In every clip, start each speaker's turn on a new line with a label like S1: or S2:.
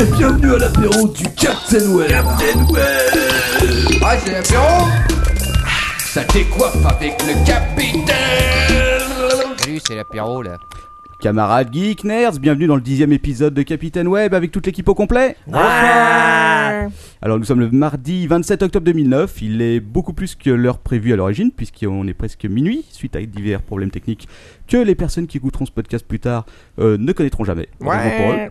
S1: et bienvenue à l'apéro du Captain Well. Captain Well
S2: Ah, c'est l'apéro Ça décoiffe avec le capitaine
S3: Salut, c'est l'apéro là.
S4: Camarades geek nerds, bienvenue dans le dixième épisode de Capitaine Web avec toute l'équipe au complet.
S5: Ouais.
S4: Alors nous sommes le mardi 27 octobre 2009. Il est beaucoup plus que l'heure prévue à l'origine puisqu'on est presque minuit suite à divers problèmes techniques que les personnes qui écouteront ce podcast plus tard euh, ne connaîtront jamais.
S5: Ouais.
S4: Pour eux.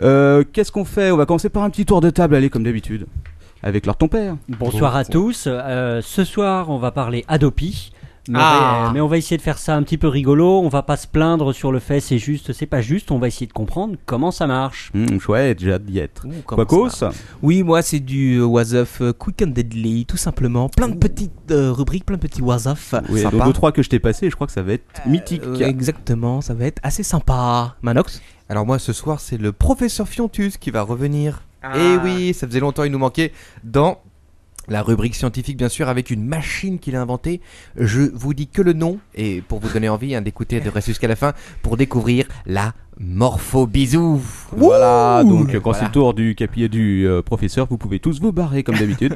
S4: Euh, Qu'est-ce qu'on fait On va commencer par un petit tour de table, allez comme d'habitude, avec leur ton père.
S6: Bonsoir à tous. Euh, ce soir, on va parler Adopi. Mais,
S5: Ah.
S6: on va- mais on va essayer de faire ça un petit peu rigolo. On va pas se plaindre sur le fait c'est juste, c'est pas juste. On va essayer de comprendre comment ça marche.
S4: Hum, chouette, j'ai hâte d'y être.
S5: Ouh, comment
S4: Quacos
S5: ça Oui, moi c'est du euh, was of euh, quick and deadly, tout simplement. Plein de petites euh, rubriques, plein de petits was of.
S4: Oui,
S5: Sympa.
S4: donc deux trois que je t'ai passé, je crois que ça va être mythique.
S5: Euh, exactement, ça va être assez sympa. Manox
S2: Alors moi ce soir c'est le professeur Fiontus qui va revenir. Eh oui, ça faisait longtemps il nous manquait dans la rubrique scientifique bien sûr avec une machine qu'il a inventée. Je vous dis que le nom et pour vous donner envie hein, d'écouter de rester jusqu'à la fin pour découvrir la morphobisou.
S4: Voilà, donc euh, quand
S2: Voilà.
S4: c'est le tour du capier du euh, professeur, vous pouvez tous vous barrer comme d'habitude.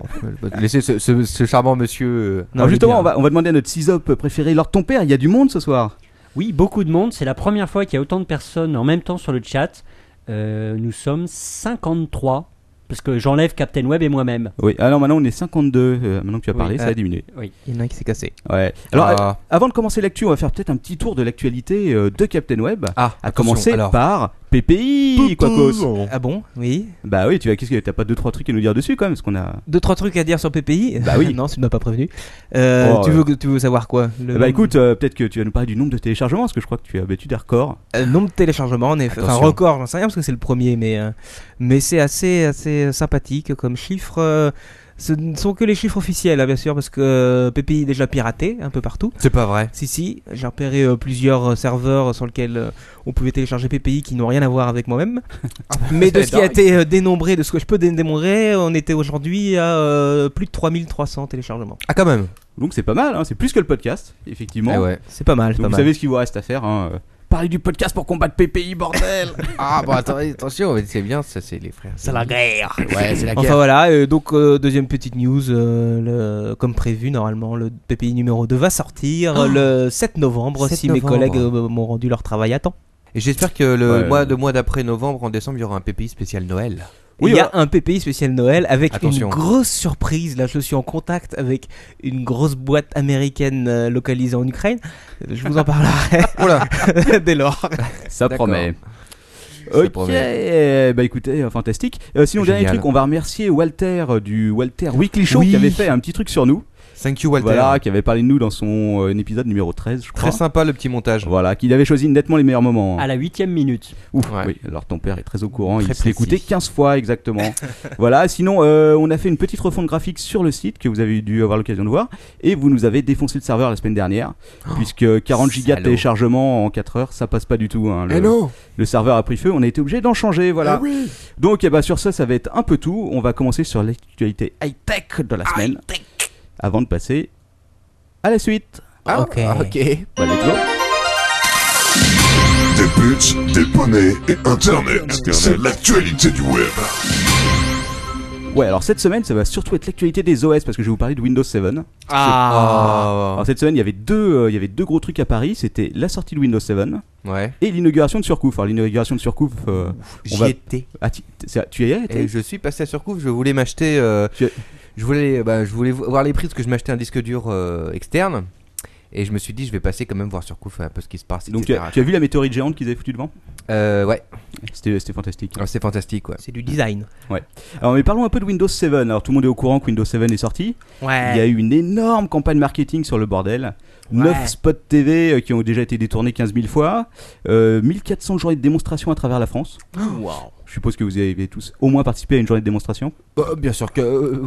S2: Laissez ce, ce- ce charmant monsieur. euh,
S4: Alors justement, on
S2: va
S4: va, on va demander à notre cisope préféré, Lord ton père, il y a du monde ce soir.
S6: Oui, beaucoup de monde. C'est la première fois qu'il y a autant de personnes en même temps sur le chat. Euh, nous sommes 53 parce que j'enlève Captain Web et moi-même.
S4: Oui, alors maintenant on est 52, euh, maintenant que tu as
S6: Oui,
S4: parlé, ça
S5: euh,
S4: a diminué.
S5: Il y en a un qui s'est cassé.
S4: Ouais. Alors
S2: Ah.
S4: euh, avant de commencer l'actu, on va faire peut-être un petit tour de l'actualité euh, de Captain Web.
S2: Ah,
S4: À commencer
S2: alors.
S4: par PPI, Quacos.
S5: Ah bon Oui
S4: Bah oui, tu as qu'est-ce que t'as pas deux trois trucs à nous dire dessus quand même, parce qu'on a.
S5: Deux, trois trucs à dire sur PPI
S4: Bah oui.
S5: non, tu ne m'as pas prévenu. Euh,
S4: Oh,
S5: tu,
S4: ouais.
S5: veux, tu veux savoir quoi Le
S4: bah
S5: nombre-
S4: écoute, euh, peut-être que tu vas nous parler du nombre de téléchargements, parce que je crois que tu as battu des records.
S5: Euh, nombre de téléchargements, en effet. Enfin,
S2: Attention.
S5: record, j'en sais rien parce que c'est le premier, mais, euh, mais c'est assez, assez euh, sympathique comme chiffre. euh, ce ne sont que les chiffres officiels, hein, bien sûr, parce que euh, PPI est déjà piraté un peu partout.
S2: C'est pas vrai.
S5: Si, si, j'ai repéré euh, plusieurs euh, serveurs sur lesquels euh, on pouvait télécharger PPI qui n'ont rien à voir avec moi-même. Mais de ce qui a été euh, dénombré, de ce que je peux dé- dénombrer, on était aujourd'hui à euh, plus de 3300 téléchargements.
S2: Ah quand même.
S4: Donc c'est pas mal, hein, c'est plus que le podcast, effectivement.
S2: Ah ouais.
S5: C'est pas mal,
S4: Donc
S5: c'est pas
S4: vous
S5: mal.
S4: savez ce qu'il vous reste à faire. Hein. euh, Parler du podcast pour combattre PPI, bordel
S2: Ah bon attendez, attention, mais c'est bien, ça c'est les frères.
S5: C'est la guerre
S2: Ouais, c'est la
S5: Enfin voilà, euh, donc euh, deuxième petite news, euh, le- comme prévu normalement, le PPI numéro 2 va sortir le 7 Ah. novembre
S2: 7
S5: si
S2: novembre.
S5: mes collègues euh, m'ont rendu leur travail à temps.
S2: Et j'espère que le
S4: Ouais.
S2: mois de mois d'après novembre, en décembre, il y aura un PPI spécial Noël.
S4: Oui,
S5: Il y a
S4: voilà.
S5: un PPI spécial Noël avec
S2: Attention.
S5: une grosse surprise. Là, je suis en contact avec une grosse boîte américaine euh, localisée en Ukraine. Euh, Je vous en parlerai
S2: Oula
S5: dès lors.
S4: Ça
S2: D'accord.
S4: promet.
S2: Ça
S4: Ok,
S2: promet.
S4: bah écoutez, euh, fantastique. Euh, sinon, dernier
S2: Génial.
S4: truc, on va remercier Walter euh, du Walter Weekly Show
S2: Oui.
S4: qui avait fait un petit truc sur nous.
S2: Thank you Walter. Hein
S4: Voilà, qui avait parlé de nous dans son euh, épisode numéro 13, je crois.
S2: Très sympa le petit montage.
S4: Voilà, qu'il avait choisi nettement les meilleurs moments. hein.
S6: À la huitième minute.
S4: Ouf,
S2: Ouais.
S4: oui, alors ton père est très au courant,
S2: Très
S4: il s'est écouté
S2: précis.
S4: 15 fois exactement. voilà, sinon euh, on a fait une petite refonte graphique sur le site que vous avez dû avoir l'occasion de voir et vous nous avez défoncé le serveur la semaine dernière puisque 40 gigas de
S2: Oh, salaud.
S4: téléchargement en 4 heures, ça passe pas du tout hein. le,
S2: Eh non
S4: le serveur a pris feu, on a été obligé d'en changer, voilà. Donc eh ben, sur ça, ça va être un peu tout, on va commencer sur l'actualité high-tech de la semaine avant de passer à la suite.
S2: Ah,
S5: Ok.
S2: ok.
S4: Bah, let's go.
S7: Des buts, des poneys et Internet. C'est l'actualité du web.
S4: Ouais, alors cette semaine, ça va surtout être l'actualité des OS parce que je vais vous parler de Windows 7.
S2: Ah.
S4: Alors cette semaine, il y avait deux, euh, il y avait deux gros trucs à Paris. C'était la sortie de Windows 7
S2: Ouais.
S4: et l'inauguration de Surcouf. Alors l'inauguration de Surcouf, euh,
S2: J'y
S4: on va-
S2: étais.
S4: ah, tu, c'est- tu y es t'es-
S2: Et je suis passé à Surcouf, je voulais m'acheter. euh,
S4: Tu-
S2: je, voulais, bah, je voulais vo- voir les prix parce que je m'achetais un disque dur euh, externe. Et je me suis dit, je vais passer quand même voir Surcouf hein, un peu ce qui se passe.
S4: Donc tu
S2: etc.
S4: as, tu as vu la météorite géante qu'ils avaient foutue devant
S2: Euh, ouais,
S4: C'était c'était fantastique.
S2: Alors, c'est fantastique. Ouais.
S5: C'est du design.
S4: Alors mais parlons un peu de Windows 7. Alors tout le monde est au courant que Windows 7 est sorti.
S5: Ouais.
S4: Il y a eu une énorme campagne marketing sur le bordel. 9 spots TV euh, qui ont déjà été détournés 15 000 fois. Euh, 1400 journées de démonstration à travers la France. Je suppose que vous avez tous au moins participé à une journée de démonstration.
S2: Bah, bien sûr que. euh,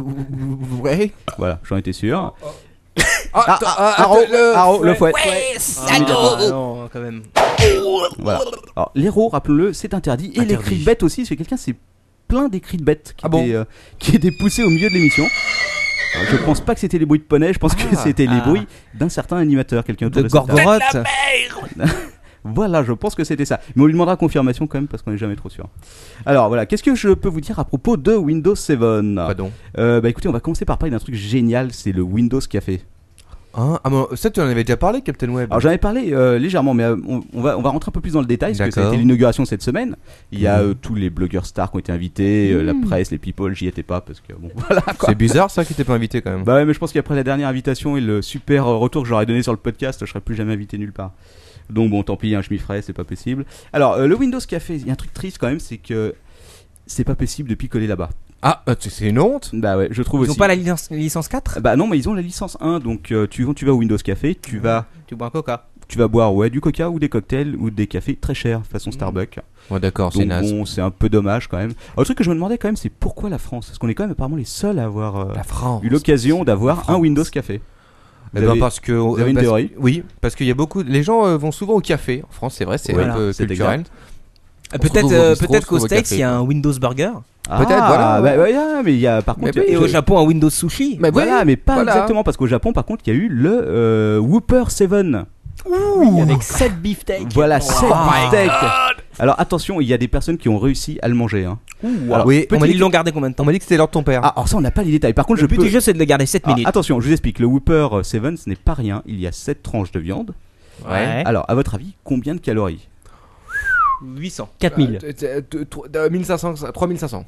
S2: ouais.
S4: Voilà, j'en étais sûr.
S2: Ah, attends, ah, attends,
S4: Haro,
S2: le-
S4: Haro, le fouet.
S5: Ah, non, quand même.
S4: Voilà. Alors, l'héros, rappelons-le, c'est interdit. Et les
S2: Interdit.
S4: cris de bête aussi, parce que quelqu'un s'est plein des cris de bête qui,
S2: Ah bon
S4: étaient, euh, qui étaient poussés au milieu de l'émission. Alors, Je pense pas que c'était les bruits de poney, je pense que
S2: Ah.
S4: c'était les
S5: Ah.
S4: bruits d'un certain animateur, quelqu'un autour
S5: De
S4: de cette table.
S5: Gorgoroth.
S4: Voilà, je pense que c'était ça. Mais on lui demandera confirmation quand même parce qu'on n'est jamais trop sûr. Alors voilà, qu'est-ce que je peux vous dire à propos de Windows 7
S2: Pardon.
S4: Euh, Bah écoutez, on va commencer par parler d'un truc génial, c'est le Windows Café.
S2: Hein ah, mais ça, tu en avais déjà parlé, Captain Web.
S4: Alors j'en avais parlé euh, légèrement, mais euh, on, on va, on va rentrer un peu plus dans le détail parce que ça a
S2: D'accord.
S4: été l'inauguration cette semaine. Il y a
S5: Mmh.
S4: euh, tous les blogueurs stars qui ont été invités, euh, la presse, les people, j'y étais pas parce que bon voilà quoi.
S2: C'est bizarre ça qu'il t'ait pas invité quand même.
S4: Bah ouais, mais je pense qu'après la dernière invitation et le super euh, retour que j'aurais donné sur le podcast, je serais plus jamais invité nulle part. Donc bon, tant pis, hein, un chemis frais, c'est pas possible. Alors euh, le Windows Café, il y a un truc triste quand même, c'est que c'est pas possible de picoler là-bas.
S2: Ah, euh, c'est- c'est une honte.
S4: Bah ouais, je trouve
S5: Ils
S4: aussi.
S5: ont pas la licence, licence 4
S4: Bah non, mais ils ont la licence 1, donc euh, tu, tu vas au Windows Café,
S5: Mmh.
S4: tu vas
S5: Tu bois un coca.
S4: tu vas boire ouais du coca ou des cocktails ou des cafés très chers façon Starbucks.
S2: Ouais, d'accord, Mmh. c'est
S4: Donc
S2: naze.
S4: bon, c'est un peu dommage quand même. Un truc que je me demandais quand même, c'est pourquoi la France Parce qu'on est quand même apparemment les seuls à avoir euh,
S2: La France.
S4: eu l'occasion d'avoir un
S2: France.
S4: Windows Café.
S2: Eh
S4: Vous
S2: ben,
S4: avez-
S2: parce que
S4: vous avez une
S2: parce-
S4: théorie
S2: Oui, parce qu'il y a beaucoup. Les gens euh, vont souvent au café. En France, c'est vrai, c'est
S4: Voilà,
S2: un peu
S4: c'est
S2: culturel. On se
S5: Peut-être
S2: retrouve au
S5: euh,
S2: bistrot, on
S5: peut-être
S2: se
S5: qu'aux
S2: retrouve au
S5: States,
S2: café,
S5: il y a un Windows Burger.
S2: Peut-être, voilà.
S4: Bah, bah, yeah, mais il y a par
S2: Mais
S4: contre.
S2: oui,
S5: Et
S4: euh,
S5: au Japon, un Windows Sushi.
S2: Mais
S4: voilà,
S2: oui,
S4: mais pas
S2: voilà.
S4: exactement parce qu'au Japon, par contre, il y a eu le euh, Whooper 7.
S6: Avec 7 beefsteaks.
S4: Voilà, 7
S2: Oh
S4: steaks. Alors attention, il y a des personnes qui ont réussi à le manger. hein. Alors,
S2: oui,
S5: On
S2: on
S5: m'a
S2: m'a
S5: dit
S2: dit
S5: qu'ils l'ont gardé combien de temps
S2: On m'a dit que c'était l'heure de ton père. Ah,
S4: Ah, alors ça, on n'a pas les détails. Par contre,
S5: Le
S4: je
S5: but
S4: peux.
S5: du jeu, c'est de le garder 7
S4: Alors,
S5: minutes.
S4: Ah, attention, je vous explique. Le Whooper 7, ce n'est pas rien. Il y a 7 tranches de viande.
S2: Eh.
S5: Ouais.
S4: Alors, à votre avis, combien de calories
S2: ah.
S5: 800.
S6: 4000.
S2: Euh, 1500, 3500.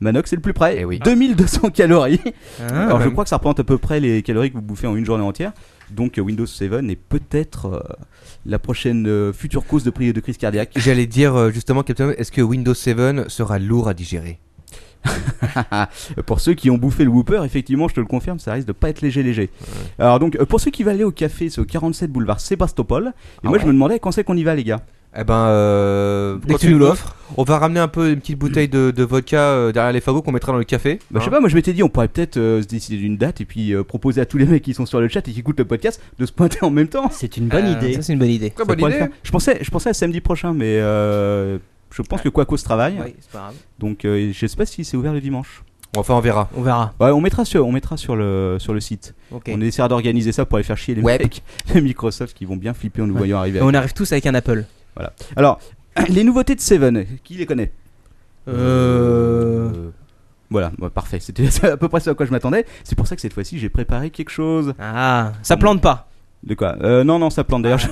S4: Manox, c'est le plus près.
S2: Eh oui. bah
S4: 2200 calories.
S2: Ah,
S5: Hein,
S4: Alors, je
S5: même.
S4: crois que ça représente à peu près les calories que vous bouffez en une journée entière. Donc, euh, Windows 7 est peut-être euh, la prochaine euh, future cause de, pri- de crise cardiaque.
S2: J'allais dire euh, justement, Captain, est-ce que Windows 7 sera lourd à digérer
S4: Pour ceux qui ont bouffé le Whooper, effectivement, je te le confirme, ça risque de pas être léger, léger. Alors, donc, euh, pour ceux qui veulent aller au café, c'est au 47 boulevard Sébastopol. Et
S2: Ah
S4: moi, je me demandais quand c'est qu'on y va, les gars.
S2: Eh ben, euh,
S5: Dès
S2: quand
S5: que tu nous
S2: veux,
S5: l'offres.
S2: On va ramener un peu une petite bouteille de, de vodka euh, derrière les fagots qu'on mettra dans le café.
S4: Bah, je sais pas, moi je m'étais dit, on pourrait peut-être euh, se décider d'une date et puis euh, proposer à tous les mecs qui sont sur le chat et qui écoutent le podcast de se pointer en même temps.
S6: C'est une bonne
S5: Euh,
S6: idée.
S5: Ça, c'est une bonne idée.
S2: Très
S4: Ça
S2: bonne
S4: pourrait le
S2: idée.
S4: faire. Je pensais, je pensais à samedi prochain, mais euh, je pense que Quaco se travaille.
S5: Ouais, c'est pas grave.
S4: Donc euh, je sais pas si c'est ouvert le dimanche.
S2: Enfin, on verra.
S5: On verra.
S4: Ouais, on mettra sur, on mettra sur le sur le site.
S5: Ok.
S4: On essaiera d'organiser ça pour aller faire chier les
S2: Ouais.
S4: mecs de Microsoft qui vont bien flipper en nous voyant arriver.
S5: Et on arrive tous avec un Apple.
S4: Alors les nouveautés de Seven, qui les connaît
S5: Euh.
S4: Voilà, bah, parfait. C'était à peu près ce à quoi je m'attendais. C'est pour ça que cette fois-ci j'ai préparé quelque chose.
S5: Ah, ça plante pas.
S4: De quoi Euh, Non, non, ça plante. D'ailleurs, je,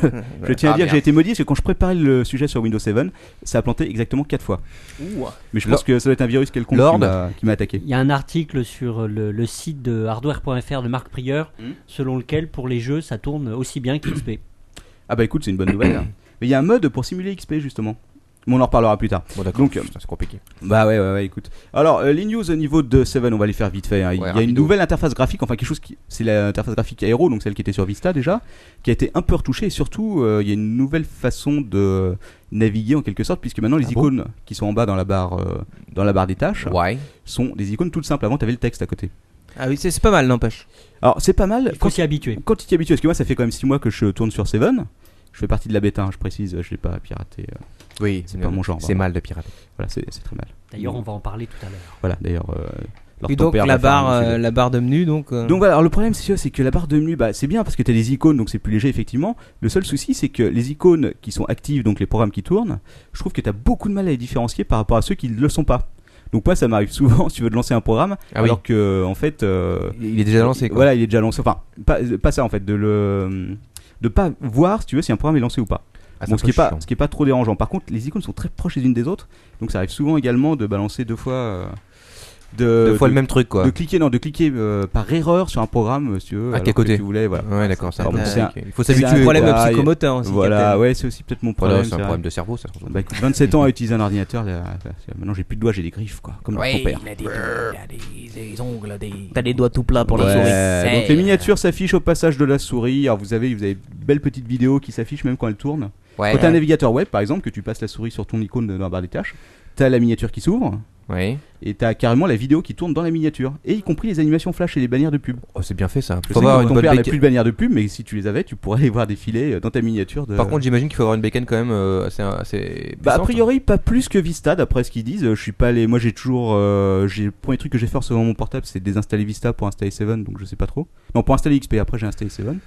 S4: je tiens à
S2: Ah,
S4: dire que
S2: merde.
S4: j'ai été maudit parce que quand je préparais le sujet sur Windows 7, ça a planté exactement 4 fois. Mais je pense que ça doit être un virus quelconque qui
S2: Lord.
S4: m'a- qui m'a attaqué.
S6: Il y a un article sur le, le site de hardware.fr de Marc Prieur,
S4: Hmm.
S6: selon lequel pour les jeux ça tourne aussi bien qu'XP.
S4: Ah bah écoute, c'est une bonne nouvelle. Mais il y a un mode pour simuler XP justement. Mais on en reparlera plus tard.
S2: Bon, d'accord.
S4: Donc, euh,
S2: Putain, c'est compliqué.
S4: Bah ouais, ouais, ouais, écoute. Alors, euh, les news au niveau de Seven, on va les faire vite fait. hein. Il
S2: Ouais,
S4: y a une
S2: rapido.
S4: nouvelle interface graphique, enfin quelque chose qui. C'est l'interface graphique Aero, donc celle qui était sur Vista déjà, qui a été un peu retouchée et surtout, euh, il y a une nouvelle façon de naviguer en quelque sorte, puisque maintenant les
S2: Ah bon
S4: icônes qui sont en bas dans la barre, euh, dans la barre des tâches
S2: Ouais.
S4: sont des icônes toutes simples. Avant, t'avais le texte à côté.
S5: Ah oui, c'est c'est pas mal, n'empêche.
S4: Alors, c'est pas mal.
S6: Il faut s'y habituer.
S4: Quand tu t'y habitues, parce que moi, ça fait quand même 6 mois que je tourne sur Seven. Je fais partie de la bêta, hein, je précise, je l'ai pas piraté. euh,
S2: Oui,
S4: C'est pas mon genre,
S2: C'est
S4: pardon.
S2: mal de pirate.
S4: voilà, c'est c'est très mal.
S6: D'ailleurs, on va en parler tout à l'heure.
S4: Voilà, d'ailleurs. euh, leur
S5: Et
S4: ton
S5: donc
S4: père
S5: la
S4: va faire
S5: barre,
S4: un sujet.
S5: euh, la barre de menu, donc.
S2: Mm.
S5: euh,
S4: Donc voilà, alors le problème c'est sûr, c'est que la barre de menu, bah, c'est bien parce que tu as des icônes, donc c'est plus léger effectivement. Le seul souci c'est que les icônes qui sont actives, donc les programmes qui tournent, je trouve que tu as beaucoup de mal à les différencier par rapport à ceux qui ne le sont pas. Donc moi ça m'arrive souvent, si tu veux de lancer un programme,
S2: Ah oui.
S4: alors que en fait... euh,
S2: Il est déjà lancé. Quoi.
S4: Voilà, il est déjà lancé. Enfin, pas, euh, pas ça en fait, de le... De pas voir, si tu veux, si un programme est lancé ou pas.
S2: Ah, c'est
S4: Bon,
S2: un
S4: ce,
S2: peu
S4: qui est pas,
S2: chiant.
S4: ce qui est pas trop dérangeant. Par contre, les icônes sont très proches les unes des autres, donc ça arrive souvent également de balancer deux fois... euh, de-
S2: Deux fois
S4: euh, de-
S2: le même truc, quoi.
S4: de cliquer non de cliquer euh, par erreur sur un programme euh, si tu veux
S2: Ah,
S4: alors
S2: qui est
S4: que
S2: côté.
S4: tu voulais voilà
S2: Ouais, d'accord, ça.
S4: Ah, bon,
S2: euh,
S4: c'est un-
S2: ok. Il faut
S5: c'est
S4: habitué,
S5: un
S2: s'habituer.
S5: problème
S4: quoi.
S5: psychomoteur hein,
S2: Ah,
S5: aussi.
S4: voilà
S5: Captain.
S4: ouais c'est aussi peut-être mon
S2: Voilà,
S4: problème
S2: c'est
S4: c'est
S2: un
S4: vrai.
S2: problème de cerveau, ça. sans doute.
S4: Bah, écoute, 27 ans à utiliser un ordinateur là, là, c'est- maintenant j'ai plus de doigts j'ai des griffes quoi comme ton père
S5: T'as les doigts tout plats pour la
S4: Ouais,
S5: souris.
S4: donc les miniatures s'affichent au passage de la souris alors vous avez vous avez une belle petite vidéo qui s'affiche même quand elle tourne
S2: Ouais.
S4: quand t'as un navigateur web par exemple que tu passes la souris sur ton icône dans la barre des tâches t'as la miniature qui s'ouvre
S2: Ouais.
S4: et t'as carrément la vidéo qui tourne dans la miniature et y compris les animations flash et les bannières de pub
S2: Oh, c'est bien fait ça.
S4: Je sais
S2: Faut avoir
S4: que
S2: une
S4: ton
S2: bonne
S4: père n'a
S2: béca-
S4: plus de bannière de pub, mais si tu les avais, tu pourrais les voir défiler euh, dans ta miniature. De...
S2: Par contre, j'imagine qu'il faut avoir une bécane quand même euh, assez. assez
S4: bah, a
S5: hein.
S2: puissante.
S4: priori, pas plus que Vista, d'après ce qu'ils disent. Euh, Je suis pas allé. Moi, j'ai toujours. euh, j'ai- Le premier truc que j'ai fait sur mon portable, c'est désinstaller Vista pour installer Seven, donc je sais pas trop. Non, pour installer XP, après j'ai installé Seven.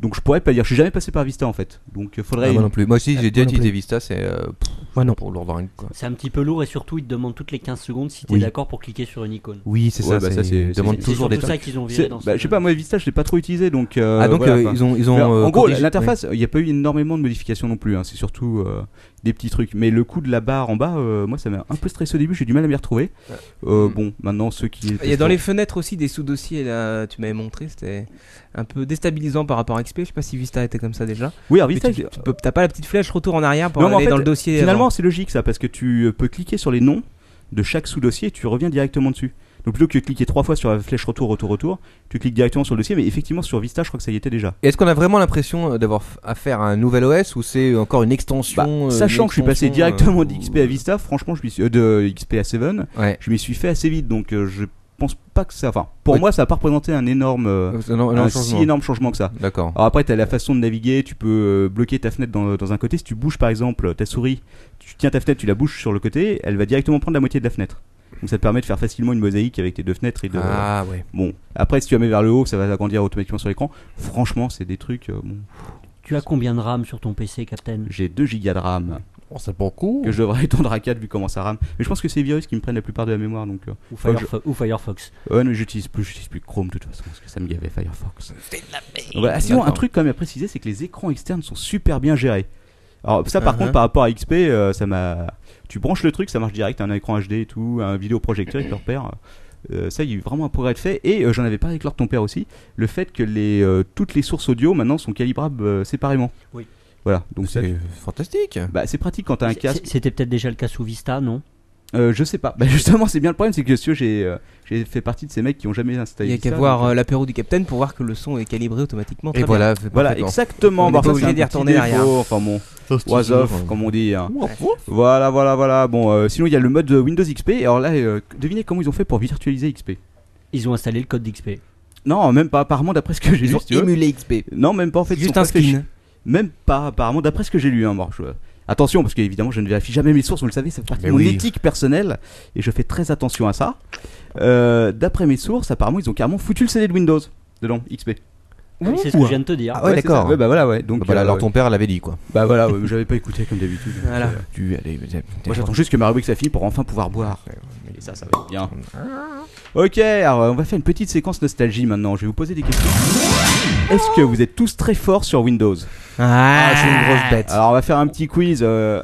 S4: Donc je pourrais pas dire. Je suis jamais passé par Vista en fait. Donc il faudrait.
S2: Ah, moi non plus. Moi aussi, j'ai
S5: moi
S2: déjà
S5: non
S2: utilisé
S5: plus.
S2: Vista, c'est euh, pff,
S5: Moi non.
S2: pour lourd dans une, quoi.
S6: C'est un petit peu lourd et surtout, ils te demandent toutes les 15 secondes si t'es
S2: Oui.
S6: d'accord pour cliquer sur une icône.
S2: Oui, c'est
S4: Ouais,
S2: ça.
S4: bah,
S2: c'est-
S4: ça, c'est-
S2: ils demandent
S6: C'est
S2: toujours des
S6: surtout ça
S2: trucs.
S6: qu'ils ont viré
S4: C'est-
S6: dans ce
S4: bah, je sais pas, moi Vista je l'ai pas trop utilisé donc. euh,
S2: Ah donc
S4: voilà,
S2: euh,
S4: quoi.
S2: ils ont ils ont.
S4: Alors,
S2: euh,
S4: en gros,
S2: corrigé-
S4: l'interface, il n'y a pas eu énormément de modifications non plus. hein. C'est surtout euh, des petits trucs. Mais le coup de la barre en bas, euh, moi, ça m'a un peu stressé au début. J'ai du mal à m'y retrouver. Euh,
S2: Mm.
S4: Bon, maintenant, ceux qui.
S5: Il y a dans les fenêtres aussi des sous-dossiers, là, tu m'avais montré, c'était un peu déstabilisant par rapport à XP. Je sais pas si Vista était comme ça déjà.
S4: Oui, alors
S5: Mais
S4: Vista,
S5: tu- tu peux- T'as pas la petite flèche retour en arrière pour
S4: Non, mais en
S5: aller
S4: fait,
S5: dans le dossier.
S4: finalement,
S5: avant.
S4: c'est logique ça, parce que tu euh, peux cliquer sur les noms de chaque sous-dossier et tu reviens directement dessus. Donc plutôt que de cliquer trois fois sur la flèche retour, retour, retour, tu cliques directement sur le dossier. Mais effectivement, sur Vista, je crois que ça y était déjà.
S2: Est-ce qu'on a vraiment l'impression d'avoir f- affaire à un nouvel OS ou c'est encore une
S4: Bah,
S2: extension euh,
S4: sachant
S2: une
S4: que je suis passé
S2: extension,
S4: directement
S2: euh,
S4: d'XP à Vista, franchement, je m'y suis, euh, de XP à 7,
S2: Ouais.
S4: je m'y suis fait assez vite, donc euh, je pense pas que ça. Enfin, pour
S2: Oui.
S4: moi, ça n'a pas représenté un énorme, euh,
S2: Euh, Non, non,
S4: un si
S2: changement.
S4: énorme Ah, changement que ça.
S2: D'accord.
S4: Alors après, t'as la façon de naviguer, tu peux euh, bloquer ta fenêtre dans, dans un côté. Si tu bouges par exemple ta souris, tu tiens ta fenêtre, tu la bouges sur le côté, elle va directement prendre la moitié de la fenêtre. Donc ça te permet de faire facilement une mosaïque avec tes deux fenêtres et de.
S2: Ah ouais.
S4: Bon, après si tu la mets vers le haut, ça va agrandir automatiquement sur l'écran. Franchement, c'est des trucs. euh, bon,
S6: Tu as combien de RAM sur ton PC, Captain
S4: j'ai 2 gigas de RAM
S2: Oh, c'est beaucoup.
S4: que je devrais étendre à 4 vu comment ça rame. Mais je pense que c'est les virus qui me prennent la plupart de la mémoire donc. euh,
S6: ou,
S4: Faut que
S6: Firefo- ou Firefox
S4: Ouais, mais j'utilise plus, j'utilise plus Chrome de toute façon parce que ça me gavait Firefox. Voilà, sinon, un
S2: D'accord.
S4: truc quand même à préciser, c'est que les écrans externes sont super bien gérés. Alors ça, par
S2: Uh-huh.
S4: contre, par rapport à XP, euh, ça m'a. Tu branches le truc, ça marche direct, un écran HD et tout, un vidéoprojecteur avec leur père. Euh, ça, il y a eu vraiment un progrès de fait. Et euh, j'en avais parlé avec leur ton père aussi. Le fait que les euh, toutes les sources audio maintenant sont calibrables euh, séparément.
S6: Oui.
S4: Voilà, donc ça,
S2: C'est fantastique.
S4: bah, c'est pratique quand t'as un
S6: C'est-
S4: casque.
S6: c'est- C'était peut-être déjà le cas sous Vista, non
S4: Euh, je sais pas. Bah, justement, c'est bien le problème, c'est que si tu veux, j'ai euh, j'ai fait partie de ces mecs qui ont jamais installé.
S5: il y a qu'à
S4: ça,
S5: voir
S4: donc, euh,
S5: euh, l'apéro du Capitaine pour voir que le son est calibré automatiquement.
S2: Et
S5: très
S2: voilà.
S4: Voilà,
S2: parfaitement.
S4: exactement.
S5: On
S4: Bon,
S5: est pas
S4: ça,
S5: obligé
S4: c'est un
S5: d'y
S4: petit
S5: retourner
S4: défaut,
S5: derrière.
S4: Enfin bon, was off, comme on dit. hein.
S5: bien. Ouais.
S4: Voilà, voilà, voilà. Bon, euh, sinon il y a le mode Windows XP. Alors là, euh, devinez comment ils ont fait pour virtualiser XP.
S6: Ils ont installé le code d'XP.
S4: Non, même pas. Apparemment, d'après ce que j'ai lu,
S2: Ils ont
S4: si tu veux.
S2: émulé XP.
S4: Non, même pas en fait. ils
S5: Juste
S4: ont
S5: un
S4: pas fait
S5: skin.
S4: chi- Même pas. Apparemment, d'après ce que j'ai lu, hein, bon, je- Attention, parce qu'évidemment, je ne vérifie jamais mes sources. Vous le savez, ça fait partie
S2: Mais
S4: de mon
S2: oui.
S4: éthique personnelle et je fais très attention à ça. Euh, d'après mes sources, apparemment, ils ont carrément foutu le CD de Windows dedans, XP.
S6: C'est ce que je viens de te dire.
S2: Ah ouais,
S4: c'est
S2: d'accord.
S4: ça. Ouais, bah voilà, ouais. Donc
S2: Voilà,
S4: euh,
S2: alors ton père l'avait dit quoi.
S4: Bah voilà, ouais, mais j'avais pas écouté comme d'habitude. donc,
S5: Voilà.
S4: euh,
S2: Tu allez. mais-
S4: Moi j'attends juste que ma rubrique soit finie pour enfin pouvoir boire. Et ça, ça va être bien. Ok, alors euh, on va faire une petite séquence nostalgie maintenant. Je vais vous poser des questions. Est-ce que vous êtes tous très forts sur Windows
S5: Ah, c'est une grosse bête.
S4: Alors on va faire un petit quiz. euh,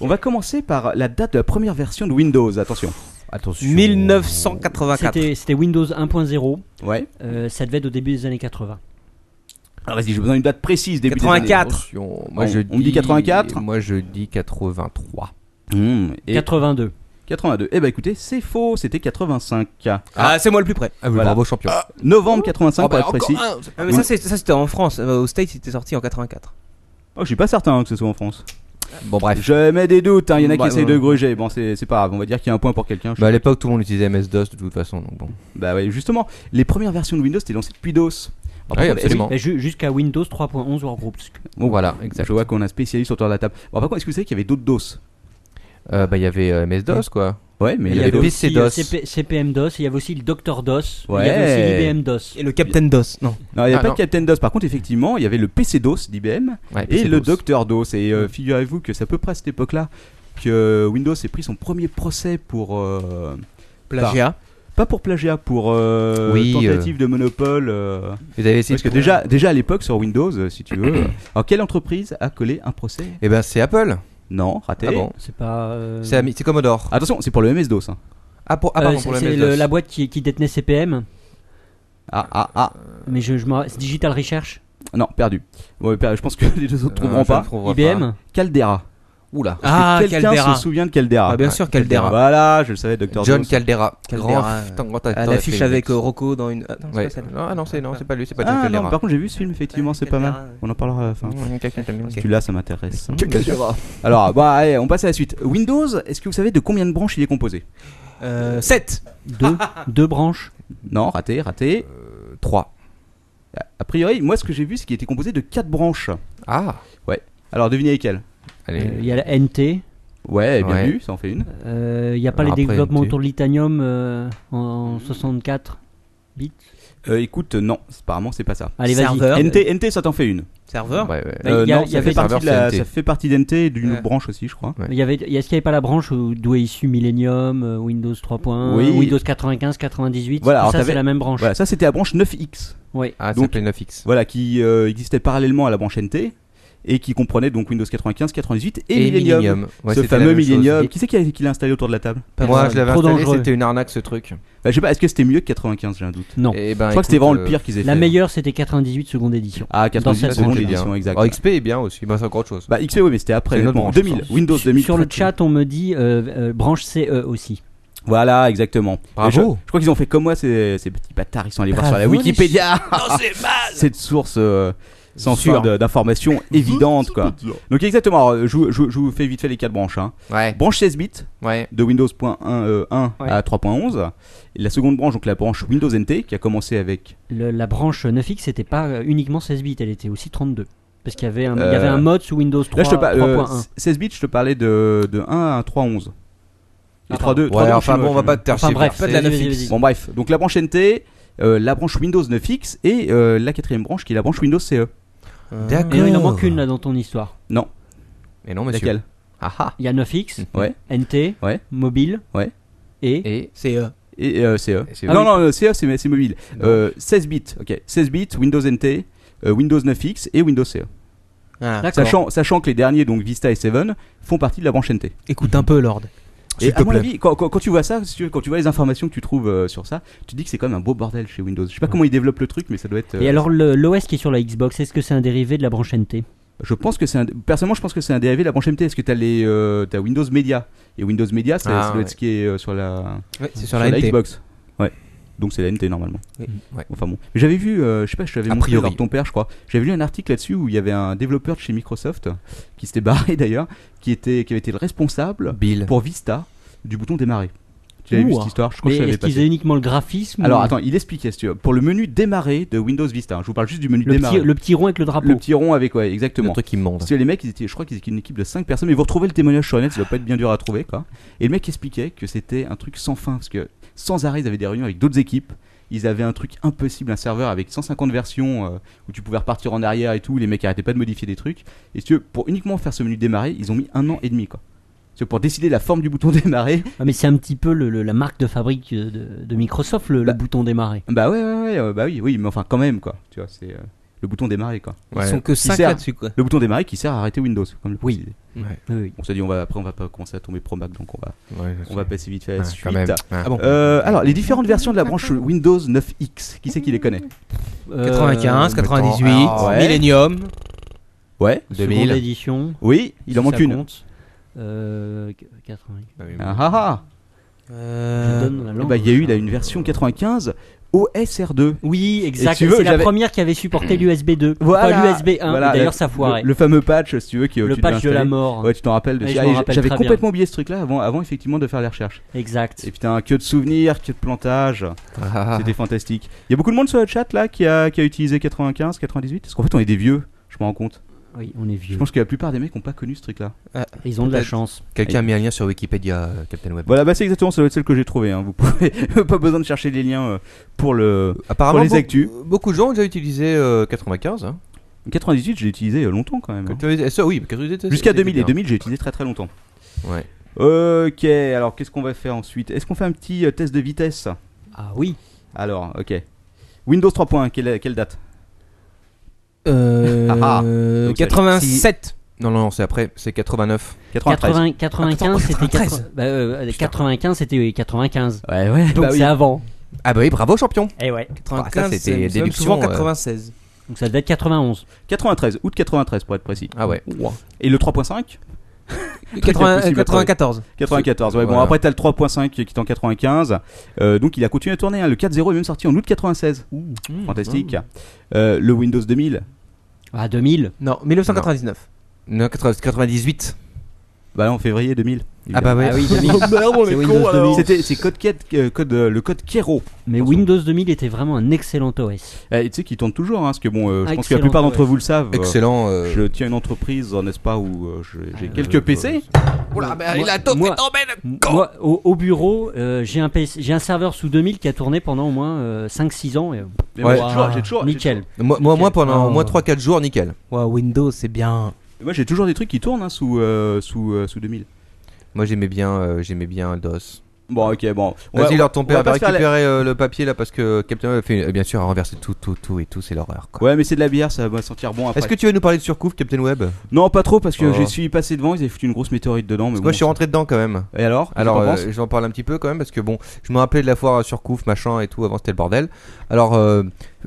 S4: On va commencer par la date de la première version de Windows. Attention.
S2: Attention.
S5: 1984.
S6: C'était c'était Windows 1.0.
S4: Ouais.
S6: euh, ça devait être au début des années 80.
S4: Alors vas-y, j'ai besoin d'une date précise. Début des
S5: 84.
S2: Attention. Moi
S4: On-
S2: je
S4: on me dit 84.
S2: Moi je dis 83.
S4: années. Mmh, et
S6: 82.
S4: 82. Eh bah écoutez, c'est faux. C'était 85.
S5: Ah, c'est moi le plus près.
S2: Ah oui,
S4: Voilà.
S2: bravo champion.
S4: Novembre
S5: Oh.
S4: 85 pour être précis.
S5: Ah, mais ça, c'est- ça, c'était en France. Euh, Aux States, c'était sorti en 84.
S4: Oh, je suis pas certain hein, que ce soit en France.
S2: Bon bref.
S4: Ah, Je mets des doutes, hein. il y en a qui
S2: Bah,
S4: essayent
S2: ouais.
S4: de gruger. Bon, c'est c'est pas grave, on va dire qu'il y a un point pour quelqu'un. Je-
S2: Bah à l'époque tout le monde utilisait MS-DOS de toute façon donc bon.
S4: Bah ouais, justement, les premières versions de Windows étaient lancées depuis DOS. Alors, par
S2: Oui,
S4: contre,
S2: absolument.
S6: Bah, ju- Jusqu'à Windows 3.11 Wargroups.
S2: Bon voilà,
S4: est-ce que-
S2: exact.
S4: Je vois qu'on a un spécialiste autour de la table. Bon, par contre, est-ce que vous savez qu'il y avait d'autres DOS
S2: Euh, bah il y avait euh, MS-DOS quoi.
S4: Ouais, mais
S2: Il y
S4: il y
S2: avait
S4: avait
S2: des-
S4: d'autres.
S2: PC
S6: aussi, euh,
S2: DOS.
S6: CP CPM DOS, il y avait aussi le Docteur DOS, il
S4: Ouais.
S6: y avait aussi l'IBM DOS.
S5: Et le Captain DOS. Non.
S4: Non, il n'y a
S2: Ah,
S4: pas
S2: non.
S4: de Captain DOS. Par contre, effectivement, il y avait le PC DOS d'IBM
S2: Ouais,
S4: et
S2: PC
S4: le
S2: DOS.
S4: Docteur DOS. Et euh, figurez-vous que c'est à peu près à cette époque-là que euh, Windows s'est pris son premier procès pour. euh,
S5: Plagiat.
S4: Pas pour plagiat, pour euh,
S2: Oui,
S4: tentative de monopole. euh,
S2: Ils avaient essayé
S4: Parce que
S2: de trouver-
S4: déjà, déjà à l'époque sur Windows, euh, si tu veux. euh, alors quelle entreprise a collé un procès
S2: Eh ben c'est Apple.
S4: Non, raté.
S2: Ah bon.
S6: C'est pas. euh,
S2: C'est ami- c'est Commodore.
S4: Attention, c'est pour le MS-DOS. hein.
S2: Ah pour ah
S6: euh,
S2: pardon
S6: c'est-
S2: pour le
S6: c'est
S2: MS-DOS.
S6: le- la boîte qui, qui détenait CPM,
S4: Ah ah ah.
S6: mais je, je m'en- c'est Digital Research,
S4: Non, perdu. Ouais, per- je pense que les deux autres
S2: Euh,
S4: trouveront
S2: je ne
S4: pas.
S2: trouverai pas.
S6: IBM.
S4: Caldera.
S2: Oula.
S4: Est-ce que
S5: Ah,
S4: Quelqu'un
S5: Caldera.
S4: se souvient de Caldera.
S5: Ah, bien sûr, Caldera.
S4: Voilà, je le savais, Dr.
S2: John
S4: DOS.
S2: Caldera.
S5: Caldera,
S2: Grand-
S5: euh,
S2: tant- grand acteur
S5: À
S2: de la
S5: l'affiche
S2: Phoenix.
S5: avec euh, Rocco dans une. Ah, non, c'est
S2: Ouais.
S5: pas celle-là.
S2: Non, ah non, c'est non, c'est pas lui, c'est pas John
S4: Ah non,
S2: Caldera.
S4: par contre, j'ai vu ce film, effectivement, c'est pas mal.
S5: Caldera.
S4: On en parlera à la fin.
S2: Mmh, ok, ok, ok.
S4: Parce que là, ça m'intéresse.
S2: Mmh, bien sûr.
S4: Alors, bah, allez, on passe à la suite. Windows, est-ce que vous savez de combien de branches il est composé
S5: Euh, 7.
S6: deux, deux branches.
S4: Non, raté, raté.
S2: 3.
S4: A priori, moi, ce que j'ai vu, c'est qu'il était composé de 4 branches.
S2: Ah
S4: Alors, devinez lesquelles
S6: Euh, Il
S2: Allez.
S6: y a la NT,
S4: Ouais, bien
S2: Ouais.
S4: vu, ça en fait une.
S6: euh, il n'y a pas
S2: Alors
S6: les
S2: après,
S6: développements
S2: NT.
S6: autour de l'Itanium euh, en 64. bits
S4: Euh, écoute, non, apparemment c'est pas ça.
S6: Allez, vas-y.
S5: Serveur.
S4: NT, NT, ça t'en fait une. Euh,
S5: Serveur
S2: Ouais, ouais.
S6: Bah, il y a-
S4: non,
S6: il y
S4: ça
S6: avait-
S4: fait, partie de la-
S2: serveur, c'est
S4: ça fait partie d'NT et d'une
S5: Ouais.
S4: autre branche aussi, je crois.
S6: Mais il y avait, est-ce qu'il n'y avait pas la branche où- d'où est issu Millennium, euh, Windows 3.1,
S4: Oui.
S6: Windows 95, 98
S4: Voilà, alors
S6: Ça,
S4: t'avais-
S6: c'est la même branche.
S4: Voilà, ça c'était la branche 9X.
S6: Ouais.
S2: Ah, ça
S4: Donc-
S2: s'appelait 9X.
S4: Voilà, qui euh, existait parallèlement à la branche NT et qui comprenait donc Windows 95, 98 et, Millennium.
S2: Ouais,
S4: ce
S2: c'était la
S4: fameux
S2: même chose.
S4: Millennium. Qui c'est qui l'a qui l'a installé autour de la table
S6: Pas
S2: Moi,
S6: mal.
S2: je l'avais
S6: Trop
S2: installé,
S6: dangereux.
S2: c'était une arnaque ce truc.
S4: Bah, Je sais pas, est-ce que c'était mieux que 95 J'ai un doute.
S6: Non.
S2: Et ben,
S4: je crois que c'était
S2: écoute,
S4: vraiment le
S2: euh,
S4: pire qu'ils aient
S6: La
S4: fait.
S6: meilleure, c'était 98 secondes édition.
S4: Ah,
S6: Dans
S4: 98
S6: cette
S4: secondes
S2: branche,
S4: édition, exact.
S2: Oh, XP est bien aussi, bah, c'est encore autre chose.
S4: Bah, XP, oui, mais c'était après.
S2: C'est une autre
S4: honnêtement.
S2: branche,
S4: 2000, Windows 2000.
S6: Sur le chat, on me dit euh, euh, branche CE aussi.
S4: Voilà, exactement.
S2: Bravo.
S4: Et Je, je crois qu'ils ont fait comme moi, ces, ces petits bâtards. Ils sont allés voir sur la
S6: Bravo, les
S4: Wikipédia. Cette source euh, sans fin de- d'informations évidentes, quoi. Donc, exactement. alors, je, vous- je vous- je vous fais vite fait les quatre branches. hein.
S2: Ouais,
S4: Branche 16 bits
S2: ouais.
S4: de Windows 1, euh, 1
S6: Ouais.
S4: à 3.11. Et La seconde branche, donc la branche Windows NT, qui a commencé avec.
S6: Le- la branche 9X, c'était pas euh, uniquement 16 bits, elle était aussi 32. Parce qu'il y avait un, il y
S4: Euh,
S6: avait un mode sous Windows 3,
S4: Là, je te par- euh,
S6: 3.1.
S4: 16 bits, je te parlais de, de 1 à 3.11. Et
S6: Ah,
S4: 3.2.
S2: Ouais, enfin bon, on va pas te
S6: Enfin
S2: tergiverser.
S6: bref,
S5: pas de la
S6: vas-y, vas-y,
S5: 9X.
S6: vas-y.
S4: Bon bref, donc la branche NT, euh, la branche Windows 9X et euh, la quatrième branche qui est la branche Windows E. CE.
S5: Euh,
S2: D'accord.
S6: Mais non, il en manque une là dans ton histoire.
S4: Non,
S2: Mais non, monsieur.
S4: laquelle
S2: Ah ah.
S6: Il y a 9X,
S4: Mm. Ouais.
S6: NT,
S4: Ouais.
S6: mobile,
S4: Ouais.
S6: et,
S2: Et.
S5: C'est euh,
S4: Et euh, CE.
S2: c'est-
S5: E.
S6: Ah
S4: non,
S6: oui.
S4: non, euh, CE c'est c'est mobile. Euh, 16 bits, ok. 16 bits, Windows NT, euh, Windows 9X et Windows CE.
S5: voilà.
S6: Ah, D'accord.
S4: Sachant, sachant que les derniers, donc Vista et Seven, font partie de la branche NT.
S5: Écoute un peu, Lord.
S4: Et
S5: S'il
S4: à
S5: te
S4: mon
S5: plaît.
S4: avis, quand, quand- quand tu vois ça, si tu veux, quand tu vois les informations que tu trouves euh, sur ça, tu te dis que c'est quand même un beau bordel chez Windows. Je sais pas comment ils développent le truc, mais ça doit être. euh,
S6: et alors le- l'OS qui est sur la Xbox, est-ce que c'est un dérivé de la branche NT
S4: Je pense que c'est un... personnellement je pense que c'est un dérivé de la branche MT. Est-ce que t'as les euh, t'as Windows Media et Windows Media c'est
S2: Ah,
S4: ça doit être
S2: ouais.
S4: ce qui est euh, sur la
S5: c'est sur
S4: sur
S5: la
S4: la
S5: NT.
S4: Xbox. Ouais. Donc c'est la NT normalement.
S5: Oui.
S2: Ouais.
S4: Enfin bon. Mais J'avais vu euh, je sais pas je t'avais
S2: A
S4: montré
S2: priori.
S4: lors de ton père je crois. J'avais lu un article là-dessus où il y avait un développeur de chez Microsoft qui s'était barré d'ailleurs qui était qui avait été le responsable
S2: Bill.
S4: pour Vista du bouton démarrer. Tu avais vu
S6: Ouah.
S4: cette histoire Je crois
S6: Mais
S4: que je
S6: est-ce
S4: l'avais
S6: qu'ils
S4: passé.
S6: faisaient uniquement le graphisme
S4: Alors
S6: ou-
S4: attends, il expliquait si tu veux. Pour le menu démarrer de Windows Vista, hein, je vous parle juste du menu
S6: le
S4: démarrer.
S6: petit, le petit rond avec le drapeau.
S4: le petit rond avec ouais,
S2: Le
S4: exactement.
S2: truc immonde.
S4: Parce que les mecs, ils étaient, je crois qu'ils étaient une équipe de 5 personnes, mais vous retrouvez le témoignage sur le net, ça doit pas être bien dur à trouver, quoi. Et le mec expliquait que c'était un truc sans fin, parce que sans arrêt, ils avaient des réunions avec d'autres équipes, ils avaient un truc impossible, un serveur avec 150 versions, euh, où tu pouvais repartir en arrière et tout, les mecs arrêtaient pas de modifier des trucs. Et si tu veux, pour uniquement faire ce menu démarrer, ils ont mis un an et demi, quoi. Parce que pour décider la forme du bouton démarrer,
S6: Ah, mais c'est un petit peu le- le- la marque de fabrique euh, de, de Microsoft, le, le
S4: Bah.
S6: bouton démarrer.
S4: bah ouais, ouais, ouais, euh, bah oui, oui, mais enfin quand même, quoi. Tu vois, c'est euh, le bouton démarrer, quoi.
S5: Ils sont que 5
S4: sert.
S5: là-dessus, quoi.
S4: Le bouton démarrer qui sert à arrêter Windows, comme le
S6: Oui.
S4: précisait.
S6: Oui.
S4: On s'est dit, on va, après, on va pas commencer à tomber pro Mac, donc on va, on va passer vite fait à la
S2: Ouais,
S4: suite.
S2: quand même.
S5: Ah bon
S4: Euh, alors, les différentes versions de la branche Windows 9X, qui c'est qui les connaît
S6: Euh,
S5: 95,
S2: mettons-
S5: 98,
S2: Ah,
S4: ouais.
S5: Millennium.
S4: Ouais.
S6: seconde
S2: 2000.
S6: édition.
S4: Oui, il en
S6: si
S4: manque
S6: ça
S4: une.
S6: compte. Euh, qu- 80.
S4: Ah ah ah
S5: Euh,
S6: Je donne la
S4: Eh
S6: langue.
S4: ben, Il y a eu là une version 95 OSR2.
S6: Oui,
S4: Et
S6: exact.
S4: tu veux,
S6: C'est la
S4: j'avais-
S6: première qui avait supporté l'USB 2.
S4: Voilà.
S6: Pas l'USB 1.
S4: Voilà,
S6: D'ailleurs,
S4: le-
S6: ça foirait.
S4: Le,
S6: Le,
S4: le fameux patch, si tu veux, qui tu devais
S6: patch de la
S4: installer.
S6: mort.
S4: Ouais, tu t'en rappelles. de-
S6: Ouais, je
S4: Ah,
S6: m'en
S4: et
S6: rappelle
S4: J'avais
S6: très
S4: complètement oublié ce truc-là avant, avant effectivement de faire les recherches.
S6: Exact.
S4: Et putain, que de souvenirs, que de plantage.
S2: ah,
S6: Ah.
S4: C'était fantastique. Il y a beaucoup de monde sur le chat là qui a, qui a utilisé 95, 98. Parce qu'en fait, on est des vieux. Je me rends compte.
S6: Oui, on est
S4: Je
S6: vieux.
S4: pense que la plupart des mecs n'ont pas connu ce truc-là.
S6: Ils ont de la
S2: peut-être.
S6: chance.
S2: Quelqu'un a mis un lien sur Wikipédia, euh, Captain Web.
S4: Voilà, bah c'est exactement ça doit être celle que j'ai trouvée. hein. Vous pouvez pas besoin de chercher les liens euh, pour le
S2: Apparemment,
S4: Pour les
S2: beaucoup-
S4: actus.
S2: beaucoup de gens ont déjà utilisé euh, 95. hein. eh,
S4: 98. Je l'ai utilisé euh, longtemps quand même. hein.
S2: Ça, oui, 98,
S4: Jusqu'à
S2: c'était
S4: 2000 et
S2: bien.
S4: 2000, j'ai utilisé très très longtemps.
S2: Ouais.
S4: Ok, alors qu'est-ce qu'on va faire ensuite Est-ce qu'on fait un petit euh, test de vitesse
S6: Ah oui.
S4: Alors, ok. Windows 3.1, quelle, quelle date
S5: euh,
S4: Ah, ah. Donc, ça-
S5: 87.
S2: Non, non, non, c'est après, c'est 89.
S4: 93.
S6: 80, 95, c'était
S5: 93.
S6: 80 bah, euh, 95, c'était oui, 95.
S4: Ouais, ouais.
S6: Donc
S4: bah oui.
S6: c'est avant.
S2: Ah bah oui, bravo champion
S6: Eh ouais.
S5: 95, c'est-
S2: c'était
S5: c'est même
S2: déduction,
S5: souvent
S2: euh.
S5: 96.
S6: Donc ça date 91.
S4: 93, août 93 pour être précis.
S2: Ah ouais.
S4: Et le 3.5
S5: 80,
S4: possible à
S5: 94.
S4: 94, ouais, bon,
S2: Voilà.
S4: après t'as le 3.5 qui est en 95. Euh, donc il a continué à tourner, hein. le 4.0 est même sorti en août 96. Fantastique. Euh, le Windows 2000,
S6: Ah 2000.
S5: Non, 1999.
S2: Non, 90, 98.
S4: bah non, en février 2000.
S2: Ah bah ouais.
S3: Ah oui, 2000.
S1: on
S3: C'est Windows 2000.
S4: C'était c'est code, Ket- euh, code, euh, le code Kero.
S6: Mais Windows 2000 était vraiment un excellent OS.
S4: Eh, Et tu sais qu'il tourne toujours, hein, parce que bon, euh, je pense que la
S6: Ah, Excellent,
S4: plupart d'entre
S6: ouais.
S4: vous le savent. euh,
S2: Excellent. euh,
S4: Je tiens une entreprise, euh, n'est-ce pas, où euh, je- j'ai
S6: Ah,
S4: quelques
S6: euh,
S4: PC.
S6: il a moi, moi, au, au bureau, euh, j'ai un, PC j'ai un serveur sous 2000 qui a tourné pendant au moins euh, 5-6 ans. et, euh,
S4: Mais moi,
S2: Ouais.
S4: j'ai toujours- j'ai toujours- j'ai
S6: nickel.
S2: Moi, moi, moi, pendant
S5: Oh.
S2: au moins 3-4 jours, nickel.
S5: Ouah, Windows, c'est bien.
S4: toujours- Moi, j'ai toujours des trucs qui tournent hein, sous, euh, sous, euh, sous 2000.
S2: Moi j'aimais bien, euh, j'aimais bien DOS.
S4: Bon, ok, bon. On va-
S2: Vas-y,
S4: on-
S2: leur ton
S4: on va
S2: père va
S4: pas se faire la-
S2: récupérer euh, le papier là parce que Captain Web a fait, euh, bien sûr, a renversé tout, tout, tout et tout, c'est l'horreur quoi.
S4: Ouais, mais c'est de la bière, ça va sentir bon après.
S2: Est-ce que tu veux nous parler de surcouf, Captain Web Parce
S4: Non, pas trop, parce que
S2: Oh.
S4: j'y suis passé devant, ils avaient foutu une grosse météorite dedans. Mais
S2: que
S4: bon,
S2: moi je suis rentré dedans quand même.
S4: Et alors qu'est-ce que
S2: Alors,
S4: t'en
S2: euh,
S4: penses
S2: je vais en parler un petit peu quand même parce que bon, je me rappelais de la foire à surcouf, machin et tout. Avant, c'était le bordel. Alors, euh,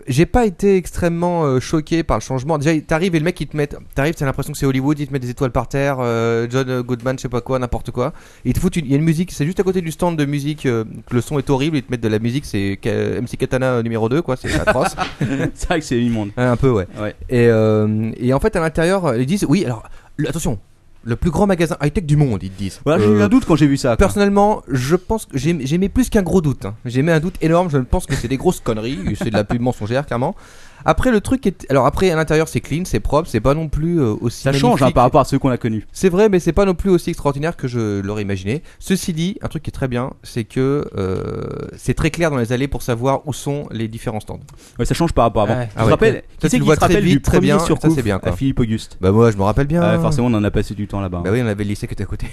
S2: j'ai pas été extrêmement euh, choqué par le changement. Déjà, il- t'arrives et le mec il te met, t'arrives, t'as l'impression que c'est Hollywood, il te met des étoiles par terre, euh, John Goodman, je sais pas quoi, n'importe quoi. Et il te fout, une- il y a une musique, c'est juste à côté du stand de musique, euh, le son est horrible, ils te mettent de la musique, c'est Ka- MC Katana euh, numéro 2, quoi, c'est atroce.
S4: C'est vrai que c'est immonde.
S2: Ouais, un peu, ouais.
S4: Ouais.
S2: Et, euh, et en fait, à l'intérieur, euh, ils disent, oui, alors, le- attention, le plus grand magasin high-tech du monde, ils te disent.
S4: Voilà, j'ai
S2: Euh,
S4: eu un doute quand j'ai vu ça. quoi.
S2: Personnellement, je pense que j'ai- j'aimais plus qu'un gros doute. hein. J'aimais un doute énorme. Je pense que c'est des grosses conneries. C'est de la pub mensongère, clairement. Après, le truc est. Alors, après, à l'intérieur, c'est clean, c'est propre, c'est pas non plus euh, aussi.
S4: Ça change hein,
S2: magnifique.
S4: par rapport à ceux qu'on a connus.
S2: C'est vrai, mais c'est pas non plus aussi extraordinaire que je l'aurais imaginé. Ceci dit, un truc qui est très bien, c'est que euh, c'est très clair dans les allées pour savoir où sont les différents stands.
S4: Ouais, ça change par rapport à avant.
S5: Ouais.
S4: Tu
S2: Ah
S4: te
S2: ouais,
S4: rappelles
S2: tu
S4: Qui c'est
S2: le
S4: qui
S2: vois
S4: se
S2: très
S4: rappelle du
S2: vite, très
S4: premier
S2: bien,
S4: sur
S2: ça, c'est bien, quoi.
S4: à Philippe Auguste
S2: Bah, moi, je me rappelle bien.
S4: Ouais, Forcément, on en a passé du temps là-bas.
S2: Bah oui, on avait le lycée qui était à côté.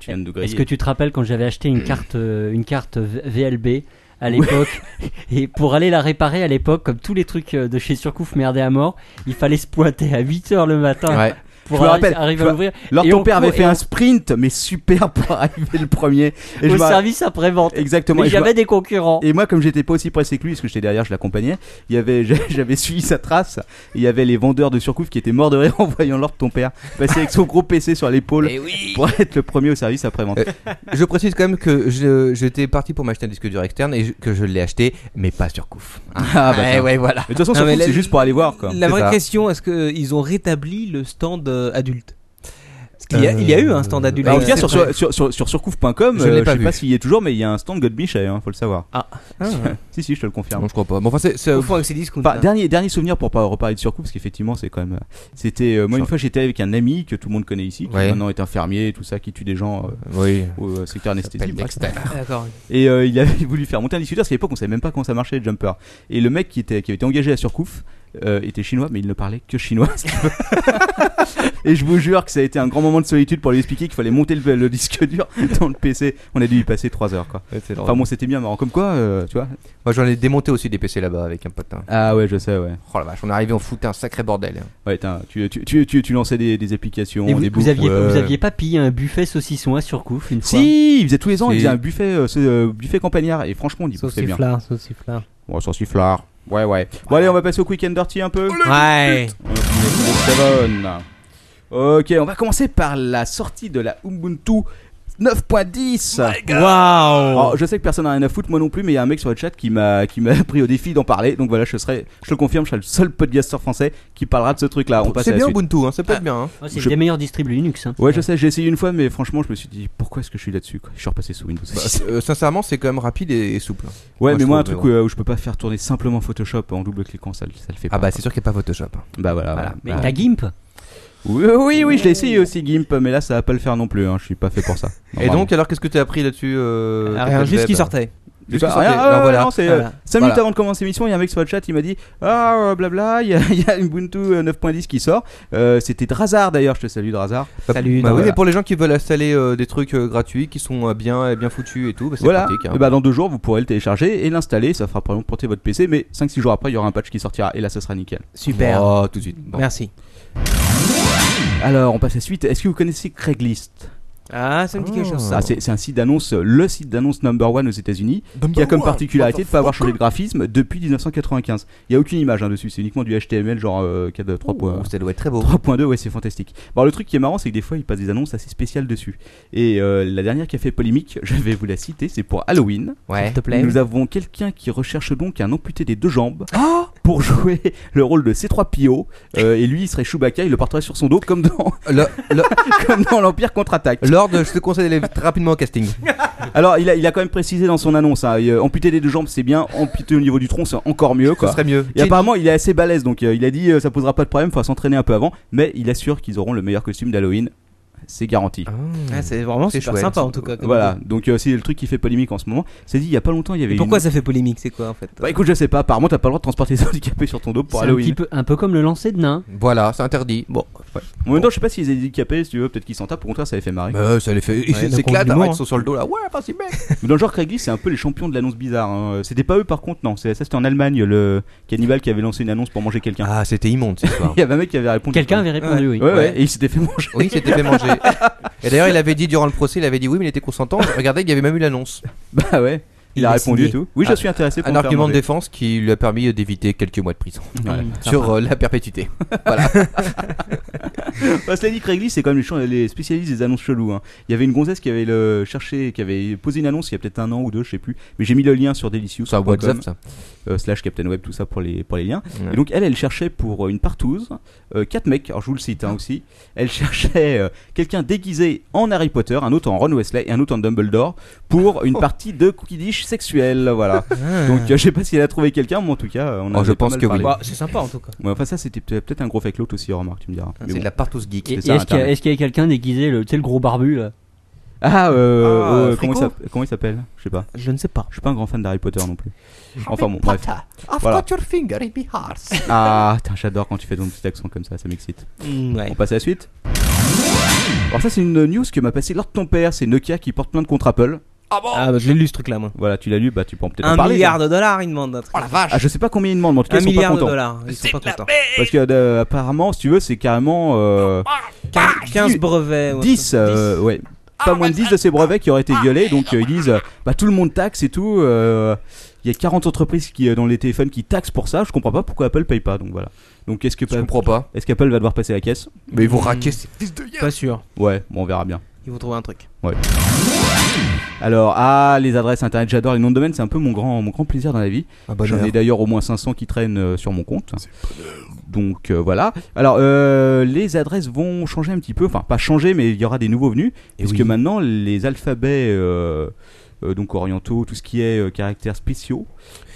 S4: Tu viens de nous
S6: Est-ce
S4: griller.
S6: que tu te rappelles quand j'avais acheté une carte, euh, une carte V- VLB à l'époque et pour aller la réparer à l'époque, comme tous les trucs euh, de chez Surcouf merdaient à mort, il fallait se pointer à 8 heures le matin
S2: Ouais.
S6: pour
S4: Je me
S6: arri-
S4: rappelle,
S6: arriver
S4: je
S6: à
S4: me-
S6: ouvrir
S4: Alors
S6: Et
S4: ton
S6: on
S4: père avait
S6: court-
S4: fait
S6: et
S4: un sprint, mais super pour arriver le premier. Et je
S6: au
S4: me-
S6: service après vente.
S4: Exactement.
S6: Mais
S4: Et je me-
S6: j'avais des concurrents.
S4: Et moi, comme j'étais pas aussi pressé que lui, parce que j'étais derrière, je l'accompagnais, il y avait, j'a- j'avais suivi sa trace. et Il y avait les vendeurs de surcouf qui étaient morts de rire en voyant l'ordre de ton père passer avec son gros PC sur l'épaule
S1: Eh
S4: pour être le premier au service après vente.
S2: Euh, Je précise quand même que je- j'étais parti pour m'acheter un disque dur externe et je- que je l'ai acheté, mais pas sur couf.
S4: Ah, bah, tiens.
S2: ouais, voilà.
S1: Eh
S4: Mais De toute façon,
S5: Non,
S4: Surcouf,
S5: mais la-
S4: c'est juste pour aller voir quoi.
S5: La
S2: C'est
S5: vraie
S2: ça.
S5: question, est-ce qu'ils ont rétabli le stand euh, adulte Parce qu'il y a, il y a eu un stand adulte.
S4: Bah, en
S5: Euh,
S4: tout cas,
S5: c'est
S4: sur,
S5: vrai.
S4: sur, sur, sur, sur surcouf.com,
S2: Je l'ai
S4: euh, je
S2: pas
S4: sais
S2: vu.
S4: pas s'il y est toujours, mais il y a un stand Godbich, hein, faut le savoir.
S5: Ah,
S4: Si, si, je te le confirme.
S2: Non, je crois pas. Bon, enfin, c'est. c'est-
S5: Au fond, avec ses disques, on
S4: Enfin,
S5: dit,
S4: dernier, dernier souvenir pour pas reparler de surcouf, parce qu'effectivement, c'est quand même. euh, C'était. euh, moi, une fois, j'étais avec un ami que tout le monde connaît ici, qui
S2: Ouais.
S4: maintenant est infirmier et tout ça, qui tue des gens euh,
S2: Oui.
S4: au euh, secteur anesthésique.
S5: hein. D'accord.
S4: Et euh, il avait voulu faire monter un discuteur, parce qu'à l'époque, on savait même pas comment ça marchait, les jumpers. Et le mec qui, était, qui avait été engagé à Surcouf euh, était chinois, mais il ne parlait que chinois. si tu veux. et je vous jure que ça a été un grand moment de solitude pour lui expliquer qu'il fallait monter le, le disque dur dans le PC. On a dû y passer 3 heures, quoi. Enfin bon, c'était bien marrant. Comme quoi, euh, tu vois
S2: Moi, j'en ai démonté aussi des PC là-bas avec un pote. hein.
S4: Ah ouais, je sais, ouais.
S2: Oh la vache, on est arrivé, on foutait un sacré bordel. hein.
S4: Ouais, t'as- tu, tu, tu, tu, tu lançais des, des applications,
S6: Et vous,
S4: des
S6: vous
S4: boucles.
S6: aviez,
S4: Ouais.
S6: vous aviez pas pillé un buffet saucisson à Surcouf une fois
S4: Si, il faisait tous les ans,
S2: Si.
S4: il faisait un buffet, euh, ce, euh, buffet campagnard. Et franchement, on dit c'est bien.
S5: Sauciflard, sauciflard.
S4: Ouais, sauciflard. Ouais, ouais. Bon, allez, on va passer au Quick and Dirty un peu.
S5: Ouais.
S4: Seven. Ok, on va commencer par la sortie de la Ubuntu 9.10.
S5: Waouh.
S4: Alors, je sais que personne n'a rien à foutre, moi non plus, mais il y a un mec sur le chat qui m'a qui m'a pris au défi d'en parler. Donc voilà, je serai, je le confirme, je serai le seul podcaster français qui parlera de ce truc-là. Ah, On passe à
S2: C'est
S4: la
S2: bien
S4: suite.
S2: Ubuntu, hein, ça peut être bien. hein.
S6: Oh, C'est
S4: Je-
S6: des meilleurs distribs Linux. hein.
S4: Ouais, je sais, j'ai essayé une fois, mais franchement, je me suis dit pourquoi est-ce que je suis là-dessus quoi Je suis repassé sous Windows.
S2: Bah, euh, sincèrement, c'est quand même rapide et, et souple. hein.
S4: ouais,
S2: moi,
S4: mais
S2: je
S4: moi, un
S2: trouve,
S4: truc
S2: mais
S4: où, euh, où je peux pas faire tourner simplement Photoshop en double cliquant, ça, le- ça le fait pas.
S2: Ah bah, c'est sûr qu'il n'y a pas Photoshop.
S4: Bah voilà.
S6: Voilà. Mais
S4: Bah,
S6: t'as Gimp
S4: oui, oui, oui, je l'ai essayé aussi, Gimp, mais là, ça va pas le faire non plus. Hein. Je suis pas fait pour ça.
S2: et
S4: Normalement.
S2: donc, alors, qu'est-ce que tu as appris là-dessus euh,
S5: Ah,
S2: Captain
S5: Rien, juste
S2: Web
S4: hein.
S5: qui sortait.
S4: Du
S2: Juste
S4: coup,
S2: qui sortait.
S4: rien, ah,
S2: Alors,
S4: ouais,
S2: bah, voilà.
S4: non, c'est,
S5: Voilà.
S4: euh, cinq
S2: Voilà.
S4: minutes avant de commencer l'émission, il y a un mec sur le chat, il m'a dit Ah, euh, blabla, il y a, il y a Ubuntu euh, 9.10 qui sort. Euh, c'était Drazar d'ailleurs, je te salue Drazar.
S2: Bah,
S5: Salut, donc,
S2: bah oui,
S4: voilà.
S2: mais pour les gens qui veulent installer euh, des trucs euh, gratuits qui sont euh, bien, et bien foutus et tout, bah, c'est
S4: Voilà.
S2: pratique. hein.
S4: Et bah, dans deux jours, vous pourrez le télécharger et l'installer. Ça fera probablement porter votre PC, mais 5-6 jours après, il y aura un patch qui sortira et là, ça sera nickel.
S5: Super.
S2: Oh, tout de suite. Bon.
S5: Merci.
S4: Alors, on passe à la suite. Est-ce que vous connaissez Craigslist
S5: Ah, ça me dit quelque chose.
S4: Ça, c'est, c'est un site d'annonce, euh, le site d'annonce number one aux États-Unis, qui a comme particularité de ne pas avoir changé de graphisme depuis 1995. Il n'y a aucune image hein, dessus, c'est uniquement du HTML genre euh, 4, 3.
S2: Oh, ça doit être très beau.
S4: 3.2, ouais, c'est fantastique. Bon, le truc qui est marrant, c'est que des fois, ils passent des annonces assez spéciales dessus. Et euh, la dernière qui a fait polémique, je vais vous la citer, c'est pour Halloween.
S5: S'il
S2: Ouais.
S5: te plaît.
S4: Nous avons quelqu'un qui recherche donc un amputé des deux jambes pour jouer le rôle de C3PO. euh, et lui, il serait Chewbacca, il le porterait sur son dos comme dans,
S2: Le- le-
S4: comme dans l'Empire contre-attaque.
S2: Lord, je te conseille d'aller rapidement au casting.
S4: Alors, il a, il a quand même précisé dans son annonce hein, euh, amputer les deux jambes, c'est bien, amputer au niveau du tronc, c'est encore mieux.
S2: Ce
S4: Quoi.
S2: serait mieux.
S4: Et apparemment, il est assez balèze, donc euh, il a dit euh, ça posera pas de problème, faut s'entraîner un peu avant, mais il assure qu'ils auront le meilleur costume d'Halloween, c'est garanti.
S2: Ah.
S5: Ah, c'est vraiment
S2: C'est
S5: super
S2: chouette.
S5: sympa en tout cas. comme
S4: Voilà,
S5: idée.
S4: donc euh, c'est le truc qui fait polémique en ce moment. C'est dit il y a pas longtemps, il y avait
S5: Et Pourquoi
S4: une...
S5: ça fait polémique C'est quoi en fait
S4: Bah écoute, je sais pas, apparemment t'as pas le droit de transporter des handicapés sur ton dos pour
S6: C'est un,
S4: Halloween.
S6: petit peu, un peu comme le lancer de nain.
S2: Voilà, c'est interdit. Bon,
S4: En même temps, je sais pas si les handicapés, si tu veux, peut-être qu'ils s'en tapent, au contraire, ça les fait marrer.
S2: bah, ça les fait. Ils
S5: Ouais, donc on
S2: s'éclatent,
S5: l'humour,
S2: arrête,
S5: hein.
S2: ils sont sur le dos là. Ouais, pas si mec.
S4: Mais Dans le genre Craigslist, c'est un peu les champions de l'annonce bizarre. hein. Euh, C'était pas eux par contre, non, c'est- ça c'était en Allemagne, le cannibale qui avait lancé une annonce pour manger quelqu'un.
S2: Ah, c'était immonde cette histoire.
S4: Il y avait un mec qui avait répondu.
S6: Quelqu'un avait répondu oui.
S4: Ouais, ouais,
S2: Ouais.
S4: et il s'était fait manger.
S2: Oui, c'était fait manger. Et d'ailleurs, il avait dit durant le procès, il avait dit oui, mais il était consentant. Regardez, il y avait même eu l'annonce.
S4: Bah ouais. Il,
S5: Il
S4: a
S5: a
S4: répondu
S5: signé.
S4: et tout. Oui, je
S2: Ah,
S4: suis intéressé pour
S2: Un
S4: me faire
S2: argument de
S4: manger.
S2: défense qui lui a permis d'éviter quelques mois de prison
S4: Ouais.
S2: sur euh, la perpétuité.
S4: Bah, cela dit, Craigslist, c'est quand même les, ch- les spécialistes des annonces cheloues. hein. Il y avait une gonzesse qui avait le cherché, qui avait posé une annonce il y a peut-être un an ou deux, je sais plus. Mais j'ai mis le lien sur Delicious.
S2: Sur WhatsApp, ça.
S4: euh, slash Captain Web, tout ça pour les, pour les liens.
S2: Ouais.
S4: Et donc, elle, elle cherchait pour euh, une partouze, euh, quatre mecs, alors je vous le cite hein, aussi. Elle cherchait euh, quelqu'un déguisé en Harry Potter, un autre en Ron Wesley et un autre en Dumbledore pour
S2: Oh.
S4: une partie de Quidditch sexuelle. Voilà.
S2: Ah.
S4: donc, euh, je sais pas si elle a trouvé quelqu'un, mais en tout cas, euh, on
S2: Oh,
S4: en
S2: je
S4: a pas
S2: pense
S4: mal
S2: que oui.
S4: parlé.
S5: Bah, C'est sympa en tout cas.
S4: Ouais, enfin, ça, c'était peut-être peut-être un gros fake l'autre aussi, remarque, tu me diras. Mais
S2: Ah, C'est
S4: bon.
S2: de la partouze geek.
S6: Et,
S4: C'est
S6: et
S4: ça,
S6: est-ce qu'il y a,
S4: Internet.
S6: est-ce qu'il y a quelqu'un déguisé, le, tu sais, le gros barbu là
S4: Ah, euh,
S5: Ah,
S4: euh,
S5: euh,
S4: comment, il
S5: Frico
S4: s'appelle- comment il s'appelle Je sais pas.
S5: Je ne sais pas.
S4: Je suis pas un grand fan d'Harry Potter non plus. Enfin bon, bref.
S2: I've
S4: Voilà.
S2: got your finger in my heart.
S4: Ah, putain, j'adore quand tu fais ton petit accent comme ça, ça m'excite.
S5: Mm, ouais.
S4: On passe à la suite. Alors ça, c'est une news que m'a passé Lord ton père. C'est Nokia qui porte plainte contre Apple.
S5: Ah bah, je l'ai lu ce truc là moi.
S4: Voilà, tu l'as lu, bah tu peux en peut-être en
S5: Un
S4: parler.
S5: milliard
S4: ça.
S5: de dollars ils demandent un truc.
S4: Ah, je sais pas combien ils demandent, mais en tout cas,
S5: Un
S4: ils sont pas
S5: milliard de
S4: contents.
S5: dollars, ils sont pas contents.
S4: Parce que euh, apparemment, si tu veux, c'est carrément euh,
S5: 15 brevets. Ah, ouais, Ah,
S4: 10, euh, ouais. Pas moins de 10 de ces brevets qui auraient été violés, donc euh, ils disent euh, bah tout le monde taxe et tout. euh, Il y a 40 entreprises qui, euh, dans les téléphones qui taxent pour ça. Je comprends pas pourquoi Apple paye pas. Donc voilà. Donc est-ce que
S2: Je comprends pas. Hmm.
S4: est-ce qu'Apple va devoir passer la caisse
S2: Mais ils vont raquer ces fils de
S5: c'est
S2: hier.
S5: Pas sûr.
S4: Ouais, bon, on verra bien.
S5: Ils vont trouver un truc.
S4: Alors, ah, les adresses internet, j'adore les noms de domaine, c'est un peu mon grand, mon grand plaisir dans la vie.
S2: Ah,
S4: J'en ai d'ailleurs au moins 500 qui traînent euh, sur mon compte. Donc euh, voilà. Alors, euh, les adresses vont changer un petit peu, enfin, pas changer, mais il y aura des nouveaux venus, puisque
S2: Eh oui.
S4: maintenant, les alphabets, euh, euh, donc orientaux, tout ce qui est euh, caractères spéciaux,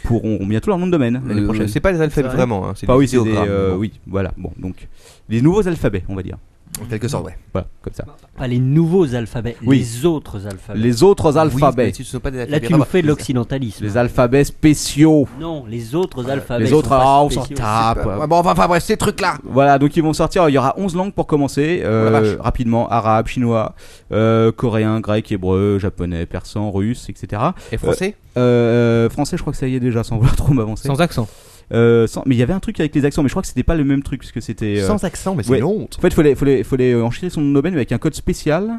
S4: pourront bientôt leur nom de domaine l'année
S2: Euh,
S4: prochaine.
S2: C'est pas les alphabets
S5: C'est vrai.
S2: vraiment. hein, C'est
S4: Enfin,
S2: des
S4: oui, c'est des,
S2: idéogrammes,
S4: euh,
S2: bon,
S4: oui, voilà, bon, donc, les nouveaux alphabets, on va dire.
S2: En quelque sorte, ouais.
S4: Voilà, comme ça.
S6: Pas les nouveaux alphabets,
S4: Oui.
S6: les autres alphabets.
S4: Les autres
S2: Ah Oui,
S4: alphabets,
S2: mais si ce sont pas des
S6: Là,
S2: alphabets
S6: tu nous
S2: rabat-
S6: fais de l'occidentalisme.
S4: les alphabets spéciaux.
S6: Non, les autres alphabets.
S4: Les autres,
S6: bah, sont pas
S4: ah, on s'en
S6: spéciaux.
S4: tape.
S2: Ouais, Bon, enfin, enfin, bref, ces trucs-là.
S4: Voilà, donc ils vont sortir. Il y aura 11 langues pour commencer, euh,
S2: Oh la vache.
S4: rapidement arabe, chinois, euh, coréen, grec, hébreu, japonais, persan, russe, etc.
S2: Et français
S4: Euh, français, je crois que ça y est déjà, sans vouloir trop m'avancer.
S5: Sans accent.
S4: Euh, sans- Mais il y avait un truc avec les accents, mais je crois que c'était pas le même truc, puisque c'était. euh,
S2: Sans accent, mais
S4: ouais.
S2: c'est une honte.
S4: En fait, faut les, faut les, faut les euh, enregistrer son nom de domaine avec un code spécial,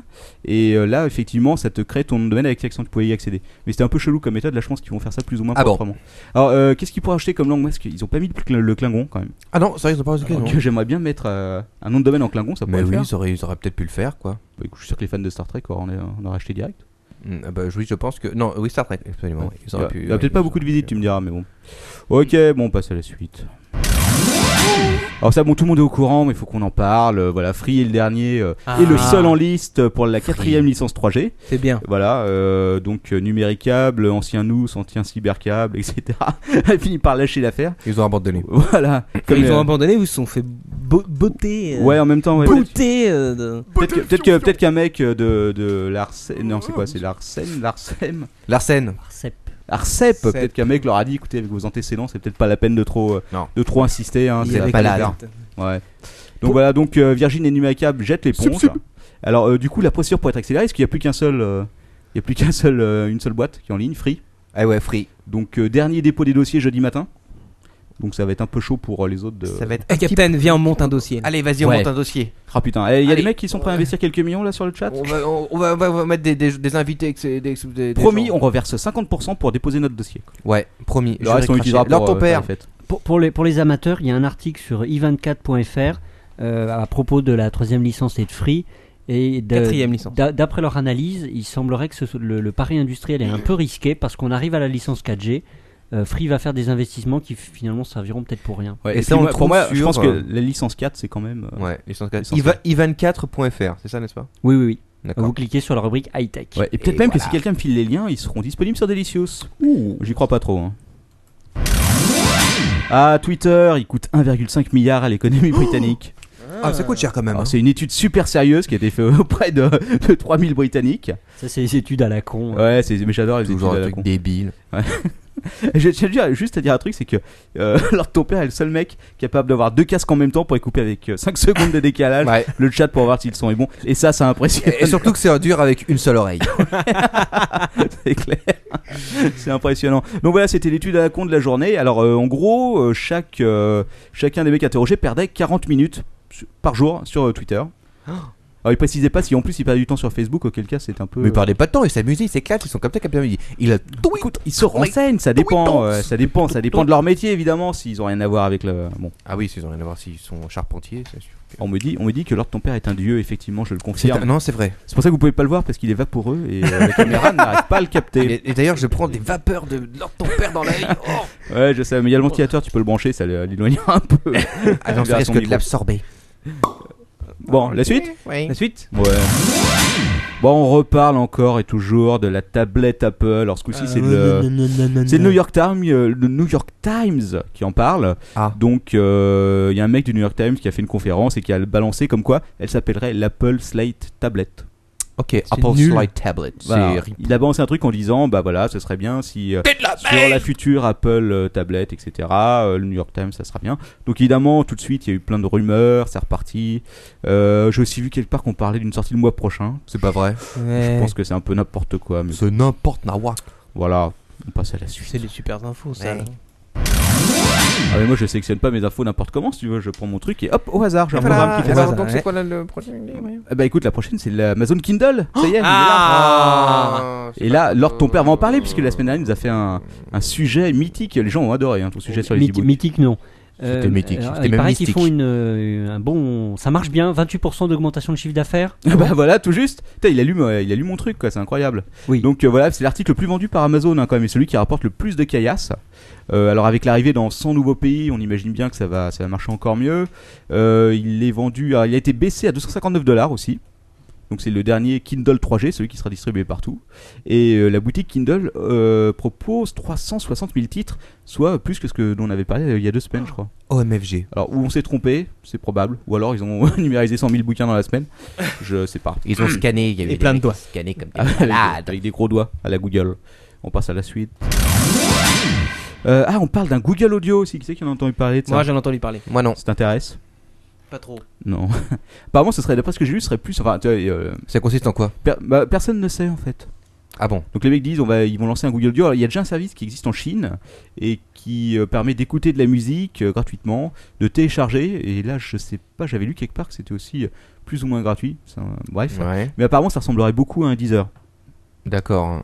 S4: et euh, là, effectivement, ça te crée ton nom de domaine avec l'accent, tu pouvais y accéder. Mais c'était un peu chelou comme méthode, là, je pense qu'ils vont faire ça plus ou moins
S2: Ah bon.
S4: proprement. Alors, euh, qu'est-ce qu'ils pourraient acheter comme langue Parce qu'ils ont pas mis le cl- le Klingon quand même.
S2: Ah non, sérieux, ils ont pas réussi.
S4: Donc, j'aimerais bien mettre euh, un nom de domaine en Klingon, ça pourrait
S2: Mais
S4: le
S2: oui,
S4: faire.
S2: ils auraient, ils auraient peut-être pu le faire, quoi.
S4: Bah, écoute, je suis sûr que les fans de Star Trek auraient, on aurait acheté direct.
S2: Mm, ah bah, oui, je pense que. Non, oui, Star Trek, absolument. ouais. Ils
S4: il y
S2: auraient
S4: a,
S2: pu. euh, Mm.
S4: il y a
S2: ouais,
S4: peut-être
S2: ils
S4: pas
S2: auraient
S4: beaucoup de
S2: pu-
S4: visites, tu me diras, mais bon. Ok, bon, on passe à la suite. Alors ça, bon, tout le monde est au courant, mais il faut qu'on en parle. Euh, Voilà, Free est le dernier euh, et le
S5: Ah.
S4: seul en liste pour la quatrième licence 3G.
S5: C'est bien.
S4: Voilà, euh, donc euh, numéricable, ancien nous, ancien cybercable, etc. Elle finit par lâcher l'affaire.
S2: Ils ont abandonné.
S4: Voilà. Comme,
S5: Ils ont
S4: euh,
S5: abandonné ou ils se sont fait bo- botter. euh,
S4: ouais, en même temps, ouais, peut-être-
S5: botter, euh, de-
S4: peut-être que- peut-être que- peut-être qu'un mec euh, de, de l'Arsen, non, c'est quoi,
S2: Oh.
S4: c'est l'Arsen, l'Arsem,
S2: Larsen.
S6: Arcep.
S4: Arcep,
S5: Arcep.
S4: peut-être qu'un mec leur a dit écoutez avec vos antécédents c'est peut-être pas la peine de trop euh,
S2: Non.
S4: de trop insister hein,
S5: Il y
S4: c'est la
S5: avait
S4: palade.
S5: que les
S4: Ouais. Donc voilà donc euh, Virgin et Numacab jettent l'éponge. Alors euh, du coup la procédure pour être accélérée est-ce qu'il n'y a plus qu'un seul euh, il y a plus qu'un seul euh, une seule boîte qui est en ligne free.
S2: Ah ouais, Free.
S4: Donc euh, dernier dépôt des dossiers jeudi matin. Donc ça va être un peu chaud pour euh, les autres de
S2: Ça va être.
S5: Eh, Captain, viens, on monte un dossier.
S2: Allez, vas-y, on
S4: Ouais.
S2: monte un dossier.
S4: Ah putain, Eh, il y a des
S2: Allez.
S4: mecs qui sont prêts à investir quelques millions là sur le chat.
S2: On va, on, on va, on va- on va mettre des, des, des invités. ex- Des, des, des
S4: Promis,
S2: gens.
S4: on reverse 50% pour déposer notre dossier.
S2: Ouais, promis.
S4: Le
S2: je
S4: reste
S2: vais
S4: on
S2: cracher.
S4: utilisera pour
S2: Alors, ton
S4: euh,
S2: père.
S4: faire la fête.
S6: Pour, pour les, pour les amateurs, il y a un article sur i24.fr euh, à propos de la troisième licence et de Free. Et de-
S5: Quatrième licence.
S6: d'a- D'après leur analyse, il semblerait que ce soit- le, le pari industriel est un peu risqué parce qu'on arrive à la licence 4G euh, Free va faire des investissements qui finalement serviront peut-être pour rien.
S4: Ouais,
S2: Et
S4: et
S2: ça,
S4: puis,
S2: on
S4: moi-
S2: le
S4: pour
S2: trouve
S4: moi, je
S2: sur,
S4: pense
S2: euh,
S4: que la licence 4, c'est quand même. euh,
S2: Ouais, licence 4.
S4: Licence quatre.
S2: Ivan4.fr, c'est ça, n'est-ce pas
S6: Oui, oui, oui.
S2: D'accord.
S6: Vous cliquez sur la rubrique high-tech.
S4: ouais. Et peut-être
S2: Et
S4: même que
S2: voilà.
S4: si quelqu'un me file les liens, ils seront disponibles sur Delicious. J'y crois pas trop. hein. Ah, Twitter, il coûte 1,5 milliard à l'économie britannique.
S2: Ah, ça coûte cher quand même.
S4: Alors, c'est une étude super sérieuse qui a été faite auprès de, de 3000 Britanniques.
S6: Ça, c'est les études à la con. euh,
S4: Ouais, c'est, mais j'adore les études
S2: Toujours
S4: à
S2: un
S4: la
S2: truc
S4: con.
S2: débile.
S4: Je tiens à dire- juste à dire un truc, c'est que euh, alors ton père est le seul mec capable d'avoir deux casques en même temps pour les couper avec 5 secondes de décalage.
S2: Ouais.
S4: Le chat pour voir s'ils sont bons. Et ça, ça impressionne.
S2: Et surtout que c'est dur avec une seule oreille.
S4: c'est clair. c'est impressionnant. Donc voilà, c'était l'étude à la con de la journée. Alors euh, en gros, euh, chaque, euh, chacun des mecs interrogés perdait 40 minutes su- par jour sur euh, Twitter. Alors il précisait pas si en plus il perdait du temps sur Facebook, auquel cas c'est un peu. euh,
S2: Mais ils parlaient pas de temps, ils s'amusent, ils s'éclatent, ils sont comme ça qu'à midi. Il a euh, tout
S4: Écoute, ils se renseignent, ça dépend, euh, ça dépend, ça dépend de leur métier évidemment, s'ils ont rien à voir avec le. Bon,
S2: Ah oui, s'ils ont rien à voir s'ils sont charpentiers, c'est sûr. que-
S4: on me dit, on me dit que Lord ton père est un dieu, effectivement, je le
S2: C'est un-
S4: confirme.
S2: Non, c'est vrai.
S4: C'est pour ça que vous pouvez pas le voir parce qu'il est vaporeux et euh, la caméra n'arrive pas à le capter.
S2: Et, et Ah, d'ailleurs, je prends des vapeurs de Lord ton père dans l'œil. Oh
S4: Ouais, je sais, mais il y a le ventilateur, tu peux le brancher, ça le- l'éloignera un peu.
S2: ah non,
S4: Vers
S2: ça risque
S4: son
S2: de
S4: micro.
S2: l'absorber.
S4: Bon, Oh, la suite
S2: Oui.
S5: La suite
S4: Ouais. Bon, on reparle encore et toujours de la tablette Apple. Alors, ce coup-ci, c'est le. Euh, C'est le New York Times, euh, le New York Times qui en parle.
S2: Ah.
S4: Donc euh, il y a un mec du New York Times qui a fait une conférence et qui a balancé comme quoi elle s'appellerait l'Apple Slate Tablet.
S2: Ok, Apple
S5: nul.
S2: Slide Tablet.
S4: Voilà.
S2: C'est rip.
S4: Il a balancé un truc en disant bah voilà ce serait bien si euh, sur la future Apple euh, tablette etc euh, le New York Times ça sera bien donc évidemment tout de suite il y a eu plein de rumeurs c'est reparti Euh, j'ai aussi vu quelque part qu'on parlait d'une sortie le mois prochain
S2: C'est pas vrai.
S4: je
S5: Ouais.
S4: pense que c'est un peu n'importe quoi mais
S2: C'est n'importe quoi.
S4: voilà on passe à la suite
S5: C'est des super infos, ça.
S2: Ouais.
S5: là.
S4: ah mais moi je sélectionne pas mes infos n'importe comment si tu veux je prends mon truc et hop au hasard j'ai un programme qui fait
S5: voilà.
S4: ça.
S5: donc, c'est
S2: quoi le prochain
S4: Ah bah écoute la prochaine c'est l'Amazon Kindle ça y est il est là.
S5: Ah.
S4: Et là, Lord ton père va en parler, puisque la semaine dernière, il nous a fait un, un sujet mythique. Les gens ont adoré hein, ton sujet sur les
S6: Mythi-
S4: e-books.
S6: mythique, non. Euh,
S2: C'était mythique,
S6: alors,
S2: c'était
S6: il
S2: même
S6: paraît qu'ils
S2: mystique.
S6: font une, euh, un bon. Ça marche bien, 28% d'augmentation de chiffre d'affaires.
S4: Ah bah voilà, tout juste. Putain, il, allume, euh, il allume mon truc, quoi, c'est incroyable.
S6: Oui.
S4: Donc euh, voilà, c'est l'article le plus vendu par Amazon, hein, quand même, et celui qui rapporte le plus de caillasses. Euh, alors avec l'arrivée dans 100 nouveaux pays, on imagine bien que ça va, ça va marcher encore mieux. Euh, il est vendu, alors, il a été baissé à 259 dollars aussi. Donc c'est le dernier Kindle 3G, celui qui sera distribué partout. Et euh, la boutique Kindle euh, propose 360 000 titres, soit plus que ce que dont on avait parlé euh, il y a deux semaines, je crois.
S2: OMFG.
S4: Alors, ou on s'est trompé, c'est probable, ou alors ils ont numérisé 100 000 bouquins dans la semaine, je sais pas.
S2: Ils ont scanné, il y avait
S5: Et plein de
S2: mecs qui
S5: doigts.
S2: scannaient comme des
S4: Avec,
S2: malades.
S4: Ah, avec des gros doigts à la Google. On passe à la suite. Euh, ah, on parle d'un Google Audio aussi, qui c'est qui en a entendu parler de ça
S5: Moi, j'en ai entendu parler.
S2: Moi non.
S4: Ça t'intéresse
S5: Pas trop.
S4: Non. Apparemment, ce serait, d'après ce que j'ai lu, ce serait plus. Enfin, tu vois, euh,
S2: Ça consiste en quoi
S4: per- bah, personne ne sait en fait.
S2: Ah bon
S4: Donc les mecs disent on va, ils vont lancer un Google Audio. Alors, il y a déjà un service qui existe en Chine et qui euh, permet d'écouter de la musique euh, gratuitement, de télécharger. Et là, je sais pas, j'avais lu quelque part que c'était aussi euh, plus ou moins gratuit. Ça, euh, bref.
S2: Ouais.
S4: Mais apparemment, ça ressemblerait beaucoup à un Deezer.
S2: D'accord.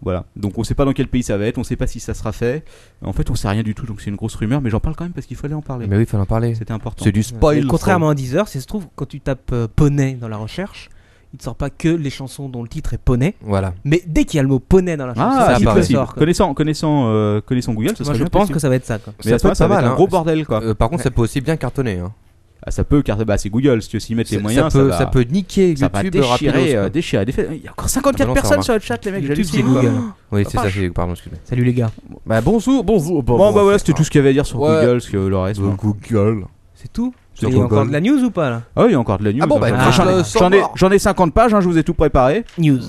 S4: Voilà. Donc on sait pas dans quel pays ça va être, on sait pas si ça sera fait. En fait, on sait rien du tout. Donc c'est une grosse rumeur, mais j'en parle quand même parce qu'il fallait en parler.
S2: Mais oui, il fallait en parler.
S4: C'était important.
S2: C'est du spoil.
S5: Mais contrairement à Deezer, si ça se trouve, quand tu tapes euh, poney dans la recherche, il ne sort pas que les chansons dont le titre est poney,
S2: Voilà.
S5: mais dès qu'il y a le mot poney dans la chanson,
S4: Ah,
S5: il
S4: c'est
S5: te le
S4: possible.
S5: sort. quoi.
S4: Connaissant, connaissant, euh, connaissant Google, ce
S5: Moi,
S4: serait
S5: je
S4: bien
S5: pense que
S4: possible.
S5: ça va être ça. quoi.
S4: Mais à ce
S2: peut
S4: moment-là,
S2: être
S4: ça
S2: pas
S4: va
S2: mal,
S4: être un
S2: hein.
S4: gros bordel quoi.
S2: Euh, par contre, ça peut aussi bien cartonner. Hein.
S4: Ah, ça peut car bah, c'est Google, si tu s'y mettre les
S2: Ça-
S4: moyens,
S2: ça, peut,
S4: va-
S2: ça peut niquer YouTube
S4: ça va
S2: rapidos,
S4: déchirer,
S2: quoi.
S4: euh, déchirer des faits. Il y a encore
S2: Ah
S4: 54
S2: bah non, ça
S4: personnes
S2: remarque.
S4: sur le chat, les mecs.
S5: YouTube, c'est
S4: j'hallucine, quoi.
S5: Google.
S2: Oui, c'est ça,
S4: vache.
S2: c'est. Pardon, excusez-moi.
S5: Salut les gars.
S2: Bah, bonjour, bonjour.
S4: Bon, bah voilà, c'était tout ce qu'il y avait à dire sur
S2: Ouais.
S4: Google, parce que le reste. hein.
S2: Google.
S5: C'est tout
S4: Sur
S5: Il y a
S4: Google.
S5: encore de la news ou pas là
S4: Ah oui, il y a encore de la news.
S2: Ah bon,
S4: hein.
S2: bah,
S4: Ah,
S5: crache-le
S4: j'en ai-
S2: sans
S4: j'en ai,
S2: mort.
S4: j'en ai 50 pages, hein, je vous ai tout préparé.
S5: News.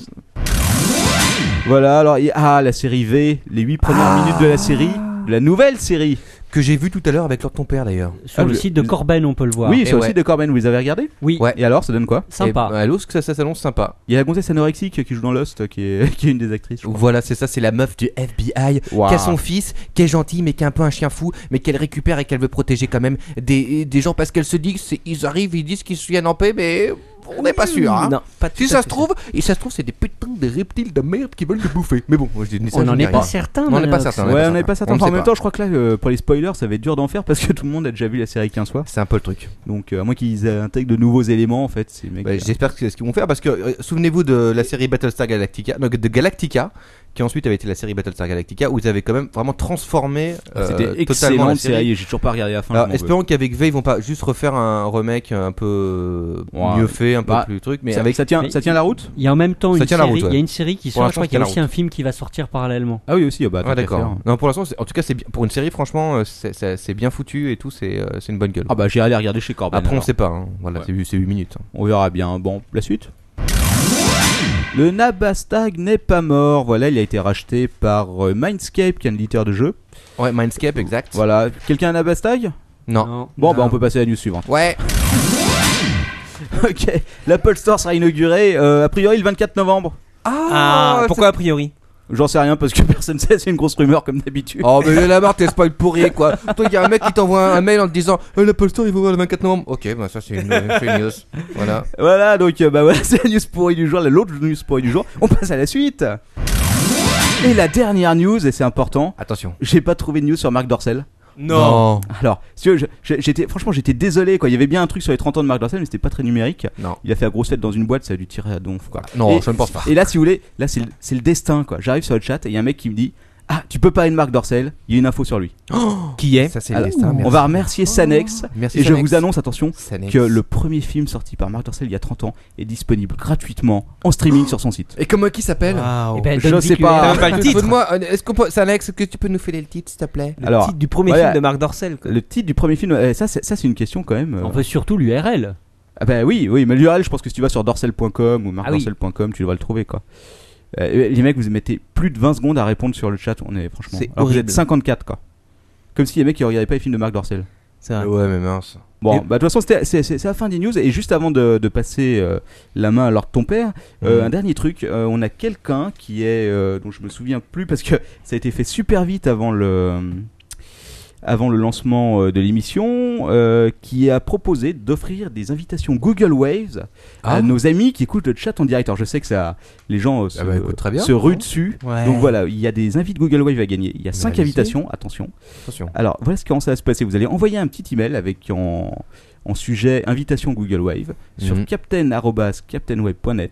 S4: Voilà, alors, il- ah, la série V, les 8 premières
S2: Ah.
S4: minutes de la série, de la nouvelle série.
S2: Que j'ai vu tout à l'heure avec leur ton père d'ailleurs.
S6: Sur
S4: Ah,
S6: le
S4: le-
S6: site de
S4: le-
S6: Corben, on peut le voir.
S4: Oui,
S2: Et
S4: sur le
S2: ouais.
S4: site de Corben, vous les avez regardés
S6: Oui,
S2: Ouais.
S4: Et alors, ça donne quoi
S6: sympa.
S2: Et, bah, l'os que ça, ça s'annonce sympa.
S4: Il y a la gonzesse anorexique qui joue dans Lost, qui est, qui est une des actrices. je crois.
S2: Voilà, c'est ça, c'est la meuf du FBI
S4: Waouh.
S2: qui a son fils, qui est gentil mais qui est un peu un chien fou, mais qu'elle récupère et qu'elle veut protéger quand même des, des gens parce qu'elle se dit que c'est- ils arrivent, ils disent qu'ils se viennent en paix, mais on n'est pas
S6: Mm,
S2: sûr. hein.
S5: Non, pas
S2: Si
S5: tout
S2: ça
S5: à
S2: se
S5: fait.
S2: trouve, et ça se trouve, c'est des putains de reptiles de merde qui veulent nous bouffer. Mais bon, moi, je dis ça,
S6: on
S2: je
S6: n'en
S2: dis
S6: est
S2: rien.
S6: pas certain. euh,
S2: Non, on n'est pas
S6: Manox.
S2: certain.
S4: Ouais, on
S2: n'est
S4: n'avait
S2: pas
S4: pas certain.
S2: certain. On
S4: Enfin, en
S2: sait
S4: même
S2: pas.
S4: temps, je crois que là, euh, pour les spoilers, ça va être dur d'en faire parce que tout le monde a déjà vu la série 15 fois.
S2: C'est un peu le truc.
S4: Donc, euh, à moins qu'ils intègrent de nouveaux éléments, en fait, ces mecs.
S2: Bah,
S4: euh,
S2: J'espère que c'est ce qu'ils vont faire parce que euh, souvenez-vous de la série Battlestar Galactica, non, de Galactica qui ensuite avait été la série Battlestar Galactica, où ils avaient quand même vraiment transformé euh,
S4: Ah, C'était
S2: totalement
S4: excellent
S2: la
S4: de série
S2: série.
S4: et j'ai toujours pas regardé la fin. je
S2: Alors,
S4: m'en veux.
S2: espérons qu'avec V, ils vont pas juste refaire un remake un peu euh,
S4: Ouais.
S2: mieux fait, un peu
S4: Bah,
S2: plus truc, mais
S4: ça,
S2: avec
S4: ça tient,
S6: mais-
S4: ça tient la route
S6: Il y a en même temps
S2: Ça
S6: une
S2: tient la
S6: série,
S2: route, ouais.
S6: il y a une série qui
S2: Pour
S6: sort, je
S2: l'instant,
S6: crois
S2: ça
S6: qu'il y a
S2: tient la
S6: aussi un film qui va sortir parallèlement.
S4: Ah oui, aussi. ah Bah, tant
S2: Ouais,
S4: qu'à
S2: d'accord.
S4: faire.
S2: Non, pour l'instant, c'est- en tout cas, c'est bien- pour une série, franchement, euh, c'est- c'est c'est bien foutu et tout, c'est euh, c'est une bonne gueule.
S4: Ah bah, j'ai allé regarder chez Corben.
S2: Après, on
S4: alors.
S2: sait pas. hein. Voilà,
S4: Ouais.
S2: c'est 8 minutes. hein.
S4: On verra bien. Bon, la suite. Le Nabastag n'est pas mort. Voilà, il a été racheté par euh, Mindscape, qui est un éditeur de jeux.
S2: Ouais, Mindscape, exact.
S4: Voilà. Quelqu'un a Nabastag
S2: Non.
S4: Bon, bah,
S6: Non.
S4: on peut passer à la news suivante.
S2: Ouais.
S4: ok. L'Apple Store sera inauguré, euh, a priori, le 24 novembre.
S5: Ah,
S2: Oh, c'est-
S5: pourquoi a priori
S4: J'en sais rien parce que personne sait, c'est une grosse rumeur comme d'habitude.
S2: Oh, mais la marre, t'es spoil pourri, quoi. Toi, il y a un mec qui t'envoie un mail en te disant Eh, l'Apple Store, il va ouvrir le 24 novembre. Ok, bah ça, c'est une, c'est une news. Voilà.
S4: Voilà, donc euh, bah voilà, c'est la news pourrie du jour, la- l'autre news pourrie du jour. On passe à la suite. Et la dernière news, et c'est important,
S2: Attention.
S4: j'ai pas trouvé de news sur Marc Dorcel. Alors, si tu veux, je- je- j'étais, franchement, j'étais désolé, quoi. Il y avait bien un truc sur les 30 ans de Marc Dorcel, mais c'était pas très numérique.
S2: Non.
S4: Il a fait la grosse fête dans une boîte, ça a dû tirer à donf, quoi.
S2: Non,
S4: Et-
S2: je ne pense pas.
S4: Et là, si vous voulez, là, c'est le, c'est le destin, quoi. J'arrive sur le chat et il y a un mec qui me dit Ah, tu peux parler de Marc Dorcel, il y a une info sur lui.
S5: Qui est
S2: Ça, Oh. c'est
S4: Alors,
S2: le destin,
S4: on
S2: merci.
S4: va remercier Sanex.
S2: Oh. Merci,
S4: Et je
S2: Sanex.
S4: vous annonce, attention,
S2: Sanex.
S4: que le premier film sorti par Marc Dorcel il y a 30 ans est disponible gratuitement en streaming sur son site.
S2: Et comment qui s'appelle
S5: Waouh.
S6: Eh ben,
S4: Je
S6: donne
S4: ne sais
S6: Vic
S4: pas.
S5: T'as même pas le titre.
S2: moi est-ce qu'on peut. Sanex, est-ce que tu peux nous filer le titre, s'il te plaît
S5: Le
S4: Alors,
S5: titre du premier
S4: ouais,
S5: film de Marc Dorcel. quoi.
S4: Le titre du premier film, euh, ça c'est ça, c'est une question quand même. euh.
S6: On veut surtout l'URL.
S4: Ah bah oui, oui, mais l'URL, je pense que si tu vas sur dorsel.com ou
S6: Ah oui.
S4: marcdorsel.com, tu devras le trouver quoi. Euh, les mecs, vous mettez plus de 20 secondes à répondre sur le chat, on est franchement.
S5: C'est
S4: Alors vous
S5: horrible.
S4: êtes 54 quoi. Comme si les mecs ils regardaient pas les films de Marc Dorcel.
S5: C'est vrai.
S2: Ouais, mais mince.
S4: Bon,
S5: Et-
S4: bah de toute façon, c'était- c'est c'est- c'est la fin des news. Et juste avant de, de passer euh, la main à Lord ton père, euh,
S2: Mhm.
S4: un dernier truc. euh, on a quelqu'un qui est euh, dont je me souviens plus parce que ça a été fait super vite avant le avant le lancement euh, de l'émission, euh, qui a proposé d'offrir des invitations Google Waves à
S2: Ah.
S4: nos amis qui écoutent le chat en direct. Alors je sais que ça, les gens euh, se,
S2: Ah bah, écoute, très bien.
S4: se ruent
S2: Ouais.
S4: dessus.
S5: Ouais.
S4: Donc voilà, il y a des invites Google Wave à gagner. Il y a
S2: Mais
S4: 5
S2: allez-y.
S4: invitations, attention.
S2: Attention.
S4: Alors voilà ce comment ça va se passer. Vous allez envoyer un petit email avec en, en sujet invitation Google Wave sur
S2: Mhm.
S4: captain@captainwave.net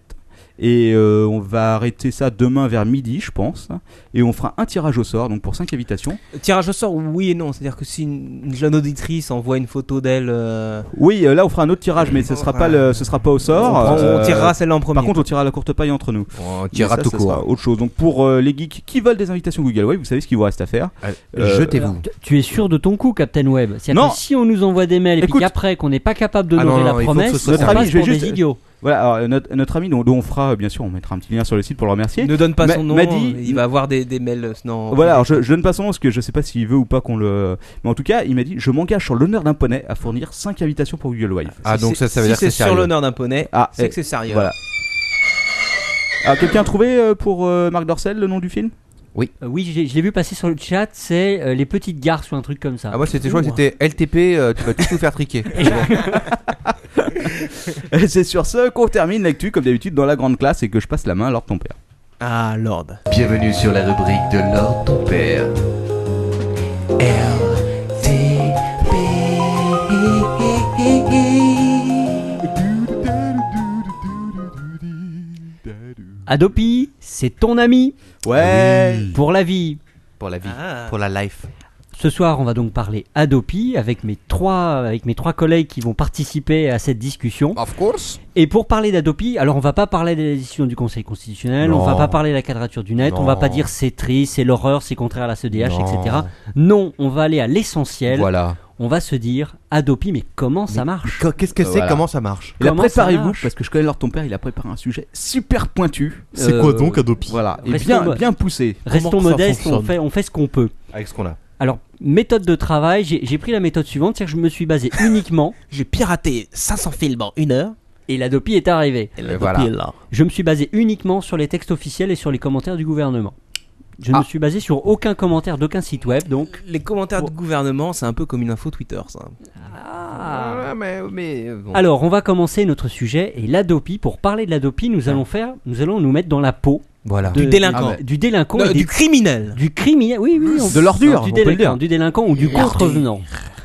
S4: et euh, on va arrêter ça demain vers midi, je pense, et on fera un tirage au sort donc pour 5 invitations.
S5: Tirage au sort, oui et non. C'est-à-dire que si une, une jeune auditrice envoie une photo d'elle, euh,
S4: Oui, euh, là on fera un autre tirage mais ce
S5: On
S4: sera
S5: fera-
S4: pas le, ce sera pas au
S5: on,
S4: sort.
S5: prend- on
S4: Euh,
S5: tirera celle-là en premier.
S4: par contre, on tirera la courte paille entre nous.
S2: On
S4: Mais
S2: tirera
S4: ça,
S2: tout
S4: ça sera
S2: court. hein.
S4: autre chose. Donc pour euh, les geeks qui veulent des invitations Google Wave, vous savez ce qu'il vous reste à faire.
S2: Allez,
S4: Euh,
S2: Jetez-vous.
S6: Tu- Tu es sûr de ton coup, Captain Web C'est-à-dire
S4: Non.
S6: que si on nous envoie des mails et
S4: Écoute.
S6: puis qu'après qu'on n'est pas capable
S2: Ah non,
S6: d'honorer
S2: non,
S6: la
S2: il faut que ce
S6: promesse,
S2: soit
S6: on
S4: Notre ami,
S6: passe
S4: je vais
S6: pour des
S4: juste-
S6: idiots.
S4: Voilà, alors, euh, notre, notre ami dont, dont on fera euh, bien sûr, on mettra un petit lien sur le site pour le remercier.
S5: ne donne pas
S4: Ma-
S5: son nom.
S4: m'a dit-
S5: il va avoir des, des mails. euh, Non.
S4: Voilà, alors je, je donne pas son nom parce que je sais pas s'il veut ou pas qu'on le. Mais en tout cas, il m'a dit Je m'engage sur l'honneur d'un poney à fournir 5 invitations pour Google Wave.
S2: Ah,
S5: Si
S2: donc
S5: c'est-
S2: ça, ça veut
S5: si
S2: dire que
S5: c'est sur
S2: sérieux.
S5: l'honneur d'un poney.
S4: Ah,
S5: C'est
S4: eh,
S5: que c'est sérieux.
S4: voilà. Ah, quelqu'un a trouvé euh, pour euh, Marc Dorcel le nom du film
S6: Euh, Oui, je l'ai- je l'ai vu passer sur le chat, c'est euh, les petites garces ou un truc comme ça.
S2: Ah, moi, c'était, je crois que c'était LTP, euh, tu vas tout nous faire triquer.
S4: Et C'est sur ce qu'on termine l'actu comme d'habitude dans la grande classe et que je passe la main à Lord ton père.
S5: Ah, Lord.
S3: Bienvenue sur la rubrique de Lord ton père.
S6: Adopi, c'est ton ami
S4: Ouais
S6: pour la vie.
S2: Pour la vie.
S5: Ah.
S2: Pour la life.
S6: Ce soir, on va donc parler Adopi avec mes trois, avec mes trois collègues qui vont participer à cette discussion.
S2: Of course.
S6: Et pour parler d'Adopi, alors on va pas parler des décisions du Conseil constitutionnel, on
S2: Non.
S6: va pas parler de la quadrature du net, on va
S2: Non.
S6: pas dire c'est triste, c'est l'horreur, c'est contraire à la CEDH,
S2: Non.
S6: etc. Non, on va aller à l'essentiel.
S2: Voilà.
S6: On va se dire Adopi, mais comment ça marche
S2: Qu- Qu'est-ce que
S4: Euh,
S2: c'est
S4: voilà.
S2: Comment ça marche
S4: Et là,
S6: Comment ça
S4: préparez-vous
S6: marche
S4: parce que je connais Lord ton père, il a préparé un sujet super pointu.
S6: C'est quoi donc
S4: Adopi Voilà, et
S6: Restons
S4: bien,
S6: mo-
S4: bien poussé.
S6: Restons
S2: Comment ça
S6: modestes, on
S2: fonctionne
S6: fait, on fait ce qu'on peut.
S2: Avec ce qu'on a.
S6: Alors, méthode de travail, j'ai j'ai pris la méthode suivante, c'est-à-dire que je me suis basé uniquement,
S5: J'ai piraté 500 films en une heure.
S6: et l'Adopi est arrivé,
S5: Et
S2: Et
S5: le
S2: voilà.
S5: voilà. est là.
S6: je me suis basé uniquement sur les textes officiels et sur les commentaires du gouvernement. Je ne
S2: Ah.
S6: me suis basé sur aucun commentaire d'aucun site web, donc...
S5: Les commentaires
S6: Oh.
S5: du gouvernement, c'est un peu comme une info Twitter, ça. Ah.
S2: mais, mais, euh, bon.
S6: Ah. Alors, on va commencer notre sujet, et l'Adopi, pour parler de l'Adopi, nous allons faire, nous allons nous mettre dans la peau
S2: voilà.
S6: de-
S5: Ah. Du délinquant.
S6: du- du délinquant
S5: Non,
S6: et des-
S5: du criminel.
S6: du criminel, oui, oui, on-
S4: De l'ordure, on
S6: du
S4: peut le
S6: délinquant,
S4: dire.
S6: du délinquant ou du
S5: L'ordure.
S6: contrevenant.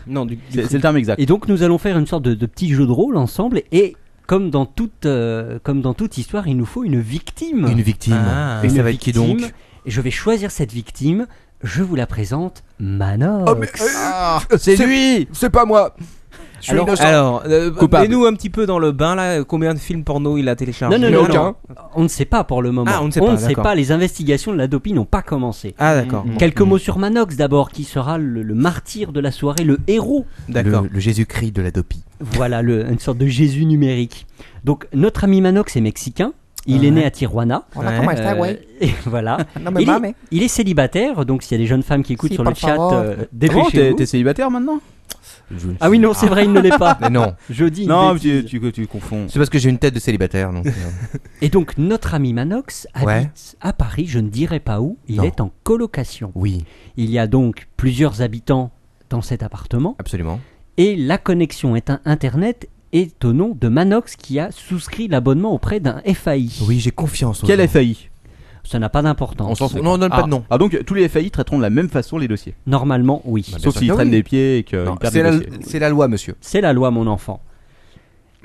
S5: Non, du, du
S4: C'est c'est le terme exact.
S6: Et donc nous allons faire une sorte de, de petit jeu de rôle ensemble et comme dans toute euh, comme dans toute histoire, il nous faut une victime.
S2: Une victime.
S5: Ah.
S2: Et
S6: Une
S2: ça va être qui
S6: victime.
S2: donc
S6: Et je vais choisir cette victime. Je vous la présente, Manox.
S2: Oh, mais, euh,
S4: C'est lui
S2: C'est pas moi Je suis
S6: Alors-
S2: innocent.
S5: Alors, euh,
S4: Coupable.
S5: mets-nous un petit peu dans le bain là. Combien de films porno il a téléchargé
S6: Non, non,
S2: Mais
S6: non,
S2: aucun.
S6: non. On ne sait pas pour le moment.
S5: Ah, on ne sait pas, d'accord.
S6: Les investigations de la dopie n'ont pas commencé.
S5: Ah d'accord,
S2: Mm.
S6: Quelques mots sur Manox d'abord, qui sera le, le martyr de la soirée, le héros.
S5: d'accord.
S2: Le, le Jésus-Christ de la dopie.
S6: Voilà, le- une sorte de Jésus numérique. Donc, notre ami Manox est mexicain. Il est né à Tijuana.
S5: Ouais.
S6: Euh, et voilà. il, est, il est célibataire, donc s'il y a des jeunes femmes qui écoutent sur le chat, euh,
S4: Oh, t'es
S6: dépêchez-vous.
S4: t'es célibataire maintenant
S6: Ah oui, non, c'est vrai, il ne l'est pas.
S2: Mais non,
S6: Je dis. une
S4: Non, mais
S6: bêtise.
S4: tu, tu, tu confonds.
S2: c'est parce que j'ai une tête de célibataire. Donc, euh,
S6: Et donc, notre ami Manox habite
S2: Ouais.
S6: à Paris, je ne dirai pas où. Il
S2: Non.
S6: est en colocation.
S2: oui,
S6: Il y a donc plusieurs habitants dans cet appartement
S2: absolument.
S6: et la connexion est un Internet est au nom de Manox qui a souscrit l'abonnement auprès d'un FAI.
S2: Oui, j'ai confiance. aux
S4: Quel
S2: gens.
S4: FAI
S6: Ça n'a pas
S2: On
S6: d'importance.
S2: s'en fout. Non, on donne pas
S4: ah.
S2: de nom.
S4: Ah, donc tous les FAI traiteront de la même façon les dossiers.
S6: Normalement, oui.
S2: Bah, bien
S4: Sauf
S2: sûr
S4: s'ils
S2: que
S4: traînent
S2: oui.
S4: des pieds et qu'ils
S2: Non,
S4: perdent
S2: C'est
S4: des
S2: la,
S4: dossiers.
S2: c'est la loi, monsieur.
S6: C'est la loi, mon enfant.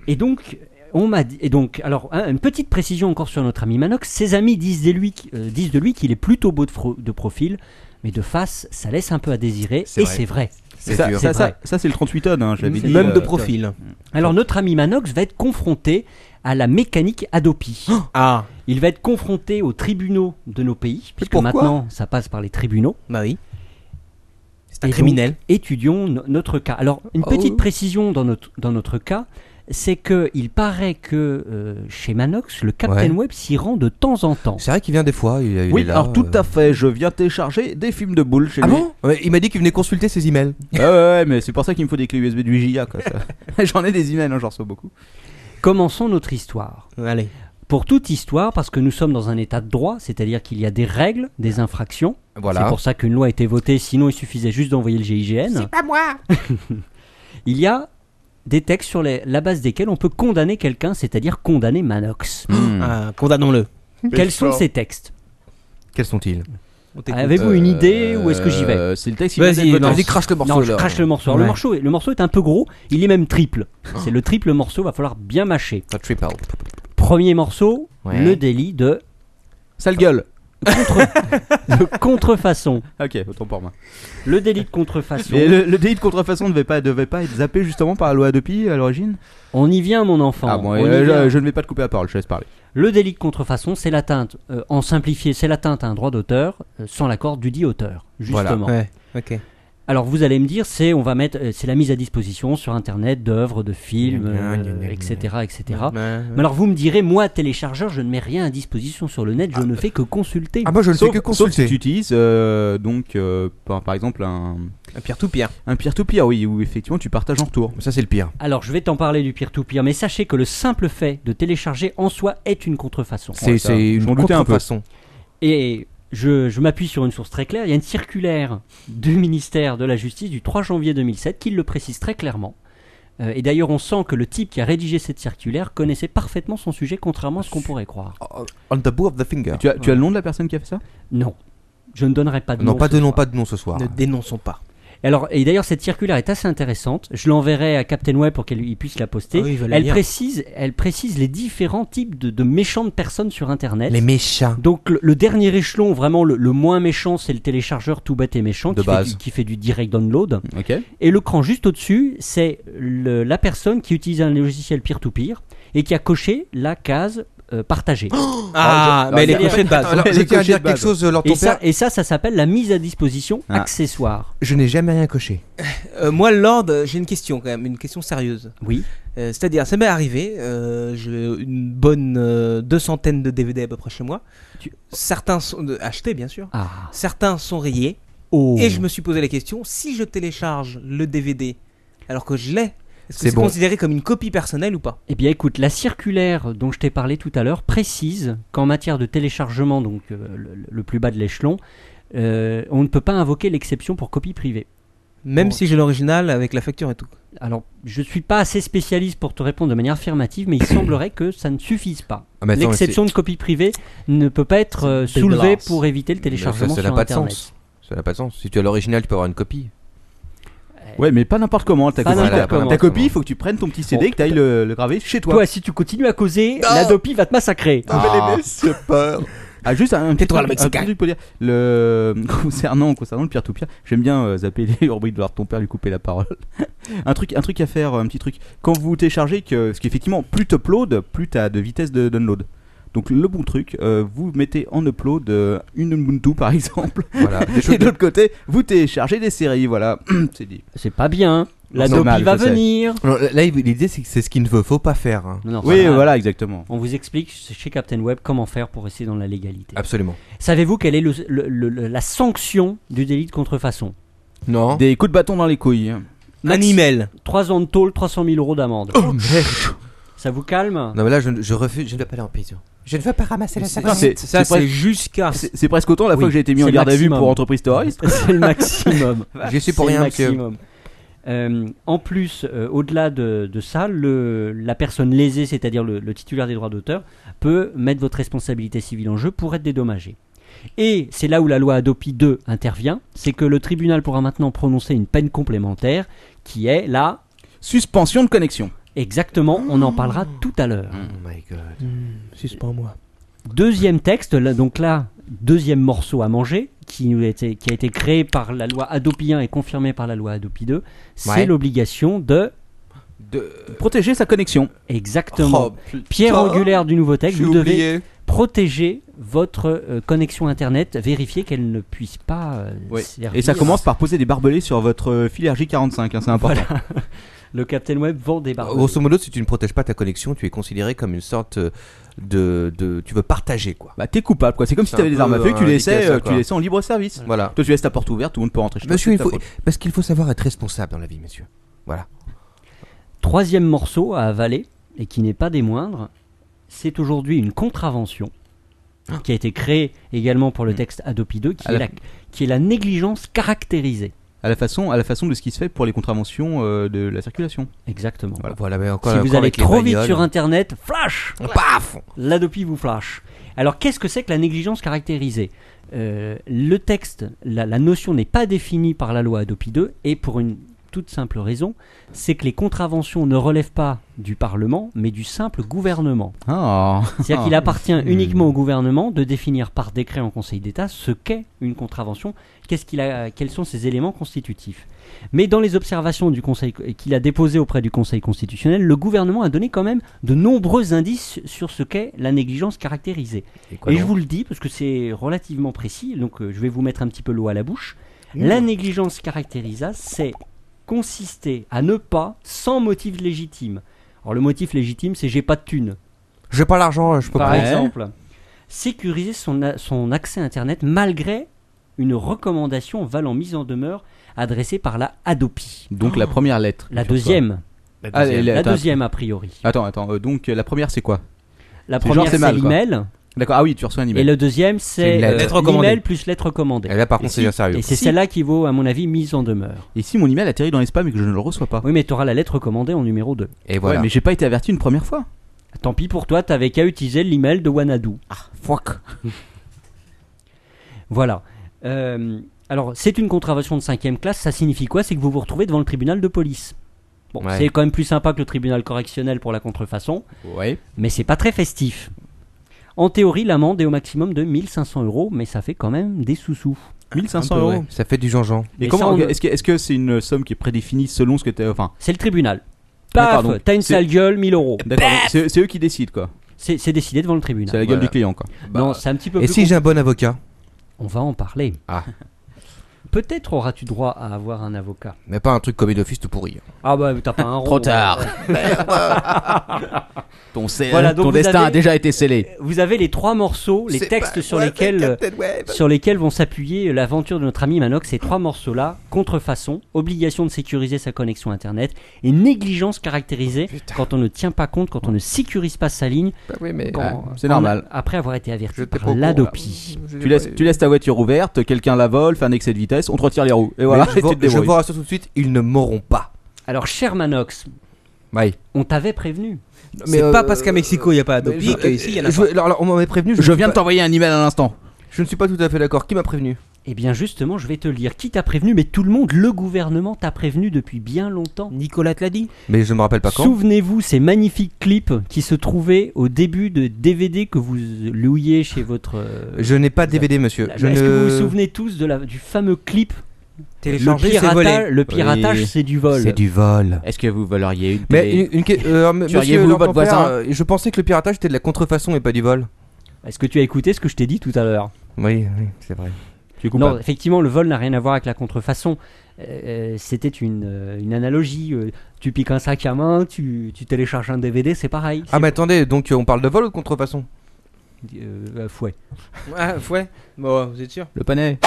S6: Et donc, on m'a dit. Et donc, alors, hein, une petite précision encore sur notre ami Manox. Ses amis disent de lui, qu'- euh, disent de lui qu'il est plutôt beau de, fro- de profil, mais de face, ça laisse un peu à désirer.
S2: C'est
S6: et
S2: vrai.
S6: c'est vrai.
S2: C'est
S4: ça,
S2: dur.
S4: ça,
S6: C'est vrai.
S4: ça, ça, c'est le 38 tonnes, hein, je l'avais dit.
S5: Même
S4: euh,
S5: de profil.
S6: Alors, notre ami Manox va être confronté à la mécanique Adopi.
S2: Oh
S5: Ah,
S6: Il va être confronté aux tribunaux de nos pays, puisque
S2: pourquoi
S6: maintenant ça passe par les tribunaux.
S5: bah oui. C'est un
S6: Et donc,
S5: criminel.
S6: étudions no- notre cas. Alors, une
S2: Oh.
S6: petite précision dans notre, dans notre cas, c'est que il paraît que euh, chez Manox, le Captain
S2: Ouais.
S6: Web s'y rend de temps en temps.
S2: C'est vrai qu'il vient des fois. Il, il
S4: Oui,
S2: est là,
S4: alors tout
S2: euh.
S4: à fait, je viens télécharger des films de boules chez
S2: Ah
S4: lui.
S2: bon Ouais, Il m'a dit qu'il venait consulter ses emails.
S4: ouais, ouais, ouais, mais c'est pour ça qu'il me faut des clés USB du JIA. quoi, ça. J'en ai des emails, hein, j'en reçois beaucoup.
S6: Commençons notre histoire.
S5: Allez.
S6: Pour toute histoire, parce que nous sommes dans un état de droit, c'est-à-dire qu'il y a des règles, des infractions. C'est
S2: Voilà.
S6: pour ça qu'une loi a été votée, sinon il suffisait juste d'envoyer le GIGN. C'est pas moi Il y a des textes sur les- la base desquels on peut condamner quelqu'un, c'est-à-dire condamner Manox.
S2: Hmm.
S5: Ah, condamnons-le.
S6: Quels sont ces textes
S2: Quels sont-ils
S5: On t'écoute.
S6: Avez-vous une
S2: euh,
S6: idée ou est-ce que j'y vais
S4: Euh, C'est le texte.
S5: Vas-y, non.
S2: Vas-y, crache le morceau.
S6: Non, je
S2: là.
S6: crache le morceau. Alors,
S5: Ouais.
S6: Le, morceau est, le morceau est un peu gros, il est même triple. C'est le triple morceau, va falloir bien mâcher.
S2: Ah, triple.
S6: Premier morceau,
S2: Ouais.
S6: le délit de,
S4: Sale gueule.
S6: de contrefaçon.
S4: Ok, autant pour moi.
S6: Le délit de contrefaçon.
S4: Mais le, le délit de contrefaçon ne devait pas, devait pas être zappé justement par la loi Adopi à l'origine
S6: On y vient, mon enfant.
S4: Ah bon,
S6: On
S4: et,
S6: y
S4: euh,
S6: vient.
S4: je, je ne vais pas te couper la parole, je te laisse parler.
S6: Le délit de contrefaçon, c'est l'atteinte, euh, en simplifié, c'est l'atteinte à un droit d'auteur euh, sans l'accord du dit auteur, justement.
S5: Ouais, ok.
S6: Alors vous allez me dire, c'est on va mettre, euh, c'est la mise à disposition sur Internet d'œuvres, de films,
S2: Gna, gna, gna,
S6: euh,
S2: gna,
S6: etc., etc.
S5: Ouais, ouais.
S6: Mais alors vous me direz, moi téléchargeur, je ne mets rien à disposition sur le net, je ne fais que consulter.
S2: bah. Ah, moi je ne fais
S4: sauf,
S2: que
S4: sauf si
S2: consulter.
S4: tu utilises euh, donc euh, par, par exemple un,
S5: Un pire tout pire.
S4: un peer-to-peer, oui, où effectivement tu partages en retour.
S2: Ça, c'est le pire.
S6: Alors je vais t'en parler du peer-to-peer, mais sachez que le simple fait de télécharger en soi est une contrefaçon.
S2: C'est
S4: Ouais, ça,
S2: c'est
S4: je
S2: une
S4: m'en doutais un peu.
S2: contrefaçon.
S6: Et je, je m'appuie sur une source très claire. Il y a une circulaire du ministère de la Justice du 3 janvier 2007 qui le précise très clairement. Euh, et d'ailleurs, on sent que le type qui a rédigé cette circulaire connaissait parfaitement son sujet, contrairement à ce qu'on pourrait croire.
S2: On the bout of the finger.
S4: Tu as, tu as le nom de la personne qui a fait ça
S6: Non, je ne donnerai pas de
S2: Non,
S6: nom
S2: pas
S6: ce
S2: de nom,
S6: soir.
S2: pas de nom ce soir.
S5: Ne dénonçons pas.
S6: Et Alors, et d'ailleurs, cette circulaire est assez intéressante. Je l'enverrai à Captain Web pour qu'il puisse la poster.
S5: Ah oui, il va la
S6: elle,
S5: lire.
S6: précise, elle précise les différents types de, de méchantes personnes sur Internet.
S2: Les méchants.
S6: Donc le, le dernier échelon, vraiment le, le moins méchant, c'est le téléchargeur tout bête et méchant
S2: De
S6: qui, fait
S2: base.
S6: du, qui fait du direct download.
S4: Ok.
S6: Et le cran juste au-dessus, c'est le- la personne qui utilise un logiciel peer-to-peer et qui a coché la case euh, partagée.
S5: Ah, mais elle est
S4: Alors,
S5: cochée de base.
S2: Alors,
S4: Ouais,
S2: je
S4: les
S2: tiens à
S4: cochers
S2: dire
S4: de
S2: quelque
S4: base.
S2: chose, euh, Lord
S6: Et
S2: ton
S6: ça,
S2: père.
S6: et ça, ça s'appelle la mise à disposition
S4: Ah.
S6: accessoire.
S2: Je n'ai jamais rien coché.
S5: Euh, moi, Lord, euh, j'ai une question quand même, une question sérieuse.
S6: Oui.
S5: Euh, C'est-à-dire, ça m'est arrivé, euh, j'ai une bonne euh, deux centaines de DVD à peu près chez moi.
S6: Tu-
S5: Certains sont de- achetés, bien sûr.
S6: Ah.
S5: Certains sont rayés.
S6: Oh.
S5: Et je me suis posé la question si je télécharge le DVD alors que je l'ai, est-ce que
S2: C'est
S5: c'est
S2: bon.
S5: considéré comme une copie personnelle ou pas
S6: Eh bien, écoute, la circulaire dont je t'ai parlé tout à l'heure précise qu'en matière de téléchargement, donc euh, le, le plus bas de l'échelon, euh, on ne peut pas invoquer l'exception pour copie privée.
S5: Même
S6: Bon.
S5: si j'ai l'original avec la facture et tout.
S6: Alors, je ne suis pas assez spécialiste pour te répondre de manière affirmative, mais il semblerait que ça ne suffise pas.
S2: Ah, mais attends, mais
S6: L'exception de copie privée ne peut pas être euh,
S2: C'est
S6: soulevée
S2: dégueulasse.
S6: pour éviter le
S2: Mais
S6: téléchargement
S2: ça, ça n'a
S6: sur
S2: pas de
S6: Internet.
S2: sens. Ça n'a pas de sens. Si tu as l'original, tu peux avoir une copie.
S4: Ouais, mais pas n'importe comment. Ta
S6: Pas
S4: copie,
S6: n'importe
S4: ta-
S6: comment.
S4: ta copie, il faut que tu prennes ton petit CD
S6: Bon.
S4: et que tu ailles le, le graver chez
S6: Toi,
S4: toi.
S6: si tu continues à causer, la dopie va te massacrer.
S2: Ah.
S4: c'est peur. Ah, juste un petit
S5: Tais-toi, le
S4: truc-
S5: Mexicain.
S4: un petit truc pour dire. Le... Concernant, concernant le peer-to-peer, j'aime bien euh, zapper les rubriques de l'art de ton père, lui couper la parole. un, truc, un truc à faire, un petit truc. Quand vous téléchargez, que... parce qu'effectivement, plus tu uploads, plus tu as de vitesse de download. Donc le bon truc, euh, vous mettez en upload euh, une Ubuntu par exemple,
S2: Voilà. Des choses
S4: et de l'autre côté, vous téléchargez des séries, voilà, c'est dit.
S6: C'est pas bien. hein. La
S4: C'est
S6: Dopi
S4: mal,
S6: va
S4: je sais.
S6: venir.
S2: Alors, là, l'idée, c'est que c'est ce qu'il ne faut, faut pas faire. hein.
S6: Non, non,
S4: oui,
S6: ça va.
S4: voilà, exactement.
S6: On vous explique chez Captain Web comment faire pour rester dans la légalité.
S2: Absolument.
S6: Savez-vous quelle est le- le- le- la sanction du délit de contrefaçon
S2: Non.
S4: Des coups de bâton dans les couilles.
S5: Un email.
S6: 3 ans de tôle, 300 000 euros d'amende. Ça vous calme
S2: Oh. Non, mais là, je, je refuse, je ne vais pas aller en prison. Je ne veux pas ramasser la
S4: Non,
S2: sacoche.
S4: c'est-
S5: Ça,
S4: c'est
S5: c'est
S4: presque-
S5: jusqu'à.
S4: c'est- c'est presque autant la
S6: Oui,
S4: fois que j'ai été mis
S6: c'est
S4: en
S6: le
S4: garde à vue
S6: maximum.
S4: pour entreprise terroriste.
S6: C'est le maximum.
S2: J'y suis pour
S6: C'est le
S2: rien, monsieur.
S6: maximum. Euh, en plus, euh, au-delà de, de ça, le- la personne lésée, c'est-à-dire le, le titulaire des droits d'auteur, peut mettre votre responsabilité civile en jeu pour être dédommagé. Et c'est là où la loi Adopi 2 intervient, c'est que le tribunal pourra maintenant prononcer une peine complémentaire qui est là,
S4: Suspension de connexion.
S6: exactement, on en parlera tout à l'heure.
S2: Oh my god.
S5: Suspends moi.
S6: Deuxième texte, là- donc là, deuxième morceau à manger, qui, nous a été, qui a été créé par la loi Adopi 1 et confirmé par la loi Adopi 2, c'est
S2: Ouais.
S6: l'obligation de,
S2: De...
S4: Protéger sa connexion.
S6: exactement,
S2: Oh, putain.
S6: pierre angulaire du nouveau texte,
S2: J'ai
S6: vous devez
S2: oublié.
S6: protéger votre euh, connexion Internet, vérifier qu'elle ne puisse pas euh,
S2: Ouais.
S6: servir.
S4: Et ça commence par poser des barbelés sur votre euh, fil RJ45, hein, c'est important.
S6: Le Captain Web vend
S2: Euh,
S6: des barres.
S2: Grosso modo, si tu ne protèges pas ta connexion, tu es considéré comme une sorte euh, de. de tu veux partager, quoi.
S4: Bah t'es coupable quoi, c'est comme si
S2: C'est
S4: t'avais
S2: un
S4: des
S2: peu
S4: armes à feu, que tu
S2: un
S4: laissais,
S2: dédicace,
S4: euh,
S2: quoi.
S4: tu laissais en libre service.
S2: Voilà.
S4: Toi tu laisses ta porte ouverte, tout le monde peut rentrer chez toi.
S2: Monsieur, il
S4: c'est ta
S2: faut,
S4: faute.
S2: parce qu'il faut savoir être responsable dans la vie, monsieur. Voilà.
S6: Troisième morceau à avaler, et qui n'est pas des moindres, c'est aujourd'hui une contravention
S2: Ah.
S6: qui a été créée également pour le
S2: Mm.
S6: texte Adopi 2, qui,
S4: À
S6: est
S4: la-
S6: la, qui est la négligence caractérisée.
S4: À la façon, à la façon de ce qui se fait pour les contraventions euh, de la circulation.
S6: Exactement.
S2: Voilà, mais encore,
S6: Si
S2: encore
S6: vous allez
S2: avec les
S6: trop vite
S2: bagnoles. hein.
S6: sur Internet, flash
S2: Paf
S6: L'Adopi vous flash. Alors qu'est-ce que c'est que la négligence caractérisée Euh, Le texte, la, la notion n'est pas définie par la loi Adopi 2 et pour une toute simple raison, c'est que les contraventions ne relèvent pas du Parlement mais du simple gouvernement.
S4: Ah.
S6: C'est-à-dire qu'il appartient uniquement au gouvernement de définir par décret en Conseil d'État ce qu'est une contravention, qu'est-ce qu'il a, quels sont ses éléments constitutifs. Mais dans les observations du Conseil qu'il a déposées auprès du Conseil constitutionnel, le gouvernement a donné quand même de nombreux indices sur ce qu'est la négligence caractérisée. Et je vous le dis parce que c'est relativement précis, donc euh, je vais vous mettre un petit peu l'eau à la bouche. La négligence caractérisa, c'est consister à ne pas, sans motif légitime. Alors le motif légitime, c'est j'ai pas de thune
S2: J'ai pas l'argent, je peux
S6: par
S2: pas.
S6: exemple, sécuriser son, a- son accès à Internet malgré une recommandation valant mise en demeure adressée par la Adopi.
S4: Donc la première lettre.
S6: La
S4: que tu reçois.
S6: deuxième,
S4: Ah, et
S6: la
S4: attends,
S6: deuxième a priori.
S4: Attends, attends. euh, donc euh, la première c'est quoi
S6: La
S4: c'est genre,
S6: première
S4: c'est
S6: c'est
S4: mal, quoi.
S6: l'email
S4: D'accord. Ah oui, tu reçois un
S6: et
S4: email.
S6: le deuxième
S2: C'est
S6: c'est
S2: une lettre.
S5: Lettre
S6: euh,
S5: recommandée.
S6: l'email plus lettre recommandée.
S4: Eh
S2: Et là, par contre,
S6: si-
S2: c'est bien sérieux.
S6: Et c'est
S4: Si.
S6: celle-là qui vaut à mon avis mise en demeure.
S4: Et si mon email atterrit dans les spams et que je ne le reçois pas
S6: Oui mais tu auras la lettre recommandée en numéro 2.
S2: Et voilà.
S4: Ouais, mais j'ai pas été averti une première fois.
S6: Tant pis pour toi, t'avais qu'à utiliser l'email de Wanadu.
S4: Ah, Fuck.
S6: Voilà. Euh, alors, c'est une contravention de cinquième classe. Ça signifie quoi C'est que vous vous retrouvez devant le tribunal de police. Bon,
S2: Ouais.
S6: c'est quand même plus sympa que le tribunal correctionnel pour la contrefaçon,
S4: Ouais.
S6: mais c'est pas très festif. En théorie, l'amende est au maximum de 1500 euros, mais ça fait quand même des sous-sous.
S4: 1500
S2: Ouais,
S4: euros.
S2: Ça fait du jean-jean.
S4: Et
S6: Mais
S4: comment
S6: ça, on-
S4: Est-ce que est-ce que c'est une somme qui est prédéfinie selon ce que t'as enfin
S6: C'est le tribunal.
S4: D'accord,
S6: Paf
S4: donc,
S6: T'as une
S4: c'est-
S6: sale gueule, 1000 euros.
S4: D'accord. donc C'est c'est eux qui décident quoi.
S6: C'est c'est décidé devant le
S4: C'est bah,
S6: tribunal.
S4: la gueule
S2: Voilà.
S4: du client quoi.
S6: non, c'est un petit peu
S2: Et
S6: plus
S2: si j'ai un bon avocat
S6: On va en parler.
S2: Ah.
S6: Peut-être auras-tu droit à avoir un avocat.
S2: Mais pas un truc comme office tout pourri.
S6: Ah bah t'as pas un rond.
S4: Ton,
S6: Voilà, donc ton vous destin avez- a
S4: déjà été scellé.
S6: Vous avez les trois morceaux, les
S2: C'est
S6: textes
S2: pas
S6: sur
S2: moi,
S6: lesquels euh,
S2: c'est Captain Web.
S6: sur lesquels vont s'appuyer euh, l'aventure de notre ami Manox. Ces trois morceaux-là, contrefaçon, obligation de sécuriser sa connexion Internet et négligence caractérisée
S2: Oh,
S6: quand on ne tient pas compte, quand on ne sécurise pas sa ligne,
S2: Bah oui, mais.
S6: quand-
S4: ouais, c'est
S6: quand-
S4: normal.
S6: après avoir été averti
S2: J'étais
S6: par
S2: pas au
S6: l'Adopi.
S4: Tu laisses, tu laisses ta voiture ouverte, quelqu'un la vole, fait un excès de vitesse, on te retire les roues. Et voilà,
S2: je,
S4: et tu
S2: vous,
S4: te
S2: je
S4: débrouilles.
S2: vous rassure tout de suite, ils ne mourront pas.
S6: Alors, cher Manox,
S2: Ouais.
S6: on t'avait prévenu.
S5: C'est
S2: euh,
S5: pas parce qu'à Mexico il n'y a pas Adopi
S2: je-
S5: qu'ici il y en a
S2: je-
S5: pas.
S2: alors, alors, on m'avait prévenu.
S4: Je
S2: ne
S4: viens de
S2: suis pas-
S4: t'envoyer un email à l'instant.
S2: Je ne suis pas tout à fait d'accord. Qui m'a prévenu
S6: Eh bien justement, je vais te lire. Qui t'a prévenu Mais tout le monde, le gouvernement t'a prévenu depuis bien longtemps.
S5: Nicolas te l'a dit.
S2: Mais je me rappelle pas quand.
S6: Souvenez-vous ces magnifiques clips qui se trouvaient au début de DVD que vous louiez chez votre... euh,
S2: Je n'ai pas de DVD, monsieur.
S6: la-
S2: Je
S6: Est-ce
S2: ne-
S6: que vous vous souvenez tous de la, du fameux clip Le
S5: Télécharger, c'est volé.
S6: piratage, le piratage
S2: Oui.
S6: c'est du vol.
S2: C'est du vol.
S8: Est-ce que vous valeriez une
S2: Mais
S8: télé
S2: une, une que- euh, m-
S8: Tueriez-vous
S2: monsieur
S8: votre
S2: Laurent Père,
S8: voisin
S2: euh, je pensais que le piratage était de la contrefaçon et pas du vol.
S6: Est-ce que tu as écouté ce que je t'ai dit tout à l'heure
S2: Oui, oui, c'est vrai.
S4: Tu es
S6: Non,
S4: coupable.
S6: effectivement, le vol n'a rien à voir avec la contrefaçon. Euh, euh, C'était une, euh, une analogie. euh, tu piques un sac à main, tu, tu télécharges un DVD, c'est pareil.
S2: Ah mais attendez, donc euh, on parle de vol ou de contrefaçon
S6: C'est- euh, euh, fouet.
S5: Ah, ouais. Bon, vous êtes sûr
S8: Le panais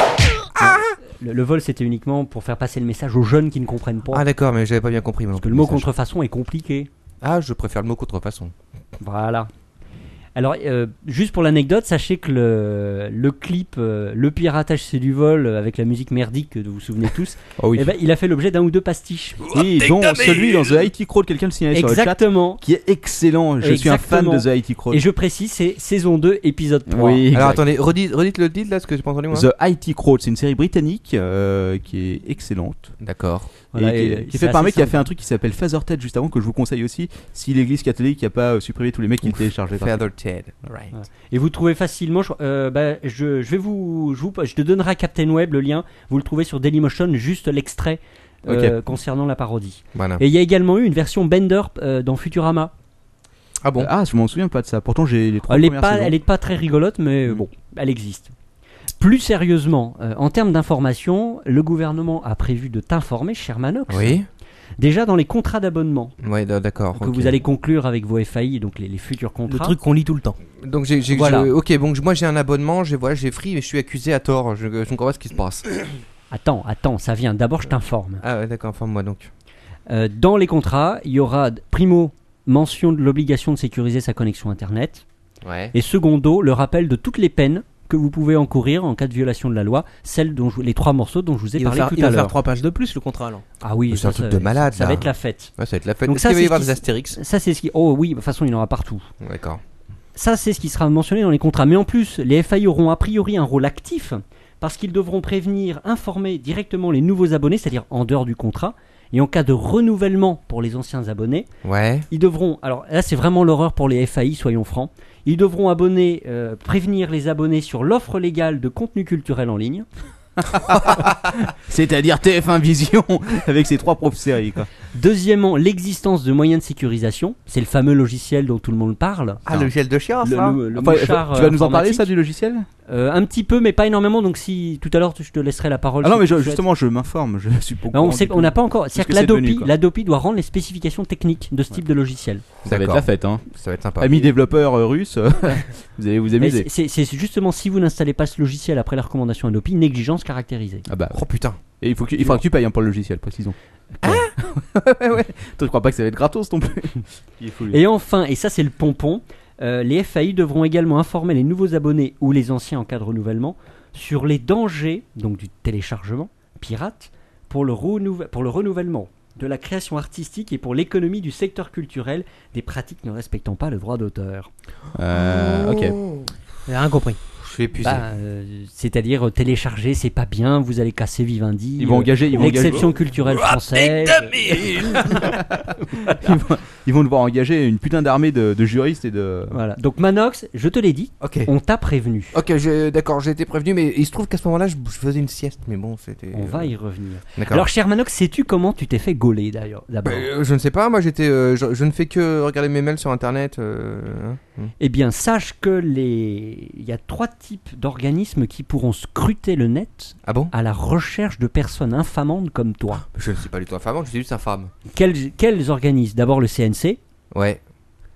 S6: Le, le vol, c'était uniquement pour faire passer le message aux jeunes qui ne comprennent pas.
S2: Ah d'accord, mais j'avais pas bien compris.
S6: parce que le mot contrefaçon est compliqué.
S2: Ah, je préfère le mot contrefaçon.
S6: Voilà. Alors, euh, juste pour l'anecdote, sachez que le, le clip euh, Le piratage c'est du vol, euh, avec la musique merdique que vous vous souvenez tous,
S2: Oh oui.
S6: eh ben, il a fait l'objet d'un ou deux pastiches.
S4: Oui, dont celui dans The IT Crawl, quelqu'un le signalait sur le chat,
S6: Exactement.
S4: qui est excellent. Je suis un fan
S6: Exactement.
S4: de The IT Crawl.
S6: Et je précise, c'est saison 2, épisode 3.
S4: Oui, exact.
S2: Alors attendez, redites, redites le titre là, ce que j'ai pas entendu moi.
S4: The IT Crowd, c'est une série britannique euh, qui est excellente.
S2: D'accord.
S6: Voilà,
S4: et qui,
S6: et-
S4: qui est
S6: c'est
S4: faite par un
S6: assez
S4: mec qui a
S6: simple.
S4: fait un truc qui s'appelle Fatherted juste avant, que je vous conseille aussi. Si l'église catholique n'a pas euh, supprimé tous les mecs qui étaient chargés
S2: Feather Ted. Right.
S6: Et vous trouvez facilement, je, euh, bah, je, je vais vous, je vous- je te donnerai à Captain Web le lien, vous le trouvez sur Dailymotion, juste l'extrait euh, concernant la parodie.
S2: Voilà.
S6: Et il y a également eu une version Bender euh, dans Futurama.
S2: Ah bon.
S4: Ah, je m'en souviens pas de ça. Pourtant, j'ai les trois
S6: Elle est,
S4: premières
S6: pas,
S4: saisons.
S6: elle est pas très rigolote, mais euh,
S4: Mm.
S6: bon, elle existe. Plus sérieusement, euh, en termes d'information, le gouvernement a prévu de t'informer, cher Manox,
S2: Oui.
S6: déjà dans les contrats d'abonnement
S2: Ouais, d- d'accord.
S6: que
S2: ok.
S6: vous allez conclure avec vos FAI, donc les, les futurs
S5: Le
S6: contrats.
S5: truc qu'on lit tout le temps.
S2: Donc j'ai, j'ai-
S6: Voilà.
S2: je- ok, donc moi j'ai un abonnement, j'ai voilà, j'ai free, mais je suis accusé à tort. Je, je comprends pas ce qui se passe.
S6: Attends, attends, ça vient, d'abord je t'informe.
S2: Ah ouais, d'accord, informe-moi donc.
S6: Euh, dans les contrats, il y aura, primo, mention de l'obligation de sécuriser sa connexion Internet,
S2: Ouais.
S6: et secondo, le rappel de toutes les peines que vous pouvez encourir en cas de violation de la loi, celles dont je- les trois morceaux dont je vous ai
S5: Il va
S6: parlé
S5: faire,
S6: tout
S5: il
S6: à
S5: va faire
S6: l'heure.
S5: trois pages de plus le contrat alors.
S6: Ah oui,
S2: Mais c'est un
S6: ça,
S2: truc
S6: ça-
S2: de malade,
S6: Ça
S2: là.
S6: va être la fête.
S2: Ouais, Ah, ça va être la fête.
S6: Donc
S2: Est-ce
S6: ça,
S2: qu'il va y
S6: c'est
S2: avoir
S6: ce
S2: des
S6: qui-
S2: Astérix
S6: Ça, c'est ce qui. Oh oui, de toute façon, il y en aura partout.
S2: D'accord.
S6: Ça, c'est ce qui sera mentionné dans les contrats. Mais en plus, les FAI auront a priori un rôle actif parce qu'ils devront prévenir, informer directement les nouveaux abonnés, c'est-à-dire en dehors du contrat. Et en cas de renouvellement pour les anciens abonnés,
S2: Ouais.
S6: ils devront, alors là c'est vraiment l'horreur pour les FAI, soyons francs, ils devront abonner, euh, prévenir les abonnés sur l'offre légale de contenu culturel en ligne.
S4: C'est-à-dire TF1 Vision avec ses trois propres séries. Quoi.
S6: Deuxièmement, l'existence de moyens de sécurisation, c'est le fameux logiciel dont tout le monde parle.
S2: Ah, le gel de chien,
S6: Le-
S2: ça
S6: le- le
S4: Enfin,
S6: mouchard,
S4: tu
S6: euh,
S4: vas nous en parler
S6: informatique.
S4: ça du logiciel
S6: Euh, Un petit peu, mais pas énormément. Donc si tout à l'heure je te laisserai la parole.
S4: Ah non,
S6: si
S4: mais
S6: tu
S4: je-
S6: le souhaites.
S4: justement, je m'informe. Je suis pas au
S6: Non, on
S4: courant
S6: sait,
S4: du
S6: on n'a
S4: tout.
S6: pas encore.
S4: que
S6: C'est-à-dire que
S4: c'est devenu,
S6: l'Adopi,
S4: quoi.
S6: l'Adopi doit rendre les spécifications techniques de ce type de logiciel.
S8: Ça va être
S2: D'accord.
S8: la fête, hein.
S2: Ça va être sympa.
S4: Amis développeurs euh, russes, euh, vous allez vous
S6: Mais
S4: amuser.
S6: c'est c'est justement si vous n'installez pas ce logiciel après la recommandation Adopi, négligence caractérisée.
S4: Ah bah,
S2: Oh putain.
S4: et il, faut que, il faudra que tu payes hein, pour le logiciel, précisons. Ah Ouais, ouais. Toi, je crois pas que ça va être gratos non plus. Il est fou, lui.
S6: Et enfin, et ça c'est le pompon, euh, les FAI devront également informer les nouveaux abonnés ou les anciens en cas de renouvellement sur les dangers, donc du téléchargement pirate, pour le, renouve- pour le renouvellement de la création artistique et pour l'économie du secteur culturel des pratiques ne respectant pas le droit d'auteur.
S2: Ah,
S4: Euh, ok.
S6: Oh.
S5: Il a rien compris.
S2: Je suis épuisé.
S6: Bah, euh, C'est-à-dire euh, télécharger, c'est pas bien, vous allez casser Vivendi.
S4: Ils vont
S6: euh,
S4: engager, ils vont engager, Ah,
S6: L'exception culturelle française.
S4: ils vont, ils vont devoir engager une putain d'armée de, de juristes et de.
S6: Voilà. Donc Manox, je te l'ai dit,
S2: ok.
S6: on t'a prévenu.
S2: Ok, je- d'accord, j'ai été prévenu, mais il se trouve qu'à ce moment-là, je, je faisais une sieste, mais bon, c'était.
S6: On
S2: euh,
S6: va y revenir.
S2: D'accord.
S6: Alors, cher Manox, sais-tu comment tu t'es fait gauler d'ailleurs d'abord
S2: Euh, je ne sais pas, moi j'étais. euh, je, je ne fais que regarder mes mails sur internet. euh, hein.
S6: Eh bien, sache que les, il y a trois types d'organismes qui pourront scruter le net
S2: Ah bon
S6: à la recherche de personnes infamantes comme toi.
S2: Je ne suis pas du tout infamant, je suis juste infâme.
S6: Quels, quels organismes D'abord le CNC.
S2: Ouais.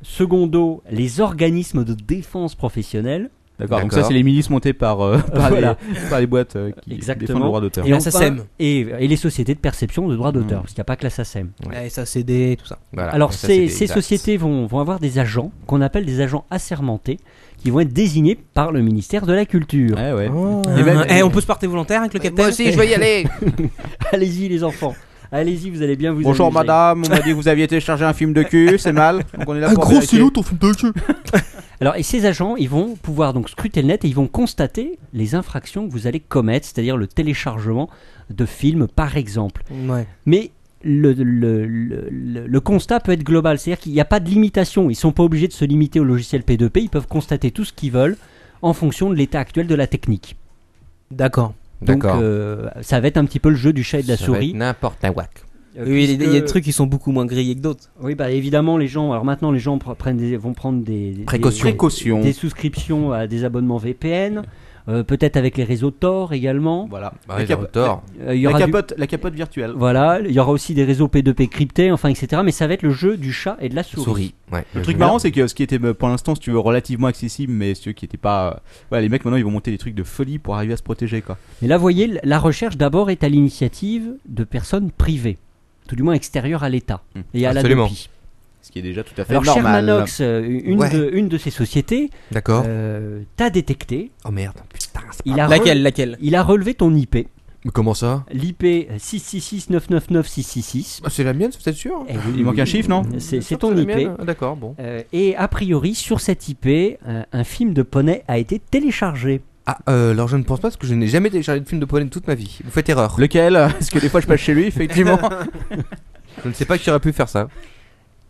S6: Secondo, les organismes de défense professionnelle.
S4: D'accord. Donc
S2: D'accord.
S4: ça, c'est les milices montées par, euh, par,
S6: Voilà.
S4: les, par les boîtes euh, qui
S6: Exactement.
S4: défendent le droit d'auteur.
S5: la SACEM.
S6: et, et les sociétés de perception de droits
S2: Hmm.
S6: d'auteur,
S4: Mm.
S6: parce qu'il n'y a pas que la SACEM.
S2: Ouais.
S5: La SACD, tout Eh, ça.
S2: Voilà,
S6: Alors
S2: donc ça,
S6: ces,
S2: c'est
S6: ces
S2: exact.
S6: sociétés vont, vont avoir des agents qu'on appelle des agents assermentés qui vont être désignés par le ministère de la Culture.
S4: Ouais, ouais.
S6: Oh,
S5: Eh,
S4: Et ben-
S5: on peut se porter volontaire avec le capitaine
S2: Moi aussi, je vais y aller
S6: Allez-y les enfants, allez-y, vous allez bien vous
S4: Bonjour
S6: amuser. Ah, bah,
S4: madame, on m'a dit que vous aviez téléchargé un film de cul, c'est mal. Donc on est là pour vérifier.
S1: ton film de cul
S6: Alors, et ces agents, ils vont pouvoir donc scruter le net et ils vont constater les infractions que vous allez commettre, c'est-à-dire le téléchargement de films, par exemple.
S5: Ouais.
S6: Mais le, le, le- le- le constat peut être global, c'est-à-dire qu'il n'y a pas de limitation. Ils ne sont pas obligés de se limiter au logiciel P2P, ils peuvent constater tout ce qu'ils veulent en fonction de l'état actuel de la technique.
S5: D'accord.
S6: Donc,
S2: D'accord.
S6: euh, ça va être un petit peu le jeu du chat et de la
S2: Ça va
S6: souris.
S2: être N'importe un wack.
S6: Euh,
S5: oui, il y a- il y a des
S6: puisque-
S5: trucs qui sont beaucoup moins grillés que d'autres.
S6: Oui, bah évidemment, les gens. Alors maintenant, les gens pr- prennent des- vont prendre des des-
S2: Précautions.
S6: des-
S4: Précaution.
S6: des souscriptions à des abonnements VPN, euh, peut-être avec les réseaux Tor également.
S4: Voilà.
S2: Bah,
S4: la,
S2: ils ont
S4: capote-
S2: tort.
S6: Euh, il y
S4: la
S6: aura du-
S4: capote, la capote virtuelle.
S6: Voilà, il y aura aussi des réseaux P2P cryptés, enfin, etc. Mais ça va être le jeu du chat et de la souris.
S2: Souris. Ouais.
S6: Bah,
S4: Le truc marrant, c'est que ce qui était euh, pour l'instant, si tu veux, relativement accessible, mais ceux qui n'étaient pas. euh, Voilà, les mecs maintenant, ils vont monter des trucs de folie pour arriver à se protéger, quoi.
S6: Mais là, vous voyez, l- la recherche d'abord est à l'initiative de personnes privées, tout du moins extérieures à l'État
S4: Mm.
S6: et à la
S2: Absolument.
S6: DOPI.
S4: Ce qui est déjà tout à fait
S6: Alors, cher
S4: normal.
S6: Manox, euh, une,
S2: Ouais.
S6: de, une de ces sociétés,
S4: Oh.
S2: D'accord.
S6: euh, t'a détecté.
S2: Oh merde. Putain,
S4: Ah,
S2: c'est
S6: Il a,
S5: Laquelle
S6: rele-
S5: Laquelle
S6: il a relevé ton IP,
S2: Mais comment ça
S6: l'IP 666999666.
S2: Ah, C'est la mienne, vous êtes sûr
S6: Eh oui,
S4: Il manque un chiffre, non
S6: C'est c'est
S2: Sûr que
S6: ton
S2: la
S6: IP.
S2: mienne Ah, D'accord, bon.
S6: Euh, et a priori, sur cette IP, euh, un film de poney a été téléchargé.
S2: Ah, euh, alors je ne pense pas parce que je n'ai jamais téléchargé de film de poney de toute ma vie. Vous faites erreur.
S4: Lequel Parce que des fois, je passe chez lui, effectivement.
S2: Je ne sais pas qui aurait pu faire ça.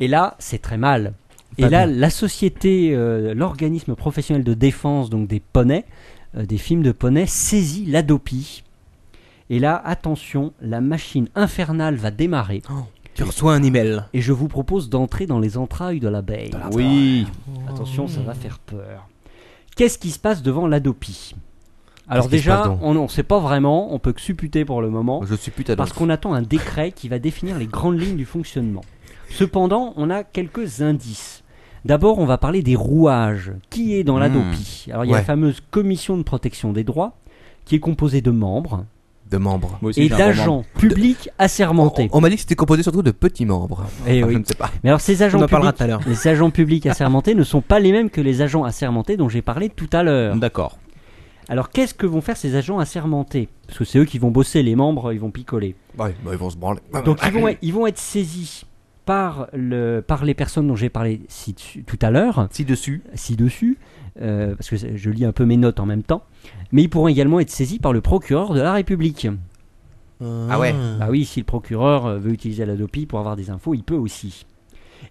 S6: Et là, c'est très mal. et là, la société, euh, l'organisme professionnel de défense donc des poneys, euh, des films de poneys, saisit l'Adopi. Et là, attention, la machine infernale va démarrer.
S5: Tu reçois un email.
S6: Et je vous propose d'entrer dans les entrailles de l'abeille.
S4: oui.
S6: Attention, ça
S2: Oh.
S6: va faire peur. Qu'est-ce qui se passe devant l'Adopi Alors
S2: Qu'est-ce qui se passe
S6: déjà,
S2: donc
S6: on ne sait pas vraiment, on peut que supputer pour le moment.
S2: Je suis putain
S6: parce qu'on attend un décret qui va définir les grandes lignes du fonctionnement. Cependant, on a quelques indices. D'abord, on va parler des rouages. Qui est dans la
S4: Mmh.
S6: DOPI
S5: Hmm.
S6: Alors, il y a
S2: Ouais.
S6: la fameuse commission de protection des droits, qui est composée de membres
S2: de membres.
S4: Moi aussi,
S6: et
S4: j'ai un bon
S6: d'agents publics
S2: On,
S5: Oh,
S6: assermentés.
S2: on m'a dit que c'était composé surtout de petits membres.
S6: Eh
S2: Enfin,
S6: oui.
S2: Je ne sais pas.
S6: Mais alors, ces agents
S5: On en parlera
S6: publics,
S5: tout à l'heure.
S6: les agents publics assermentés ne sont pas les mêmes que les agents assermentés dont j'ai parlé tout à l'heure.
S5: Hmm.
S4: moment. D'accord.
S6: Alors, qu'est-ce que vont faire ces agents assermentés Parce que c'est eux qui vont bosser, les membres, ils vont picoler.
S2: Ouais, bah, ils vont se branler.
S6: Donc ils vont, ils vont être saisis par, le, par les personnes dont j'ai parlé ci-dessus- tout à l'heure,
S2: ci-dessus.
S6: ci-dessus, euh, parce que c'est- je lis un peu mes notes en même temps, mais ils pourront également être saisis par le procureur de la République.
S2: Ah ouais.
S6: Bah oui, si le procureur euh, veut utiliser la DOPI pour avoir des infos, il peut aussi.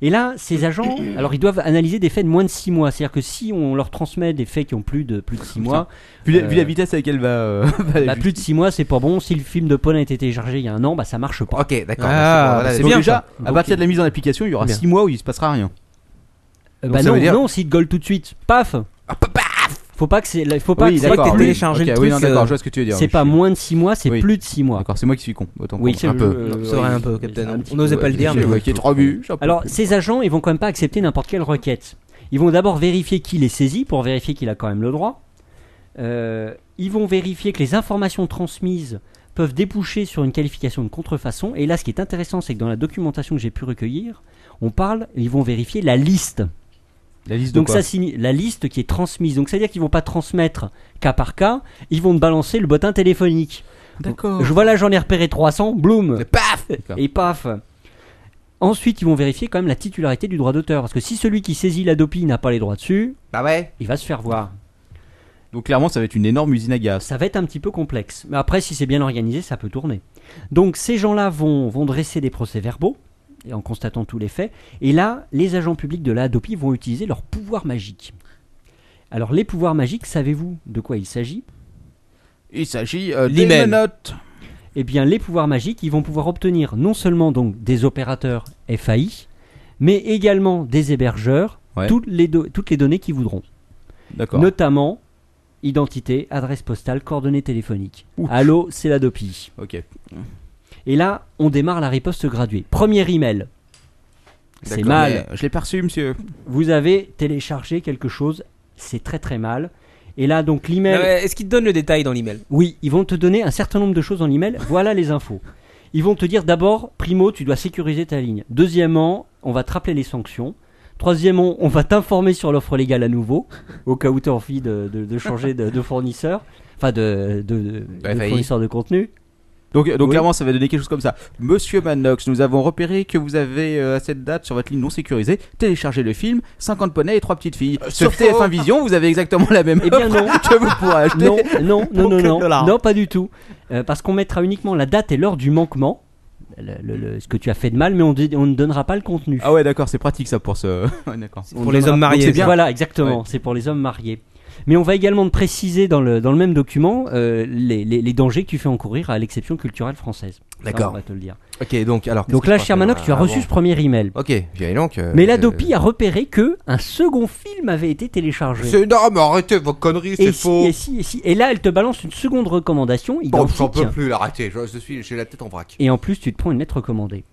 S6: Et là, ces agents, alors ils doivent analyser des faits de moins de 6 mois. C'est-à-dire que si on leur transmet des faits qui ont plus de plus de 6 mois,
S4: Vu, la-
S6: Euh,
S4: vu la vitesse à laquelle va. euh, va la
S6: bah,
S4: justice.
S6: plus de 6 mois, c'est pas bon. Si le film de Paul a été téléchargé il y a un an, bah ça marche pas.
S2: Ok, d'accord.
S5: Ah,
S2: Voilà,
S5: bah, c'est
S2: les-
S4: Donc
S5: bien,
S4: déjà,
S6: ça.
S4: à
S6: Ok.
S4: partir de la mise en application, il y aura
S2: Bien.
S4: 6 mois où il se passera rien.
S6: Euh,
S2: Donc
S6: bah
S2: ça
S6: non,
S2: veut dire-
S6: non, s'il te gueule tout de suite, Ah, paf Faut pas que c'est, là, faut pas
S4: oui,
S6: que c'est-
S4: d'accord.
S5: que t'aies
S4: oui.
S5: téléchargé
S4: Ok,
S5: le
S4: oui,
S5: truc,
S4: non, d'accord,
S5: euh,
S4: je vois ce que tu veux dire.
S6: c'est
S4: Je
S6: pas
S4: suis-
S6: moins de 6 mois, c'est
S4: Oui.
S6: plus de 6 mois.
S4: D'accord, c'est moi qui suis con. Autant
S6: Oui,
S4: pour
S6: c'est
S4: moi.
S6: peu.
S5: C'est vrai un peu, Captain. On n'osait pas le dire, mais
S4: Ouais, qui est trop vu. j'ai un peu-
S6: Alors, ces agents, ils vont quand même pas accepter n'importe quelle requête. Ils vont d'abord vérifier qu'il est saisi pour vérifier qu'il a quand même le droit. Euh, ils vont vérifier que les informations transmises peuvent déboucher sur une qualification de contrefaçon. Et là, ce qui est intéressant, c'est que dans la documentation que j'ai pu recueillir, on parle, ils vont vérifier la liste.
S4: la liste de
S6: Donc
S4: quoi
S6: ça signifie la liste qui est transmise. Donc ça veut dire qu'ils vont pas transmettre cas par cas, ils vont te balancer le bottin téléphonique.
S2: Oh.
S4: D'accord.
S6: Je vois là j'en ai repéré 300, bloom
S2: Mais paf
S6: et paf. Ensuite, ils vont vérifier quand même la titularité du droit d'auteur parce que si celui qui saisit la dopi n'a pas les droits dessus,
S2: Bah ouais.
S6: il va se faire voir.
S4: Donc clairement, ça va être une énorme usine à gaz.
S6: Ça va être un petit peu complexe. Mais après si c'est bien organisé, ça peut tourner. Donc ces gens-là vont vont dresser des procès-verbaux et en constatant tous les faits et là, les agents publics de la dopi vont utiliser leur pouvoir magique. Alors les pouvoirs magiques, savez-vous de quoi il s'agit
S4: Il s'agit euh, des
S5: L'email.
S4: menottes.
S6: eh bien les pouvoirs magiques, ils vont pouvoir obtenir non seulement donc des opérateurs FAI, mais également des hébergeurs,
S4: Ouais.
S6: toutes, les do- toutes les données qu'ils voudront,
S4: D'accord.
S6: notamment identité, adresse postale, coordonnées téléphoniques. Allô, c'est la DOPI.
S4: Ok.
S6: Et là, on démarre la riposte graduée. Premier email. C'est
S4: D'accord,
S6: mal.
S4: mais euh, Je l'ai perçu, monsieur.
S6: Vous avez téléchargé quelque chose, c'est très très mal. Et là, donc l'email.
S5: Non, mais euh, Est-ce qu'il te donne le détail dans l'email
S6: Oui, ils vont te donner un certain nombre de choses en email. Voilà les infos. Ils vont te dire d'abord, primo, tu dois sécuriser ta ligne. Deuxièmement, on va te rappeler les sanctions. Troisièmement, on va t'informer sur l'offre légale à nouveau, au cas où tu as envie de, de- de changer de, de fournisseur, enfin de, de- de- de
S2: FAI.
S6: fournisseur de contenu.
S4: Donc, donc
S5: Oui.
S4: clairement, ça va donner quelque chose comme ça. Monsieur Manox, nous avons repéré que vous avez euh, à cette date sur votre ligne non sécurisée téléchargé le film 50 poneys et 3 petites filles. sur
S2: faux.
S4: TF1 Vision, vous avez exactement la même
S6: Eh bien,
S4: offre
S6: non.
S4: que vous pourrez acheter.
S6: Non, non, non,
S5: Pour
S6: non,
S5: quel
S6: non,
S5: dollar
S6: non, pas du tout. Euh, parce qu'on mettra uniquement la date et l'heure du manquement, le- le- le- ce que tu as fait de mal, mais on, dit- on ne donnera pas le contenu.
S4: Ah ouais, d'accord, c'est pratique ça pour
S2: euh,
S4: ce. Ouais, d'accord.
S5: pour les hommes mariés.
S4: Ah, c'est bien.
S6: Voilà, exactement.
S4: Ouais.
S6: C'est pour les hommes mariés. Mais on va également te préciser dans le, dans le même document euh, les, les- les dangers que tu fais encourir à l'exception culturelle française. Ça,
S2: D'accord.
S6: on va te le dire.
S2: Ok, donc alors.
S6: Donc là, cher Manoc,
S2: Manoc,
S6: tu as reçu ce premier email.
S2: Ah, Ok, bien donc. euh,
S6: Mais la
S2: euh,
S6: Dopi a repéré que un second film avait été téléchargé.
S2: C'est énorme, arrêtez vos conneries,
S6: et
S2: c'est
S6: si,
S2: faux.
S6: et si, et si. Et là, elle te balance une seconde recommandation
S2: Bon,
S6: identique.
S2: j'en peux plus, là, arrêtez, je, je suis, j'ai la tête en vrac.
S6: Et en plus, tu te prends une lettre recommandée.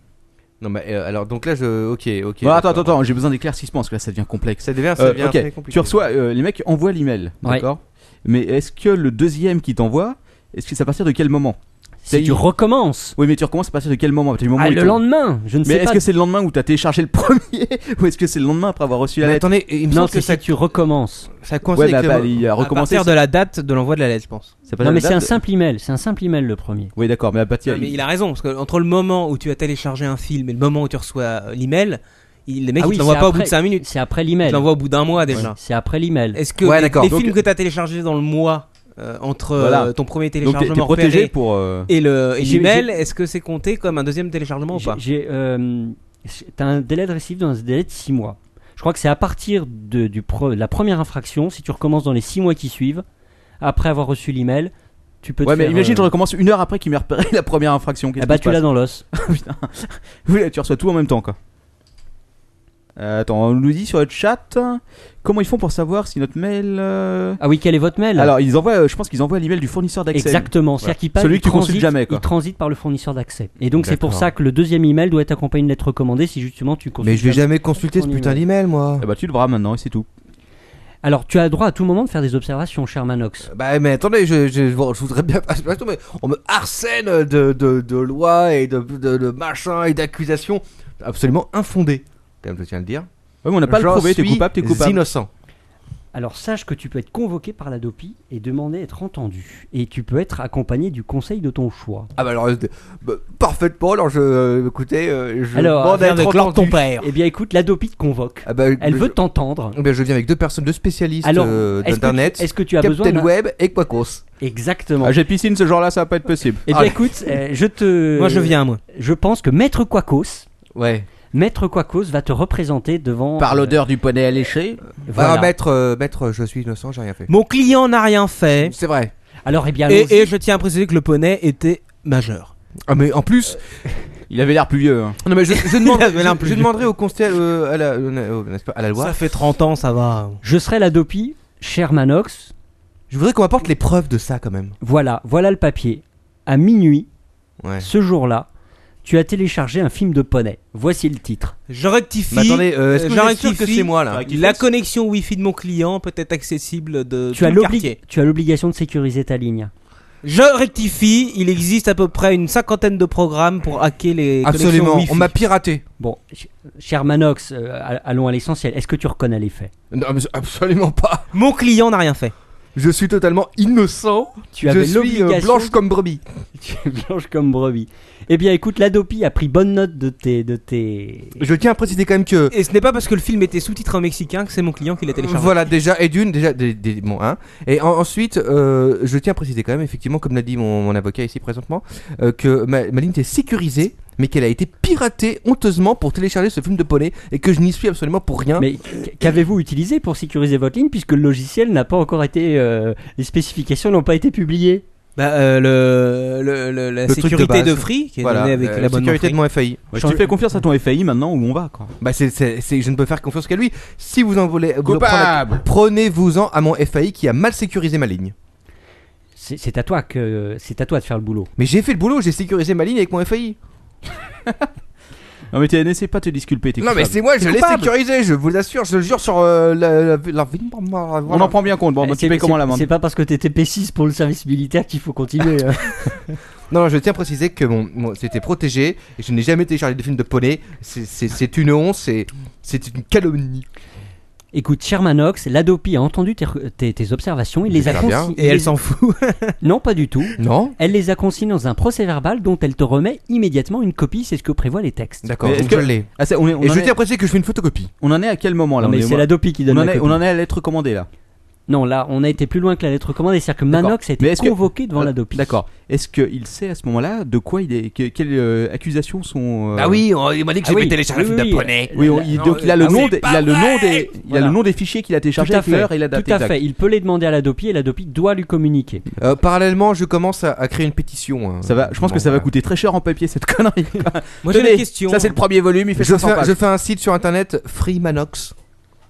S2: Non, mais euh, alors, donc là, je. Ok, ok.
S4: Bon, attends, attends,
S2: d'accord.
S4: attends, j'ai besoin d'éclaircissement parce que là ça devient complexe.
S2: Ça devient, ça
S4: Euh,
S2: devient
S4: ok,
S2: très compliqué.
S4: tu reçois, euh, les mecs envoient l'email,
S6: Ouais.
S4: d'accord Mais est-ce que le deuxième qui t'envoie, est-ce que c'est à partir de quel moment
S6: Si
S4: C'est-
S6: tu recommences
S4: Oui, mais tu recommences à partir de quel moment À partir du moment
S6: ah,
S4: où il
S6: le
S4: t'en-
S6: lendemain, je ne
S4: Mais
S6: sais
S4: est-ce
S6: pas.
S4: que c'est le lendemain où t'as téléchargé le premier Ou est-ce que c'est le lendemain après avoir reçu la
S2: Mais
S4: lettre
S2: attendez, il
S6: non,
S2: me semble
S6: c'est
S2: que ça,
S6: si tu recommences.
S2: ça coïncide
S4: Ouais, bah,
S2: avec le-
S4: bah, il a recommencé.
S5: à partir de la date de l'envoi de la lettre, je pense.
S4: c'est pas
S6: Non,
S4: la
S6: mais
S4: date
S6: c'est un
S4: de-
S6: simple email. C'est un simple email le premier.
S4: Oui, d'accord, mais à partir.
S5: mais il a raison, parce que entre le moment où tu as téléchargé un film et le moment où tu reçois euh, l'email, il, les mecs,
S6: Ah
S5: ils
S6: oui,
S5: te l'envoient
S6: c'est
S5: pas au
S6: après-
S5: bout de 5 minutes,
S6: C'est après
S5: ils
S6: l'email.
S5: te l'envoient au bout d'un mois déjà.
S6: C'est après l'email.
S5: Est-ce que
S2: Ouais,
S5: les-
S2: d'accord.
S5: les
S2: Donc-
S5: films que tu as téléchargés dans le mois, euh, entre euh,
S4: Voilà.
S5: ton premier
S4: Donc t'es-
S5: téléchargement
S4: t'es protégé
S5: repéré
S4: pour. euh,
S5: et le- et
S6: J'ai-
S5: l'email,
S6: j'ai-
S5: est-ce que c'est compté comme un deuxième téléchargement ou
S6: J'ai-
S5: pas
S6: J'ai. euh, T'as un délai de récidive dans un délai de 6 mois. Je crois que c'est à partir de, du pre- de la première infraction, si tu recommences dans les 6 mois qui suivent, après avoir reçu l'email, tu peux te
S4: Ouais, mais
S6: faire,
S4: imagine,
S6: euh,
S4: je recommence une heure après qu'il m'ait repéré la première infraction. Qu'est-ce
S6: Ah bah
S4: qui se
S6: tu l'as
S4: passe
S6: dans l'os.
S4: Oui, tu reçois tout en même temps, quoi. Euh, attends, on nous dit sur le chat euh, comment ils font pour savoir si notre mail. euh,
S6: Ah oui, quel est votre mail
S4: Alors, ils envoient, euh, je pense qu'ils envoient l'email du fournisseur d'accès.
S6: Exactement, c'est-à-dire qu'il passe-
S4: Celui
S6: il
S4: que tu consultes
S6: transite-
S4: jamais, quoi.
S6: Il transite par le fournisseur d'accès. Et donc c'est pour
S2: D'accord.
S6: ça que le deuxième email doit être accompagné d'une lettre recommandée si justement tu consultes.
S2: Mais je vais
S6: jamais.
S2: jamais consulter ce
S6: Ton
S2: putain
S6: email.
S2: d'email, moi.
S4: Ah bah, tu le verras maintenant et c'est tout.
S6: Alors tu as droit à tout moment de faire des observations, cher Manox.
S2: Bah, mais attendez, je, je, je voudrais bien pas pas tout, mais on me harcèle de, de, de lois et de, de, de machins et d'accusations absolument infondées. Quand même, je tiens à le dire.
S4: Ouais, mais on n'a pas le
S2: J'en
S4: prouvé, t'es
S2: suis
S4: coupable, t'es coupable.
S2: innocent.
S6: Alors sache que tu peux être convoqué par la DOPI et demander à être entendu. Et tu peux être accompagné du conseil de ton choix.
S2: Ah bah alors, euh, bah, parfaitement, alors je, euh, écoutez, euh, je
S6: Alors,
S2: demande à
S6: viens
S2: être
S6: avec
S2: entendu.
S5: père.
S6: Eh bien écoute, la DOPI te convoque.
S2: Ah bah,
S6: Elle
S2: je-
S6: veut t'entendre.
S2: Eh bien, je viens avec deux personnes, deux spécialistes
S6: Alors,
S2: euh,
S6: est-ce que
S2: d'internet,
S6: tu- Est-ce que tu as besoin
S2: Captain
S6: d'un-
S2: Web et Quacos.
S6: Exactement.
S4: Ah, j'ai piscine, ce genre-là, ça va pas être possible.
S6: Eh bien
S2: Allez.
S6: écoute, euh, je te...
S5: Moi je viens, moi.
S6: Je pense que Maître Quacos,
S2: Ouais.
S6: Maître Quacos va te représenter devant... euh,
S4: du poney alléché.
S6: voilà.
S2: Ah, maître, euh, maître, je suis innocent, j'ai rien fait.
S5: Mon client n'a rien fait,
S2: C'est vrai.
S6: Alors eh bien allons-y.
S5: et, et je tiens à préciser que le poney était majeur.
S2: Ah mais en plus,
S4: Il avait l'air plus vieux. hein.
S2: non mais je, je demande-
S5: Il avait l'air
S2: je-
S5: plus
S2: je
S5: vieux.
S2: demanderai au conseil euh, à, la, euh, n'est-ce pas, à la loi.
S5: Ça fait 30 ans, ça va.
S6: Je serai la DOPI, cher Manox.
S2: Je voudrais qu'on apporte les preuves de ça quand même.
S6: Voilà, voilà le papier. À minuit,
S2: Ouais.
S6: ce jour-là, tu as téléchargé un film de poney. Voici le titre.
S5: Je rectifie.
S2: Mais attendez, euh, est-ce que
S5: Euh,
S2: vous
S5: j'en
S2: êtes sûr que
S5: rectifie.
S2: c'est moi là
S5: La connexion Wi-Fi de mon client peut être accessible de
S6: Tu
S5: tout
S6: as,
S5: le
S6: l'obli-
S5: quartier.
S6: tu as l'obligation de sécuriser ta ligne.
S5: Je rectifie, il existe à peu près une cinquantaine de programmes pour hacker les
S2: Absolument,
S5: connexions Wi-Fi.
S2: on m'a piraté.
S6: Bon, ch- cher Manox, euh, a- allons à l'essentiel. Est-ce que tu reconnais les faits
S2: Non, mais absolument pas.
S5: Mon client n'a rien fait.
S2: Je suis totalement innocent.
S6: Tu
S2: je
S6: avais
S2: suis euh,
S6: l'obligation.
S2: blanche comme brebis.
S6: Tu es blanche comme brebis. Eh bien, écoute, la DOPI a pris bonne note de tes. De tes...
S2: Je tiens à préciser quand même que
S5: Et ce n'est pas parce que le film était sous-titré en mexicain que c'est mon client qui l'a téléchargé.
S2: Voilà, déjà, et d'une, déjà, des, des- bon, hein. Et en- ensuite, euh, je tiens à préciser quand même, effectivement, comme l'a dit mon, mon avocat ici présentement, euh, que ma, ma ligne était sécurisée, mais qu'elle a été piratée honteusement pour télécharger ce film de poney, et que je n'y suis absolument pour rien.
S6: Mais qu- qu'avez-vous utilisé pour sécuriser votre ligne puisque le logiciel n'a pas encore été. euh, les spécifications n'ont pas été publiées
S5: Bah, euh, le, le- le- la
S2: Le truc de
S5: sécurité de,
S2: base.
S5: Free qui est
S2: voilà,
S5: donnée avec
S2: euh, la
S5: l'abonnement Bah,
S2: sécurité de
S5: Free.
S2: mon FAI.
S4: Ouais, je te fais confiance à ton FAI maintenant où on va quoi.
S2: Bah, c'est, c'est- c'est- je ne peux faire confiance qu'à lui. Si vous en voulez, vous le prenez- prenez-vous-en à mon FAI qui a mal sécurisé ma ligne.
S6: C'est c'est à toi que c'est à toi de faire le boulot.
S2: Mais j'ai fait le boulot, j'ai sécurisé ma ligne avec mon FAI.
S4: Non mais t'es n'essaie pas de te disculper, t'es
S2: Non, mais
S4: coupable.
S2: c'est moi, je l'ai
S4: coupable.
S2: sécurisé, je vous l'assure, je le jure sur euh, la, la, la- voilà.
S4: On en prend bien compte, bon,
S6: Eh,
S4: bah,
S6: c'est-
S4: tu payes comment
S6: c'est-
S4: la main
S6: C'est pas parce que t'étais P6 pour le service militaire qu'il faut continuer. hein.
S2: Non, non, je tiens à préciser que mon, mon- c'était protégé et je n'ai jamais téléchargé de films de poney. C'est- C'est c'est une honte, c'est c'est une calomnie.
S6: Écoute, Shermanox, l'Adopi a entendu tes, tes- tes observations, il les a
S2: J'espère bien.
S6: consignées.
S5: Et elle s'en fout.
S6: Non, pas du tout.
S2: Non
S6: Elle les a consignées dans un procès verbal dont elle te remet immédiatement une copie, c'est ce que prévoient les textes.
S2: D'accord,
S4: Mais est-ce
S2: donc je
S4: que-
S2: l'ai.
S4: Ah, c'est- on, est- on
S2: Et
S4: en
S2: je
S4: est-
S2: tiens à préciser que je fais une photocopie.
S4: on en est à quel moment là
S6: Non,
S4: on,
S6: mais
S4: est,
S6: c'est
S4: on-
S6: l'Adopi qui
S4: on
S6: donne
S4: en
S6: la
S4: est,
S6: copie.
S4: on en est à la lettre recommandée là.
S6: Non, là, on a été plus loin que la lettre recommandée, c'est-à-dire que Manox a
S4: Mais
S6: été
S4: est-ce que-
S6: convoqué devant
S4: Ah,
S6: l'Adopi.
S4: D'accord. Est-ce qu'il sait à ce moment-là de quoi il est. que- Quelles euh, accusations sont. euh,
S1: Bah
S2: on- il m'a dit
S6: Ah oui, oui,
S2: film
S6: oui,
S4: Oui, on- il-
S6: Non,
S4: donc il a le
S6: ah,
S4: nom, des,
S6: c'est
S4: il a le nom des, il a
S6: Voilà.
S4: le nom des fichiers qu'il a téléchargés
S6: Tout à
S4: avec l'heure
S6: fait.
S4: et la date
S6: Tout à
S4: exacte.
S6: fait. Il peut les demander à l'Adopi et l'Adopi doit lui communiquer.
S2: Euh, parallèlement, je commence à, à créer une pétition. hein.
S4: Ça va, je pense
S2: Bon,
S4: que ça va
S2: voilà.
S4: coûter très cher en papier cette connerie.
S5: Moi j'ai
S4: Tenez,
S5: une question.
S4: Ça c'est le premier volume, il fait
S2: Je
S4: 500
S2: fais, un-
S4: pages.
S2: je fais un site sur internet Free Manox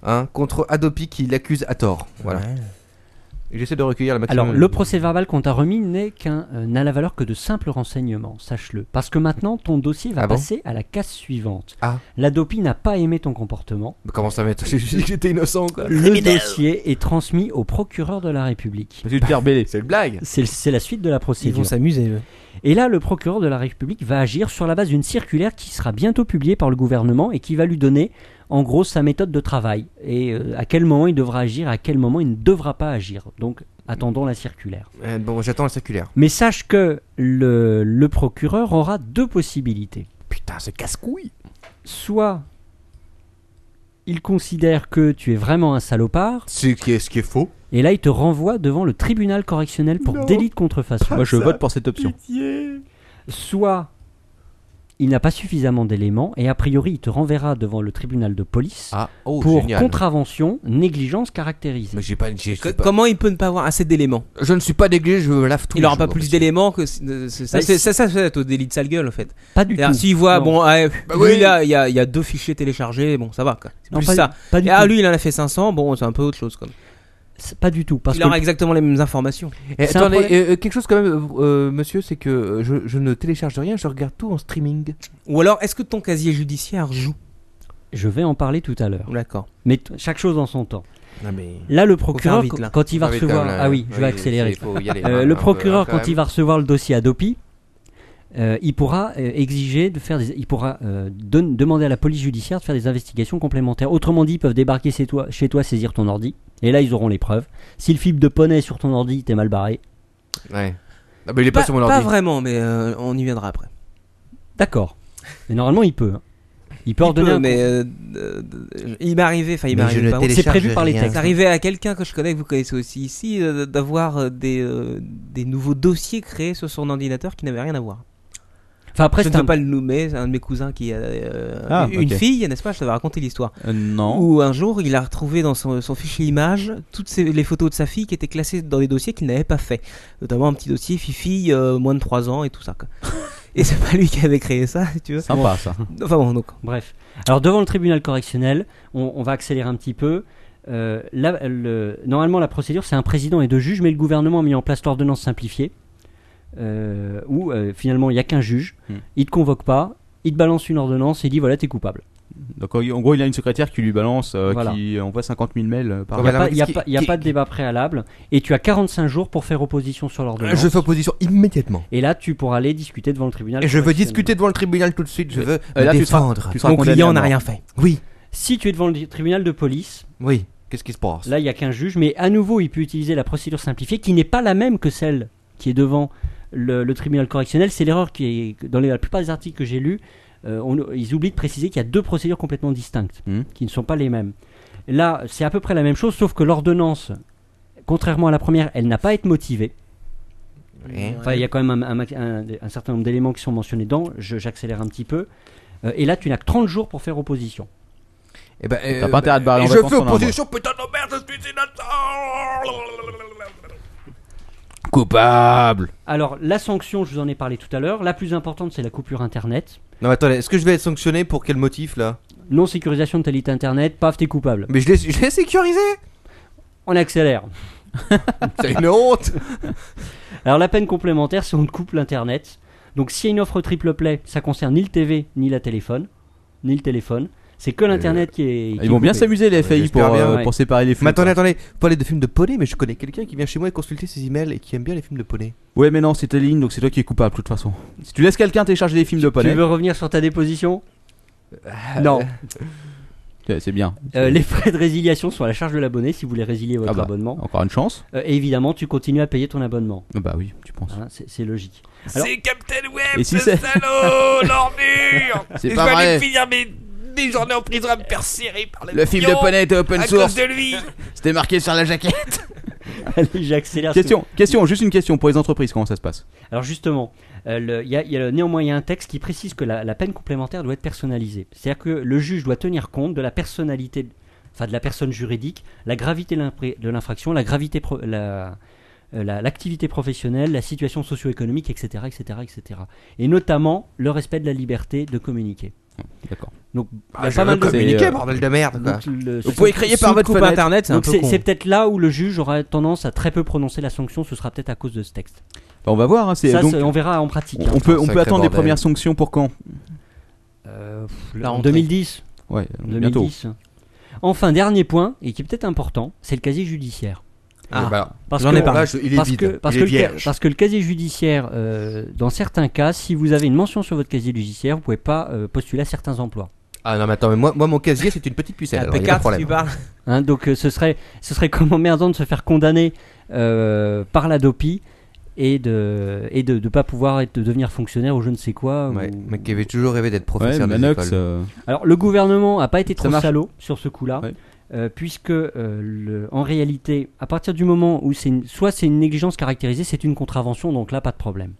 S2: hein, contre Adopi qui l'accuse à tort. Voilà. Et J'essaie de recueillir la maximum.
S6: Alors, le procès verbal qu'on t'a remis n'est qu'un euh, n'a la valeur que de simples renseignements, sache-le. Parce que maintenant, ton dossier va
S2: Ah bon
S6: passer à la case suivante.
S2: Ah.
S6: L'Adopi n'a pas aimé ton comportement.
S2: Mais Comment ça va être J'ai dit que j'étais innocent quoi.
S6: Le dossier est transmis au procureur de la République.
S4: Monsieur Terbellé.
S2: C'est une blague.
S6: C'est c'est la suite de la
S5: Ils
S6: procédure.
S5: vont s'amuser. eux.
S6: Et là, le procureur de la République va agir sur la base d'une circulaire qui sera bientôt publiée par le gouvernement et qui va lui donner, en gros, sa méthode de travail. Et euh, à quel moment il devra agir, à quel moment il ne devra pas agir. Donc, attendons la circulaire.
S2: Euh, bon, j'attends la circulaire.
S6: Mais sache que le, le procureur aura deux possibilités.
S2: Putain, c'est casse-couille.
S6: Soit il considère que tu es vraiment un salopard,
S2: C'est qui est- ce qui est faux.
S6: et là il te renvoie devant le tribunal correctionnel pour délit de contrefaçon.
S4: Moi je vote pour cette option.
S6: soit il n'a pas suffisamment d'éléments et a priori il te renverra devant le tribunal de police
S2: Ah, oh,
S6: pour
S2: génial.
S6: contravention, négligence caractérisée.
S2: Mais j'ai pas, j'ai- je
S5: Co-
S2: suis pas-
S5: Comment il peut ne pas avoir assez d'éléments
S2: Je ne suis pas dégueu, je me lave tout.
S5: Il n'aura pas plus d'éléments que. c- de- c'est- Ça,
S6: Bah,
S5: c'est-
S6: si-
S5: ça, ça, ça, c'est au délit de sale gueule en fait.
S6: Pas du tout.
S5: C'est-à-dire, S'il voit,
S6: Non.
S5: bon, ah, euh,
S2: Bah
S5: lui
S2: oui.
S5: là, il y, a- il y a deux fichiers téléchargés, bon, ça va quoi. C'est
S6: Non,
S5: plus
S6: pas,
S5: ça.
S6: du- pas du
S5: Et, ah,
S6: tout.
S5: lui il en a fait 500, bon, c'est un peu autre chose comme.
S6: C'est Pas du tout. Parce
S5: Il
S6: que
S5: aura exactement les mêmes informations.
S2: Eh,
S6: C'est un
S2: attendez,
S6: problème.
S2: euh, euh, quelque chose quand même, euh, euh, monsieur, c'est que euh, je, je ne télécharge rien, je regarde tout en streaming.
S5: Ou alors, est-ce que ton casier judiciaire joue
S6: je vais en parler tout à l'heure.
S5: D'accord.
S6: Mais t- chaque chose en son temps.
S2: Non mais.
S6: Là, le procureur,
S5: vite, là.
S6: quand il va recevoir. Ah oui, je vais accélérer. Euh, le procureur, quand il va recevoir le dossier Adopi, euh, il pourra euh, exiger de faire des, il pourra euh, don- demander à la police judiciaire de faire des investigations complémentaires. Autrement dit, ils peuvent débarquer chez toi, chez toi saisir ton ordi, et là ils auront les preuves. Si le fibre de poney est sur ton ordi, t'es mal barré.
S2: Ouais. Ah, mais il est pas,
S5: Pas,
S2: sur mon
S5: pas
S2: ordi.
S5: vraiment, mais euh, on y viendra après.
S6: D'accord. Mais normalement, il peut. hein. Il peut
S5: Il
S6: ordonner.
S5: peut,
S6: un-
S5: mais euh, euh, euh, il m'est arrivé, enfin il m'est
S2: Mais je
S5: arrivé.
S2: ne
S5: pardon.
S6: C'est prévu par les
S2: rien.
S6: textes.
S5: C'est arrivé à quelqu'un que je connais, que vous connaissez aussi ici, euh, d'avoir euh, des, euh, des nouveaux dossiers créés sur son ordinateur qui n'avaient rien à voir.
S6: Enfin après,
S5: je
S6: c'est
S5: ne
S6: un...
S5: peux pas le nommer, c'est un de mes cousins qui a euh,
S4: Ah,
S5: une
S4: ok.
S5: fille, n'est-ce pas Je t'avais raconté l'histoire.
S4: Euh, non.
S5: Où un jour, il a retrouvé dans son, son fichier image toutes ses- les photos de sa fille qui étaient classées dans des dossiers qu'il n'avait pas fait. Notamment un petit dossier Fifi, euh, moins de 3 ans et tout ça. quoi. et c'est pas lui qui avait créé ça, tu vois.
S4: Sympa ça.
S5: Enfin bon, donc.
S6: Bref. Alors devant le tribunal correctionnel, on, on va accélérer un petit peu. Euh, là, le- normalement, la procédure, c'est un président et deux juges, mais le gouvernement a mis en place l'ordonnance simplifiée, euh, où euh, finalement, il n'y a qu'un juge.
S4: Hmm.
S6: Il te convoque pas, il te balance une ordonnance et dit voilà, t'es coupable.
S4: Donc en en gros, il a une secrétaire qui lui balance, euh,
S6: Voilà.
S4: qui envoie 50 000 mails euh, par
S2: Ah
S6: Il
S2: bah
S6: n'y
S4: an.
S6: a,
S2: là,
S6: pas-
S2: mais
S6: il y a
S2: qu'est-ce
S6: pas-
S2: qui-
S6: il y a
S2: qui-
S6: pas de débat préalable et tu as 45 jours pour faire opposition sur l'ordonnance.
S2: Je fais opposition immédiatement.
S6: Et là, tu pourras aller discuter devant le tribunal.
S2: Et je veux
S6: correctionnel.
S2: discuter devant le tribunal tout de suite, je
S4: Mais-
S2: veux
S4: Euh,
S2: me
S4: là, tu seras-
S2: défendre.
S4: tu seras
S5: Mon
S4: condamné
S5: client
S4: à
S5: n'a
S4: mort.
S5: rien fait.
S2: Oui,
S6: Si tu es devant le tribunal de police,
S2: oui. Qu'est-ce qui se passe
S6: Là, il n'y a qu'un juge, mais à nouveau, il peut utiliser la procédure simplifiée qui n'est pas la même que celle qui est devant le, le tribunal correctionnel. C'est l'erreur qui est dans les- la plupart des articles que j'ai lus. euh, on- ils oublient de préciser qu'il y a deux procédures complètement distinctes,
S4: Mhm.
S6: qui ne sont pas les mêmes. Là, c'est à peu près la même chose, sauf que l'ordonnance, contrairement à la première, elle n'a pas à être motivée.
S2: Ouais.
S6: Enfin, il y a quand même un, un max- un- un certain nombre d'éléments qui sont mentionnés dedans. Je- J'accélère un petit peu. Euh, et là, tu n'as que 30 jours pour faire opposition.
S2: Eh ben, euh,
S4: T'as pas intérêt à te barrer en
S2: Je
S4: vacances
S2: fais
S4: pendant un mois.
S2: opposition, putain de merde, je suis innocent
S4: Coupable.
S6: Alors, la sanction, je vous en ai parlé tout à l'heure. La plus importante, c'est la coupure Internet.
S2: Non, mais attendez, est-ce que je vais être sanctionné pour quel motif là
S6: Non sécurisation de ta liste internet, paf, t'es coupable.
S2: Mais je l'ai- je l'ai sécurisé
S6: On accélère.
S2: C'est une honte
S6: Alors la peine complémentaire, c'est on te coupe l'internet. Donc s'il y a une offre triple play, ça concerne ni le TV, ni la téléphone, ni le téléphone. C'est que l'internet qui est. qui est
S4: Euh, Ils vont bien
S6: coupé.
S4: s'amuser les FAI pour,
S2: j'espère bien,
S4: euh,
S6: ouais.
S4: pour séparer les flux.
S2: Mais attendez, attendez, vous parlez de films de poney, mais je connais quelqu'un qui vient chez moi et consulter ses emails et qui aime bien les films de poney.
S4: Ouais, mais non, c'est ta ligne, donc c'est toi qui es coupable de toute façon. Si tu laisses quelqu'un télécharger des films de
S6: Tu
S4: poney, Euh,
S6: veux revenir sur ta déposition Non.
S4: C'est c'est bien.
S6: Euh, les frais de résiliation sont à la charge de l'abonné si vous voulez résilier votre
S4: Ah bah.
S6: abonnement.
S4: Encore une chance.
S6: Euh, et évidemment, tu continues à payer ton abonnement.
S4: Ah Bah oui, tu penses.
S6: Hein, c'est c'est logique.
S1: C'est Captain Web,
S4: Et si
S1: ce
S4: c'est-
S1: salaud, l'ordure
S4: C'est
S1: Et
S4: pas
S1: Je vais
S4: vrai.
S1: aller finir mes, mes journées en prison à me faire serrer par le
S4: Le film de
S1: pognon
S4: poney était open
S1: à cause
S4: source.
S1: de lui
S4: C'était marqué sur la jaquette.
S6: Allez, j'accélère. parce que-
S4: Question, question, juste une question pour les entreprises, comment ça se passe
S6: Alors justement, euh, le- il y a, il y a- néanmoins il y a un texte qui précise que la, la peine complémentaire doit être personnalisée. C'est-à-dire que le juge doit tenir compte de la personnalité, enfin de la personne juridique, la gravité de l'impré- de l'infraction, la gravité, pro- la- euh, la- l'activité professionnelle, la situation socio-économique, etc., etc., etc. Et notamment le respect de la liberté de communiquer.
S4: D'accord.
S6: Donc, il y a
S2: je
S6: pas mal
S2: veux
S6: de
S2: communiquer,
S4: C'est, euh,
S2: bordel de merde. quoi.
S6: Donc, le-
S4: Vous pouvez crier par
S5: Sous
S4: votre
S5: coupe
S4: fenêtre.
S5: internet, c'est un
S6: donc,
S5: peu
S6: c'est
S5: con.
S6: c'est peut-être là où le juge aura tendance à très peu prononcer la sanction. Ce sera peut-être à cause de ce texte.
S4: Bah, on va voir, hein, c'est
S6: Ça,
S4: donc.
S6: c'est- on verra en pratique. hein.
S4: On peut, on
S2: Sacré
S4: peut attendre les
S2: bordel.
S4: premières sanctions pour quand
S6: Euh, pff, le-
S2: La
S6: en
S2: rentrée.
S6: 2010.
S4: Ouais, donc bientôt.
S6: 2010. Enfin, dernier point, et qui est peut-être important, c'est le casier judiciaire.
S5: Ah.
S2: Eh ben,
S6: Parce
S5: J'en
S6: que,
S5: ai parlé.
S2: là, je- il est
S6: parce
S2: vide,
S6: que, parce
S2: il
S6: que le,
S2: est
S6: ca-
S2: vierge.
S6: parce que le casier judiciaire, euh, dans certains cas, si vous avez une mention sur votre casier judiciaire, vous pouvez pas euh, postuler à certains emplois.
S2: Ah non, mais attends, mais moi, moi, mon casier, c'est une petite pucelle.
S5: La
S2: alors il y
S5: P4,
S2: a pas de problème.
S5: tu parles.
S6: Hein, donc, euh, ce serait, ce serait comme emmerdant de se faire condamner euh, par la DOPI et de et de, de pas pouvoir être, de devenir fonctionnaire ou je ne sais quoi.
S2: Ouais,
S6: ou-
S2: mec qui avait toujours rêvé d'être
S4: Ouais,
S2: professeur de
S4: Manox, euh,
S6: Alors le gouvernement n'a pas été trop
S4: marche.
S6: salaud sur ce coup-là,
S4: Ouais.
S6: euh, puisque euh, le- en réalité, à partir du moment où c'est une- soit c'est une négligence caractérisée, c'est une contravention, donc là pas de problème.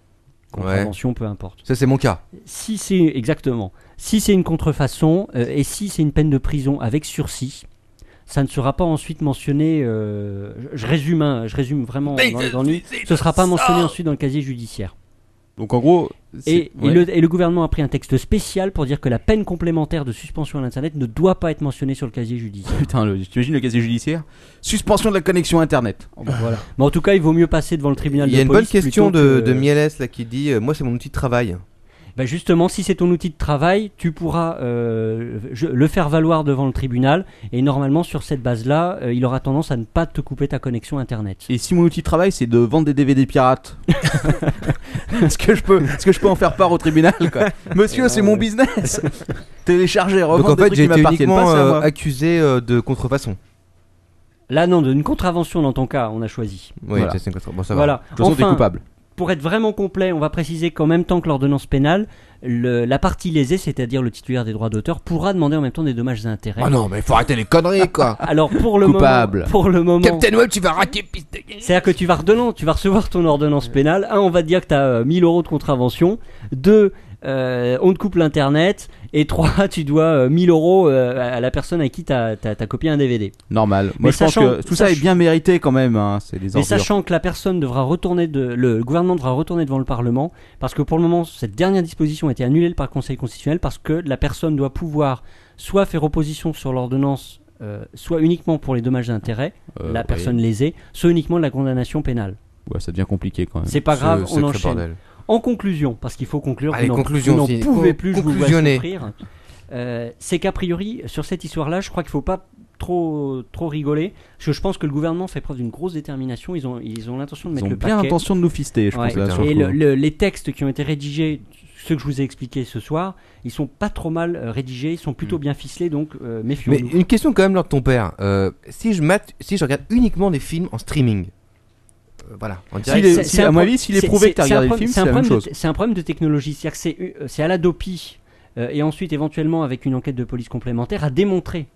S6: Contravention, peu importe.
S2: Ça, c'est mon cas.
S6: Si c'est exactement, si c'est une contrefaçon euh, et si c'est une peine de prison avec sursis, ça ne sera pas ensuite mentionné. euh, je, je résume, hein, je résume vraiment dans les grandes lignes. Ce sera pas mentionné ensuite dans le casier judiciaire.
S4: Donc en gros, c'est-
S6: Et, et
S4: ouais.
S6: le, et le gouvernement a pris un texte spécial pour dire que la peine complémentaire de suspension à l'internet ne doit pas être mentionnée sur le casier judiciaire.
S4: putain, le- t'imagines le casier judiciaire Suspension de la connexion internet.
S6: Oh, bah, voilà. Mais en tout cas, il vaut mieux passer devant le tribunal
S2: Il
S6: de
S2: y a une bonne
S6: police
S2: question
S6: plutôt
S2: de,
S6: que-
S2: de Mieles là qui dit euh, Moi, c'est mon outil de travail.
S6: Bah, justement, si c'est ton outil de travail, tu pourras euh, je- le faire valoir devant le tribunal. Et normalement, sur cette base-là, euh, il aura tendance à ne pas te couper ta connexion internet.
S4: Et si mon outil de travail c'est de vendre des DVD pirates, est-ce que je peux, est-ce que je peux en faire part au tribunal quoi
S6: Ah,
S4: Monsieur, c'est mon business. Télécharger,
S2: Donc,
S4: revendre
S2: en
S4: des
S2: fait,
S4: trucs
S2: j'ai
S4: qui
S2: été
S4: m'appartiennent pas,
S2: uniquement
S4: c'est à
S2: euh,
S4: moi.
S2: accusé euh, de contrefaçon.
S6: Là, non, d'une contravention dans ton cas, on a choisi.
S2: Oui,
S4: Voilà.
S2: ça, c'est une contrefaçon. Bon, ça va.
S6: voilà.
S4: De toute façon, t'es
S6: Enfin,
S4: coupable.
S6: Pour être vraiment complet, on va préciser qu'en même temps que l'ordonnance pénale, le- la partie lésée, c'est-à-dire le titulaire des droits d'auteur, pourra demander en Ah même temps des dommages et intérêts.
S2: Ah non, mais il faut arrêter les conneries, quoi.
S6: Alors pour le
S4: Coupable.
S6: moment, pour le moment,
S1: Captain Web, tu vas rater piste de guerre.
S6: c'est-à-dire que tu vas redelan- tu vas recevoir ton ordonnance pénale. Un, on va te dire que t'as euh, 1000 euros de contravention. Deux, euh, on te coupe l'internet. Et trois, tu dois euh, 1000 euros euh, à la personne à qui t'as as, copié un DVD.
S4: Normal.
S6: Mais
S4: Moi, je pense
S6: sachant-
S4: que tout ça est
S6: sachant-
S4: bien mérité quand même. hein, C'est des
S6: Mais
S4: ordures.
S6: sachant que la personne devra retourner de, le gouvernement devra retourner devant le Parlement parce que pour le moment cette dernière disposition a été annulée par le Conseil constitutionnel parce que la personne doit pouvoir soit faire opposition sur l'ordonnance, euh, soit uniquement pour les dommages d'intérêt,
S4: Euh,
S6: la
S4: ouais.
S6: personne lésée, soit uniquement de la condamnation pénale.
S4: Ouais, ça devient compliqué quand même.
S6: C'est pas
S2: Ce
S6: grave, on
S2: sacré
S6: enchaîne.
S2: bordel.
S6: En conclusion, parce qu'il faut conclure,
S2: Allez,
S6: vous n'en-
S2: conclusion,
S6: vous n'en
S2: Philippe.
S6: pouvez
S2: Con-
S6: plus, je vous vois
S2: conclusionnez.
S6: souffrir. Euh, c'est qu'a priori, sur cette histoire-là, je crois qu'il faut pas trop trop rigoler, parce que je pense que le gouvernement fait preuve d'une grosse détermination. Ils ont ils ont l'intention de
S4: Ils
S6: mettre
S4: ont
S6: le
S4: bien
S6: paquet.
S4: l'intention de nous fister, je
S6: Ouais.
S4: pense. là, sur le
S6: et
S4: coup.
S6: le- le- les textes qui ont été rédigés, ceux que je vous ai expliqués ce soir, ils sont pas trop mal euh, rédigés, ils sont plutôt
S4: Mm.
S6: bien ficelés, donc euh,
S2: Mais
S6: méfions-nous.
S2: une question quand même, lors de ton père. Euh, si je mate, si je regarde uniquement des films en streaming, euh, voilà, en
S4: S'il
S2: direct.
S4: est-
S6: C'est-
S4: s'il-
S6: c'est
S4: à
S6: un
S4: mon
S6: pro-
S4: avis, s'il est
S6: c'est-
S4: prouvé que t'as
S6: c'est-
S4: regardé
S6: c'est un
S4: le film,
S6: problème-
S4: c'est la même
S6: un problème
S4: chose.
S6: de- C'est un problème de technologie, c'est-à-dire que c'est euh, c'est à la DOPI euh, et ensuite éventuellement avec une enquête de police complémentaire à démontrer.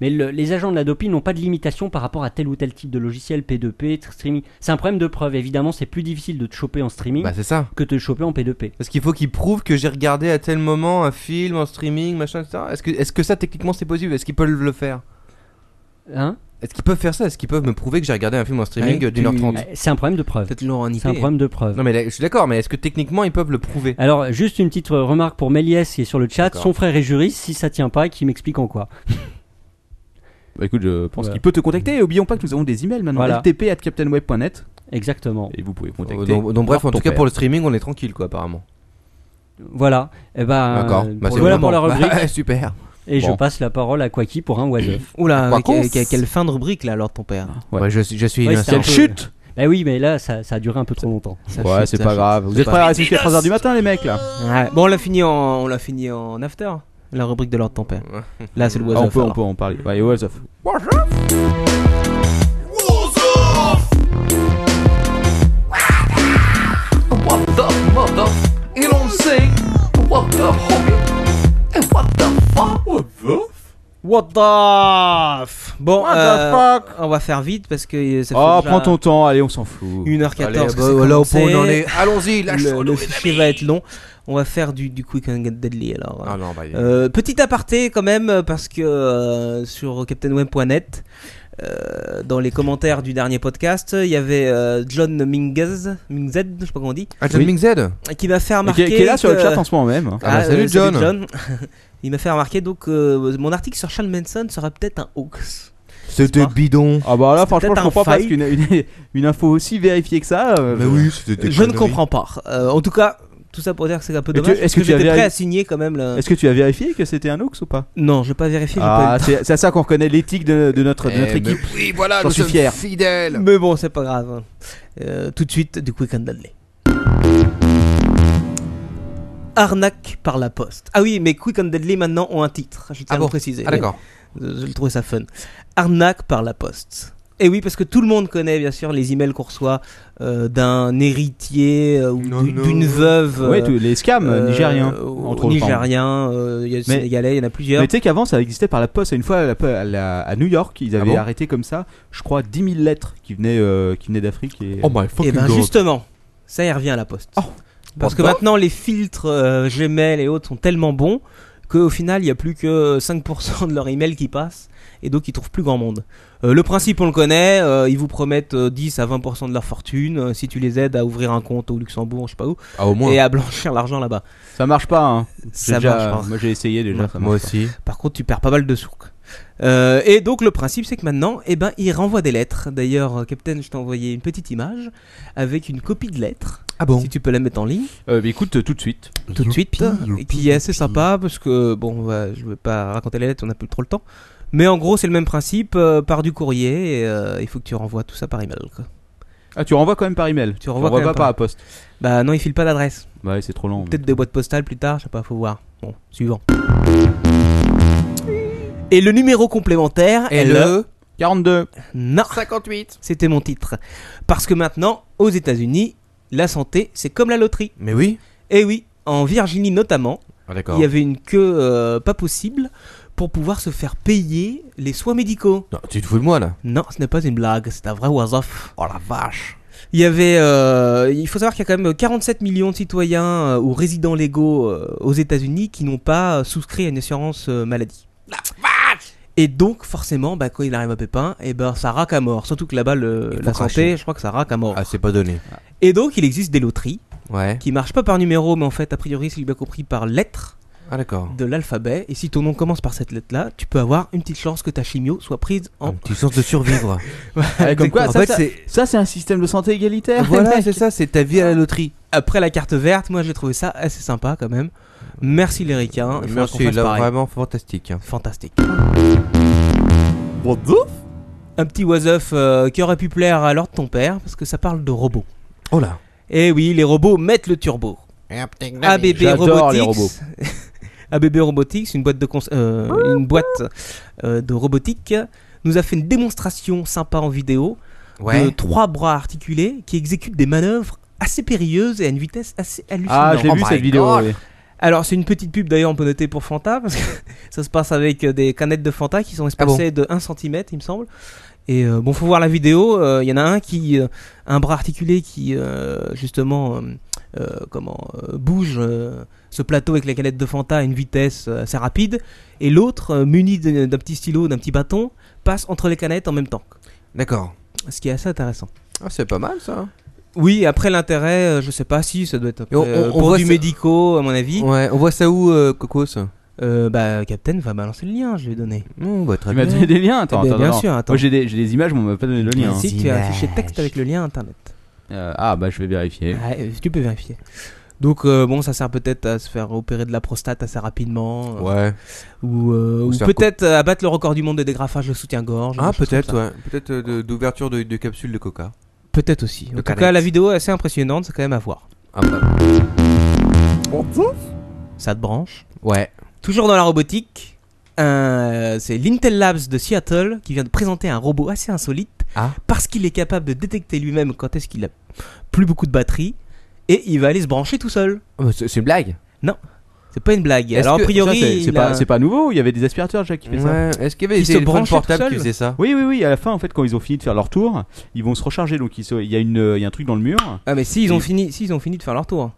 S6: Mais le- les agents de la DOPI n'ont pas de limitation par rapport à tel ou tel type de logiciel, P2P, tr- streaming. C'est un problème de preuve, évidemment, c'est plus difficile de te choper en streaming
S2: Bah, c'est ça.
S6: que de te choper en P2P.
S2: Parce qu'il faut qu'il prouve que j'ai regardé à tel moment un film en streaming, machin, etc. Est-ce que, est-ce que ça techniquement c'est possible Est-ce qu'ils peuvent le faire
S6: Hein
S2: Est-ce qu'ils peuvent faire ça Est-ce qu'ils peuvent me prouver que j'ai regardé un film en streaming
S5: Ouais,
S2: d'une heure
S5: tu-
S2: trente
S6: Euh, C'est un problème de preuve.
S5: Peut-être Laurent en IP.
S6: C'est un problème de preuve.
S2: Non mais là, je suis d'accord, mais est-ce que techniquement ils peuvent le prouver
S6: Alors, juste une petite euh, remarque pour Méliès qui est sur le chat.
S2: D'accord.
S6: Son frère est juriste, si ça tient pas, qui m'explique en quoi.
S4: Bah, écoute, je pense
S6: Voilà.
S4: qu'il peut te contacter. Et oublions pas que nous avons des emails maintenant.
S6: Voilà.
S4: LTP at captainweb.net
S6: Exactement.
S4: et vous pouvez
S2: Euh,
S4: contacter.
S2: donc, donc, bref, en
S4: Laure
S2: tout
S4: ton
S2: cas
S4: père.
S2: pour le streaming, on est tranquille quoi apparemment.
S6: Voilà. Eh ben,
S2: D'accord.
S6: euh,
S2: Bah,
S6: pour-
S2: c'est
S6: voilà
S2: bon.
S6: pour la
S2: Bah,
S6: rubrique.
S2: super.
S6: Et je
S4: Bon.
S6: passe la parole à Kwaki pour un was Off.
S5: Oula,
S2: Par
S5: mais
S2: contre,
S5: que- que- quelle fin de rubrique là, alors de ton père.
S4: Ouais.
S2: Ouais, je, suis- je suis
S6: Ouais,
S2: innocent.
S6: c'est un peu- Bah oui, mais là, ça, ça a duré un peu trop longtemps.
S5: Ça
S4: Ouais,
S5: chute,
S4: c'est
S5: ça
S4: pas
S5: chute.
S4: grave. Vous
S5: C'est
S4: êtes
S5: pas
S4: prêts à rester jusqu'à 3h du matin, les mecs là
S5: grave. Ouais. Bon, on l'a fini en, on l'a fini en after. la rubrique de l'ordre tempère. Là, c'est le
S4: Ah,
S5: was
S4: on,
S5: of,
S4: peut, on
S5: alors.
S4: peut en parler. Ouais, what's up
S3: What the mother Et l'on sait What the homie Et what the fuck
S5: What the f- Bon, euh, on va faire vite parce que ça fait
S4: Oh,
S5: déjà
S4: prends ton temps, allez, on s'en fout.
S5: 1h14.
S2: Allez,
S5: que
S2: bah,
S5: c'est
S2: voilà, au
S5: commencé.
S2: point où on en est. Ah, Allons-y,
S5: le,
S2: lâche-toi.
S5: le fichier va être long. On va faire du, du quick and deadly alors.
S2: Ah non, bah, il-
S5: Euh, petit aparté quand même parce que euh, sur CaptainWeb.net, euh, dans les commentaires du dernier podcast, il y avait euh, John Minguez, Mingzed, je sais pas comment on dit,
S2: Ah, John
S4: oui.
S2: Mingzed
S5: qui m'a fait
S4: Et
S5: remarquer.
S4: Qui, qui est là sur le
S5: que-
S4: chat en ce moment même. hein.
S2: Ah bah, salut,
S5: euh,
S2: John.
S5: Il m'a fait remarquer donc euh, mon article sur Charles Manson sera peut-être un hoax.
S2: C'était
S5: pas.
S2: bidon.
S4: Ah bah là, franchement,
S5: peut-être
S4: je
S5: un
S4: comprends pas parce
S5: fake.
S4: qu'une une, une info aussi vérifiée que ça. euh,
S2: Mais oui, c'était
S5: Je ne comprends pas. Euh, en tout cas, tout ça pour dire que c'est un peu
S4: Mais tu-
S5: dommage.
S4: est-ce
S5: parce
S4: que
S5: que,
S4: tu as
S5: j'étais prêt
S4: vérifié-
S5: à signer quand même le-
S4: Est-ce que tu as vérifié que c'était un hoax ou pas
S5: Non, je vais pas vérifier. j'ai pas eu
S4: Ah,
S5: le temps.
S4: c'est c'est à ça qu'on reconnaît l'éthique de, de notre, de
S2: Eh,
S4: notre
S2: mais
S4: équipe.
S2: Oui, voilà,
S4: J'en
S2: nous
S4: suis
S2: sommes
S4: fier.
S2: fidèles.
S5: Mais bon, c'est pas grave. Euh, tout de suite, du Quick and Deadly. Arnaque par la poste. Ah oui, mais Quick and Deadly maintenant ont un titre. Je tiens
S2: Ah
S5: à
S2: bon
S5: le préciser.
S2: Ah d'accord.
S5: Je, je le trouvais ça fun. Arnaque par la poste. Et oui, parce que tout le monde connaît bien sûr les emails qu'on reçoit euh, d'un héritier euh, ou
S2: Non,
S5: du-
S2: non.
S5: d'une veuve.
S4: Ouais,
S5: euh,
S4: tous les scams
S5: euh,
S4: nigériens.
S5: ou-
S4: entre autres,
S5: Nigériens, euh, il y a le
S4: Mais-
S5: Sénégalais, il y en a plusieurs.
S4: Mais tu sais qu'avant ça existait par la poste. Une fois à, la- à la- à New York, ils
S5: Ah
S4: avaient
S2: bon
S4: arrêté comme ça, je crois, 10 000 lettres qui venaient, euh, qui venaient d'Afrique. Et...
S2: Oh my fucking
S5: Et ben
S2: god.
S5: justement, ça y revient à la poste.
S4: Oh.
S5: Parce que maintenant les filtres euh, Gmail et autres sont tellement bons qu'au final il n'y a plus que 5% de leur email qui passe et donc ils trouvent plus grand monde. Euh, le principe on le connaît, euh, ils vous promettent euh, 10 à 20% de leur fortune euh, si tu les aides à ouvrir un compte au Luxembourg, je sais pas où,
S2: Ah au moins.
S5: et à blanchir l'argent là-bas.
S4: Ça marche pas, hein. J'ai
S5: Ça
S4: déjà-
S5: marche pas.
S4: Moi j'ai essayé déjà.
S5: Non.
S4: ça
S2: Moi
S4: marche pas.
S2: aussi.
S5: Par contre, tu perds pas mal de sous. quoi. Euh, et donc le principe c'est que maintenant, eh ben, ils renvoient des lettres. D'ailleurs, euh, Captain, je t'ai envoyé une petite image avec une copie de lettre.
S2: Ah bon
S5: Si tu peux la mettre en ligne.
S4: Euh, mais écoute, euh, tout de suite.
S5: tout de suite, et qui est assez sympa parce que bon, bah, je vais pas raconter les lettres, on n'a plus trop le temps. Mais en gros, c'est le même principe, euh, par du courrier, et, euh, il faut que tu renvoies tout ça par email. Quoi.
S4: Ah, tu renvoies quand même par email. Tu
S5: renvoies quand
S4: pas
S5: même
S4: par
S5: par-
S4: la poste.
S5: Bah non, il file pas d'adresse.
S4: Bah Ouais, c'est trop lent.
S5: Peut-être des boîtes postales plus tard, je sais pas, faut voir. Bon, suivant. Et le numéro complémentaire
S2: Et
S5: est
S2: le-
S5: le...
S4: 42.
S5: Non
S2: 58.
S5: C'était mon titre. Parce que maintenant, aux États-Unis, la santé, c'est comme la loterie.
S2: Mais oui.
S5: Et oui, en Virginie notamment,
S2: Ah d'accord.
S5: il y avait une queue euh, pas possible pour pouvoir se faire payer les soins médicaux.
S2: Non, tu te fous de moi là.
S5: Non, ce n'est pas une blague, c'est un vrai was-off.
S2: Oh la vache.
S5: Il y avait, euh, il faut savoir qu'il y a quand même 47 millions de citoyens euh, ou résidents légaux euh, aux États-Unis qui n'ont pas euh, souscrit à une assurance euh, maladie. Et donc forcément, bah, quand il arrive à Pépin, et ben ça raque à mort. Surtout que là-bas, le-
S2: Il faut
S5: la
S2: cracher.
S5: santé, je crois que ça raque à mort.
S2: Ah c'est pas donné.
S5: Et donc il existe des loteries
S2: Ouais.
S5: qui marchent pas par numéro, mais en fait a priori, si j'ai bien compris, par lettre
S2: Ah d'accord.
S5: de l'alphabet. Et si ton nom commence par cette lettre-là, tu peux avoir une petite chance que ta chimio soit prise
S2: Un
S5: en.
S2: petit sens de survivre.
S4: Ouais, Ah, comme quoi,
S2: en
S4: ça,
S2: fait,
S4: ça-
S2: Oh. c'est
S4: ça, c'est un système de santé égalitaire.
S2: Ah. voilà, c'est ça, c'est ta vie à la loterie.
S5: Après la carte verte, moi j'ai trouvé ça assez sympa quand même. Merci les ricains. il faudra qu'on
S2: Merci,
S5: fasse
S2: là
S5: pareil.
S2: vraiment fantastique. hein.
S5: Fantastique. Un petit was of qui aurait pu plaire à l'ordre de ton père parce que ça parle de robots.
S2: Oh là.
S5: Et Eh oui, les robots mettent le turbo. ABB
S4: J'adore les robots.
S5: Robotics. ABB Robotics, une boîte de cons- euh, une boîte euh, de robotique, nous a fait une démonstration sympa en vidéo de trois bras articulés qui exécutent des manœuvres assez périlleuses et à une vitesse assez hallucinante.
S4: Ah, je l'ai
S2: Oh
S4: vu
S2: my
S4: cette vidéo.
S2: God.
S4: ouais.
S5: Alors c'est une petite pub d'ailleurs on peut noter pour Fanta parce que ça se passe avec euh, des canettes de Fanta qui sont
S2: Ah
S5: espacées de 1 cm il me semble. Et euh, bon faut voir la vidéo, euh, il y en a un qui euh, un bras articulé qui euh, justement euh, euh, comment euh, bouge euh, ce plateau avec la canette de Fanta à une vitesse euh, assez rapide et l'autre euh, muni d'un d'un petit stylo, d'un petit bâton passe entre les canettes en même temps.
S2: D'accord.
S5: Ce qui est assez intéressant.
S2: Ah, c'est pas mal ça.
S5: Oui, après l'intérêt, euh, je sais pas si ça doit être après,
S2: on-
S5: euh,
S2: on
S5: pour
S2: voit
S5: du
S2: ça-
S5: médicaux à mon avis.
S2: Ouais, on voit ça où, euh, Cocos
S5: Euh, bah, Captain va balancer le lien, je lui ai donné.
S2: Mmh, bah, très
S4: Tu m'as
S2: bien.
S4: donné des liens. Attends,
S5: Eh ben,
S4: attends,
S5: bien
S4: attends.
S5: sûr, attends.
S4: Moi j'ai des, j'ai des images, mais on m'a pas donné le lien. hein.
S5: si, tu as un
S2: images.
S5: fichier texte avec le lien internet.
S4: Euh, ah, bah je vais vérifier.
S5: Ah, euh, tu peux vérifier. Donc, euh, bon, ça sert peut-être à se faire opérer de la prostate assez rapidement. euh,
S2: Ouais.
S5: Ou, euh,
S2: Ou
S5: ou
S2: se faire
S5: peut-être euh, abattre le record du monde de dégrafage de soutien-gorge.
S2: Ah,
S5: des choses
S2: peut-être,
S5: comme ça.
S2: ouais. Peut-être euh, de- d'ouverture de, de capsules de coca.
S5: Peut-être aussi. en tout
S2: canette.
S5: cas, la vidéo est assez impressionnante, c'est quand même à voir.
S2: Ah, bah,
S5: Ça te branche.
S2: ouais.
S5: Toujours dans la robotique, un- c'est l'Intel Labs de Seattle qui vient de présenter un robot assez insolite
S2: Ah.
S5: parce qu'il est capable de détecter lui-même quand est-ce qu'il a plus beaucoup de batterie et il va aller se brancher tout seul.
S2: Oh, C'est c'est une blague.
S5: C'est pas une blague.
S2: Est-ce
S5: Alors
S2: que-
S5: a priori,
S4: Ça, c'est- c'est
S5: il
S4: pas,
S5: a-
S4: c'est pas nouveau, il y avait des aspirateurs déjà qui faisaient ça.
S2: Ouais, Est-ce qu'il y avait
S5: Il
S2: des
S5: se
S2: téléphones
S5: branchait tout
S2: portables qui
S5: seul.
S2: faisaient ça
S4: Oui, oui, oui, à la fin, en fait, quand ils ont fini de faire leur tour, ils vont se recharger, donc ils se- il y, a une, euh, il y a un truc dans le mur.
S5: ah mais s'ils ont fini, s'ils ont fini de faire leur tour,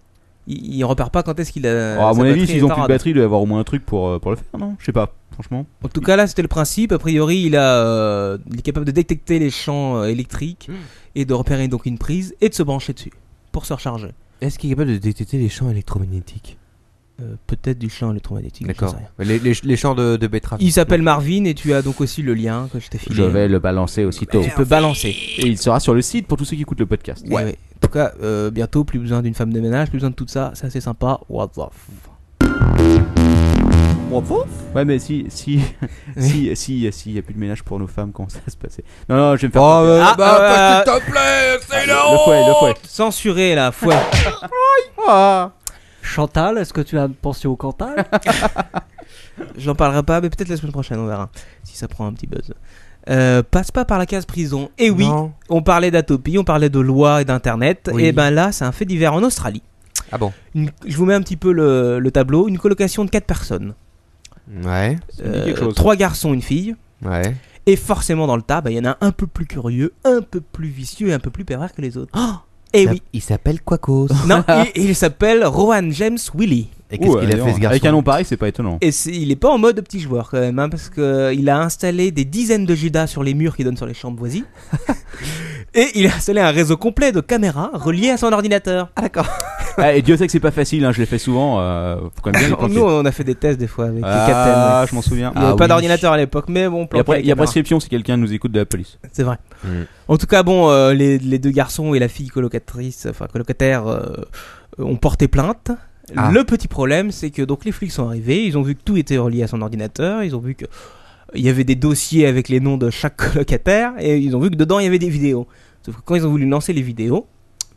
S5: ils, ils repèrent pas quand est-ce qu'il a.
S4: Alors, Ah, à
S5: sa
S4: mon avis,
S5: batterie
S4: s'ils ont
S5: est
S4: plus de
S5: tarade.
S4: batterie, il doit y avoir au moins un truc pour, euh, pour le faire, non Je sais pas, franchement.
S5: En tout cas, là, c'était le principe. A priori, il, a, euh, il est capable de détecter les champs euh, électriques
S4: Hmm.
S5: et de repérer donc une prise et de se brancher dessus pour se recharger.
S2: Est-ce qu'il est capable de détecter les champs électromagnétiques
S5: Euh, Peut-être du champ électromagnétique. j'en
S2: D'accord.
S5: sais rien.
S2: Les, les- les champs de, de betterave.
S5: Il s'appelle Marvin et tu as donc aussi le lien que je t'ai filé.
S4: le balancer aussitôt.
S5: Tu peux balancer.
S4: Et il sera sur le site pour tous ceux qui écoutent le podcast.
S5: euh, Ouais. En tout cas, euh, bientôt, plus besoin d'une femme de ménage, plus besoin de tout ça. C'est assez sympa. What the f-
S4: Ouais, mais si, si, si, si, si, il n'y a plus de ménage pour nos femmes, comment ça va se passer Non, non, je vais me faire.
S2: Oh,
S4: taper.
S2: euh,
S5: Ah,
S2: bah,
S5: euh,
S2: s'il te plaît, c'est la
S4: Ah, le fouet, le fouet.
S5: Censuré là, fouet.
S6: Chantal, est-ce que tu as pensé au Cantal
S5: J'en parlerai pas, mais peut-être la semaine prochaine, on verra. Si ça prend un petit buzz. Euh, passe pas par la case prison. Et oui,
S2: Non.
S5: On parlait d'atopie, on parlait de loi et d'internet.
S2: Oui.
S5: Et ben là, c'est un fait divers en Australie.
S2: Ah bon
S5: Une- je vous mets un petit peu le, le tableau. Une colocation de quatre personnes. Euh,
S2: Ouais,
S4: me dit quelque chose.
S5: Trois garçons, une fille.
S2: ouais.
S5: Et forcément, dans le tas, ben, il y en a un peu plus curieux, un peu plus vicieux et un peu plus pervers que les autres. et
S2: Il
S5: oui.
S2: s'app- Il s'appelle Quacos.
S5: Non, il, il s'appelle Rowan James Willy.
S2: Et qu'est-ce
S4: Ouais,
S2: qu'il a
S4: non.
S2: fait ce garçon
S4: Avec un nom pareil, c'est pas étonnant.
S5: Et c'est- il est pas en mode petit joueur quand même, hein, parce qu'il a installé des dizaines de Judas sur les murs qui donnent sur les chambres voisines. et il a installé un réseau complet de caméras reliées à son ordinateur.
S2: Ah d'accord.
S4: Ah, et Dieu sait que c'est pas facile, hein, je l'ai fait souvent. Euh, faut quand même bien le
S5: Nous, on a fait des tests des fois avec les
S4: Ah,
S5: captains. ouais.
S4: je m'en souviens.
S5: Il n'y avait
S2: Ah
S5: pas
S2: oui.
S5: d'ordinateur à l'époque, mais bon,
S4: Il y
S5: on
S4: a,
S5: planquait
S4: pré-
S5: les
S4: il y a
S5: caméras.
S4: prescription si quelqu'un nous écoute de la police.
S5: C'est vrai.
S2: Mm.
S5: En tout cas, bon, euh, les, les deux garçons et la fille colocatrice, enfin colocataire, euh, euh, ont porté plainte.
S2: Ah.
S5: Le petit problème, c'est que donc les flics sont arrivés, ils ont vu que tout était relié à son ordinateur, ils ont vu que euh, il y avait des dossiers avec les noms de chaque colocataire et ils ont vu que dedans il y avait des vidéos. Sauf que quand ils ont voulu lancer les vidéos,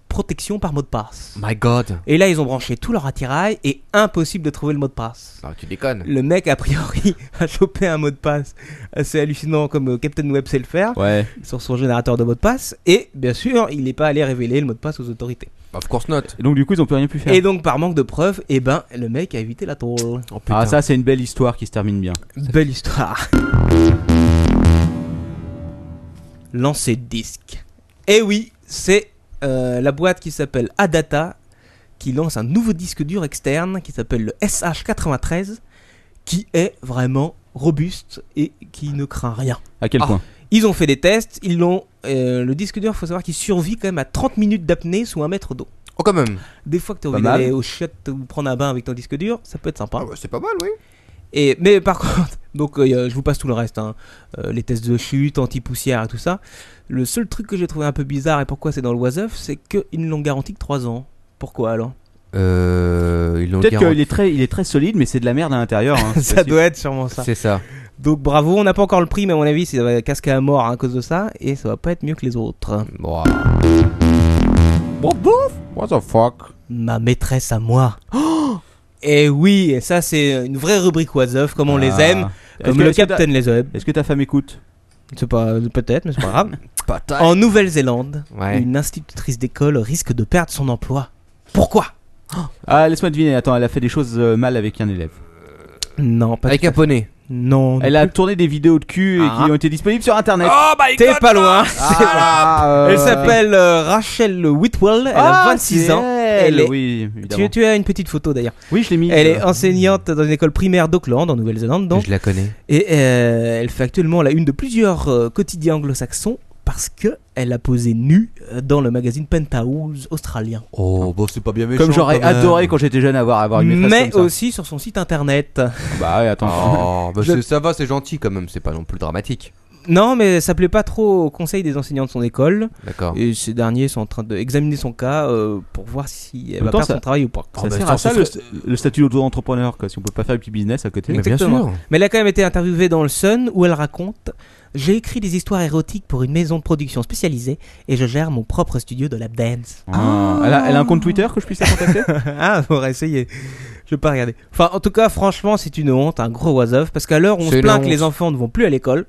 S5: protection par mot de passe.
S2: My God.
S5: Et là, ils ont branché tout leur attirail et impossible de trouver le mot de passe.
S2: Non, tu déconnes.
S5: Le mec, a priori, a chopé un mot de passe assez hallucinant comme euh, Captain Web sait le faire
S4: Ouais.
S5: sur son générateur de mot de passe. Et bien sûr, il n'est pas allé révéler le mot de passe aux autorités.
S2: Of course not.
S4: Et donc, du coup, ils ont plus rien pu faire.
S5: Et donc, par manque de preuves, eh ben, le mec a évité la tôle.
S2: Oh, putain.
S4: ah, ça, c'est une belle histoire qui se termine bien.
S5: Belle histoire. Lancer de disque. Eh oui, c'est euh, la boîte qui s'appelle Adata qui lance un nouveau disque dur externe qui s'appelle le SH93 qui est vraiment robuste et qui ne craint rien.
S4: À quel
S2: Ah.
S4: point
S5: Ils ont fait des tests, ils l'ont. euh, le disque dur, faut savoir qu'il survit quand même à 30 minutes d'apnée sous un mètre d'eau.
S2: Oh quand même.
S5: Des fois que t'as
S4: Pas
S5: envie
S4: mal.
S5: d'aller au chiottes ou prendre un bain avec ton disque dur, ça peut être sympa.
S2: ouais, Ah bah, c'est pas mal, oui.
S5: Et mais par contre, donc euh, y a- je vous passe tout le reste, hein. Euh, les tests de chute, anti-poussière et tout ça. Le seul truc que j'ai trouvé un peu bizarre et pourquoi c'est dans le Wasof, c'est qu'ils ne l'ont garanti que 3 ans. Pourquoi alors
S2: Euh, ils l'ont
S4: Peut-être
S2: garanti.
S4: qu'il est très, il est très solide, mais c'est de la merde à l'intérieur. hein, c'est
S5: Ça
S4: facile.
S5: doit être sûrement ça.
S2: C'est ça.
S5: Donc bravo, on n'a pas encore le prix, mais à mon avis, ça va casquer à mort hein, à cause de ça, et ça va pas être mieux que les autres.
S2: Bon. What the fuck
S5: Ma maîtresse à moi. et Eh oui, et ça c'est une vraie rubrique What's Up, comme on les
S4: Ah.
S5: aime,
S4: Est-ce
S5: comme
S4: que-
S5: le
S4: est-ce que ta-
S5: Captain les aime.
S4: Est-ce que ta femme écoute
S5: C'est pas peut-être, mais c'est pas grave.
S2: Patate.
S5: en Nouvelle-Zélande,
S2: Ouais.
S5: une institutrice d'école risque de perdre son emploi. Pourquoi
S4: Ah, laisse-moi deviner. Attends, elle a fait des choses euh, mal avec un élève.
S5: Non, pas
S2: Avec un poney.
S5: non.
S4: Elle a tourné des vidéos de cul et
S2: Ah.
S4: qui ont été disponibles sur internet.
S1: Oh my
S5: T'es pas loin.
S4: Ah, euh,
S5: Elle s'appelle euh, Rachel Whitwell. Elle
S4: ah,
S5: a 26
S4: c'est
S5: ans.
S4: Elle,
S5: Elle est-
S4: oui,
S5: Tu,
S4: évidemment.
S5: tu as une petite photo d'ailleurs.
S4: Oui, je l'ai mis.
S5: Elle
S4: euh,
S5: est enseignante dans une école primaire d'Auckland, en Nouvelle-Zélande, donc.
S2: Je la connais.
S5: Et euh, elle fait actuellement la une de plusieurs euh, quotidiens anglo-saxons parce que elle a posé nue euh, dans le magazine Penthouse australien.
S2: Oh, bon, c'est pas bien méchant.
S4: Comme j'aurais
S2: quand même.
S4: adoré quand j'étais jeune avoir, avoir une maîtresse
S5: Mais
S4: comme ça.
S5: aussi sur son site internet.
S4: Bah ouais, attends.
S2: Oh, bah
S5: Je-
S2: c'est- ça va, c'est gentil quand même, c'est pas non plus dramatique.
S5: Non, mais ça plaît pas trop au conseil des enseignants de son école.
S4: Ah.
S2: D'accord.
S5: Et ces derniers sont en train d'examiner son cas euh, pour voir
S4: En
S5: si elle
S4: même
S5: va
S4: temps,
S5: perdre
S4: ça- Ah, bah,
S5: son travail ou pas.
S4: ça sert à ça le, st- le statut d'auto-entrepreneur, quoi, si on peut pas faire du petit business à côté.
S5: Mais bien Exactement. Mais elle a quand même été interviewée dans Le Sun où elle raconte J'ai écrit des histoires érotiques pour une maison de production spécialisée et je gère mon propre studio de lap dance.
S4: Ah, Elle, a, elle a un compte Twitter que je puisse la contacter
S5: ah, on va essayer. Je vais pas regarder. Enfin, en tout cas, franchement, c'est une honte, un gros was parce qu'à l'heure où on
S2: C'est
S5: se
S2: une
S5: plaint que
S2: honte.
S5: les enfants ne vont plus à l'école,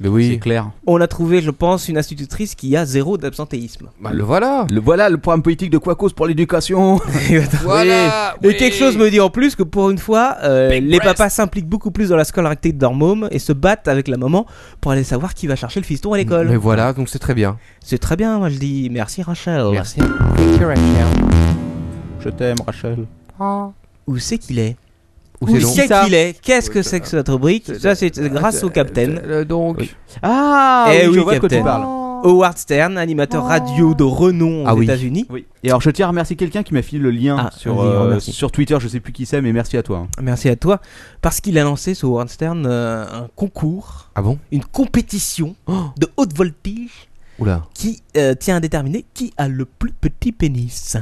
S2: Mais
S8: C'est
S2: oui.
S8: clair.
S5: on a trouvé, je pense, une institutrice qui a zéro d'absentéisme.
S2: Bah, le voilà.
S4: Le voilà le programme politique de Quacos pour l'éducation.
S5: Et attends,
S2: Voilà.
S5: Et quelque chose me dit en plus que pour une fois, euh, les papas s'impliquent beaucoup plus dans la scolarité de leur môme et se battent avec la maman pour aller savoir qui va chercher le fiston à l'école.
S2: Mais voilà, donc c'est très bien.
S5: C'est très bien, moi je dis merci Rachel.
S2: Merci.
S8: Je t'aime, Rachel.
S5: Où c'est qu'il est
S2: Où
S5: Où
S2: c'est donc
S5: c'est
S8: Ça.
S5: qu'il est Qu'est-ce que c'est que cette rubrique Ça c'est grâce au Captain.
S2: Euh, Donc.
S8: Oui. Ah
S5: Eh
S8: oui, je
S5: oui,
S8: vois de quoi tu
S5: Captain.
S8: parles.
S5: Howard Stern, animateur radio de renom aux
S2: Ah oui.
S5: États-Unis.
S4: Et alors je tiens à remercier quelqu'un qui m'a filé le lien
S5: Ah,
S4: sur,
S5: oui,
S4: euh,
S5: remercie.
S4: sur Twitter, je sais plus qui c'est, mais merci à toi. hein.
S5: Merci à toi parce qu'il a lancé ce Howard Stern euh, un concours,
S2: Ah bon
S5: une compétition de haute voltige
S2: Oula.
S5: qui euh, tient à déterminer qui a le plus petit pénis.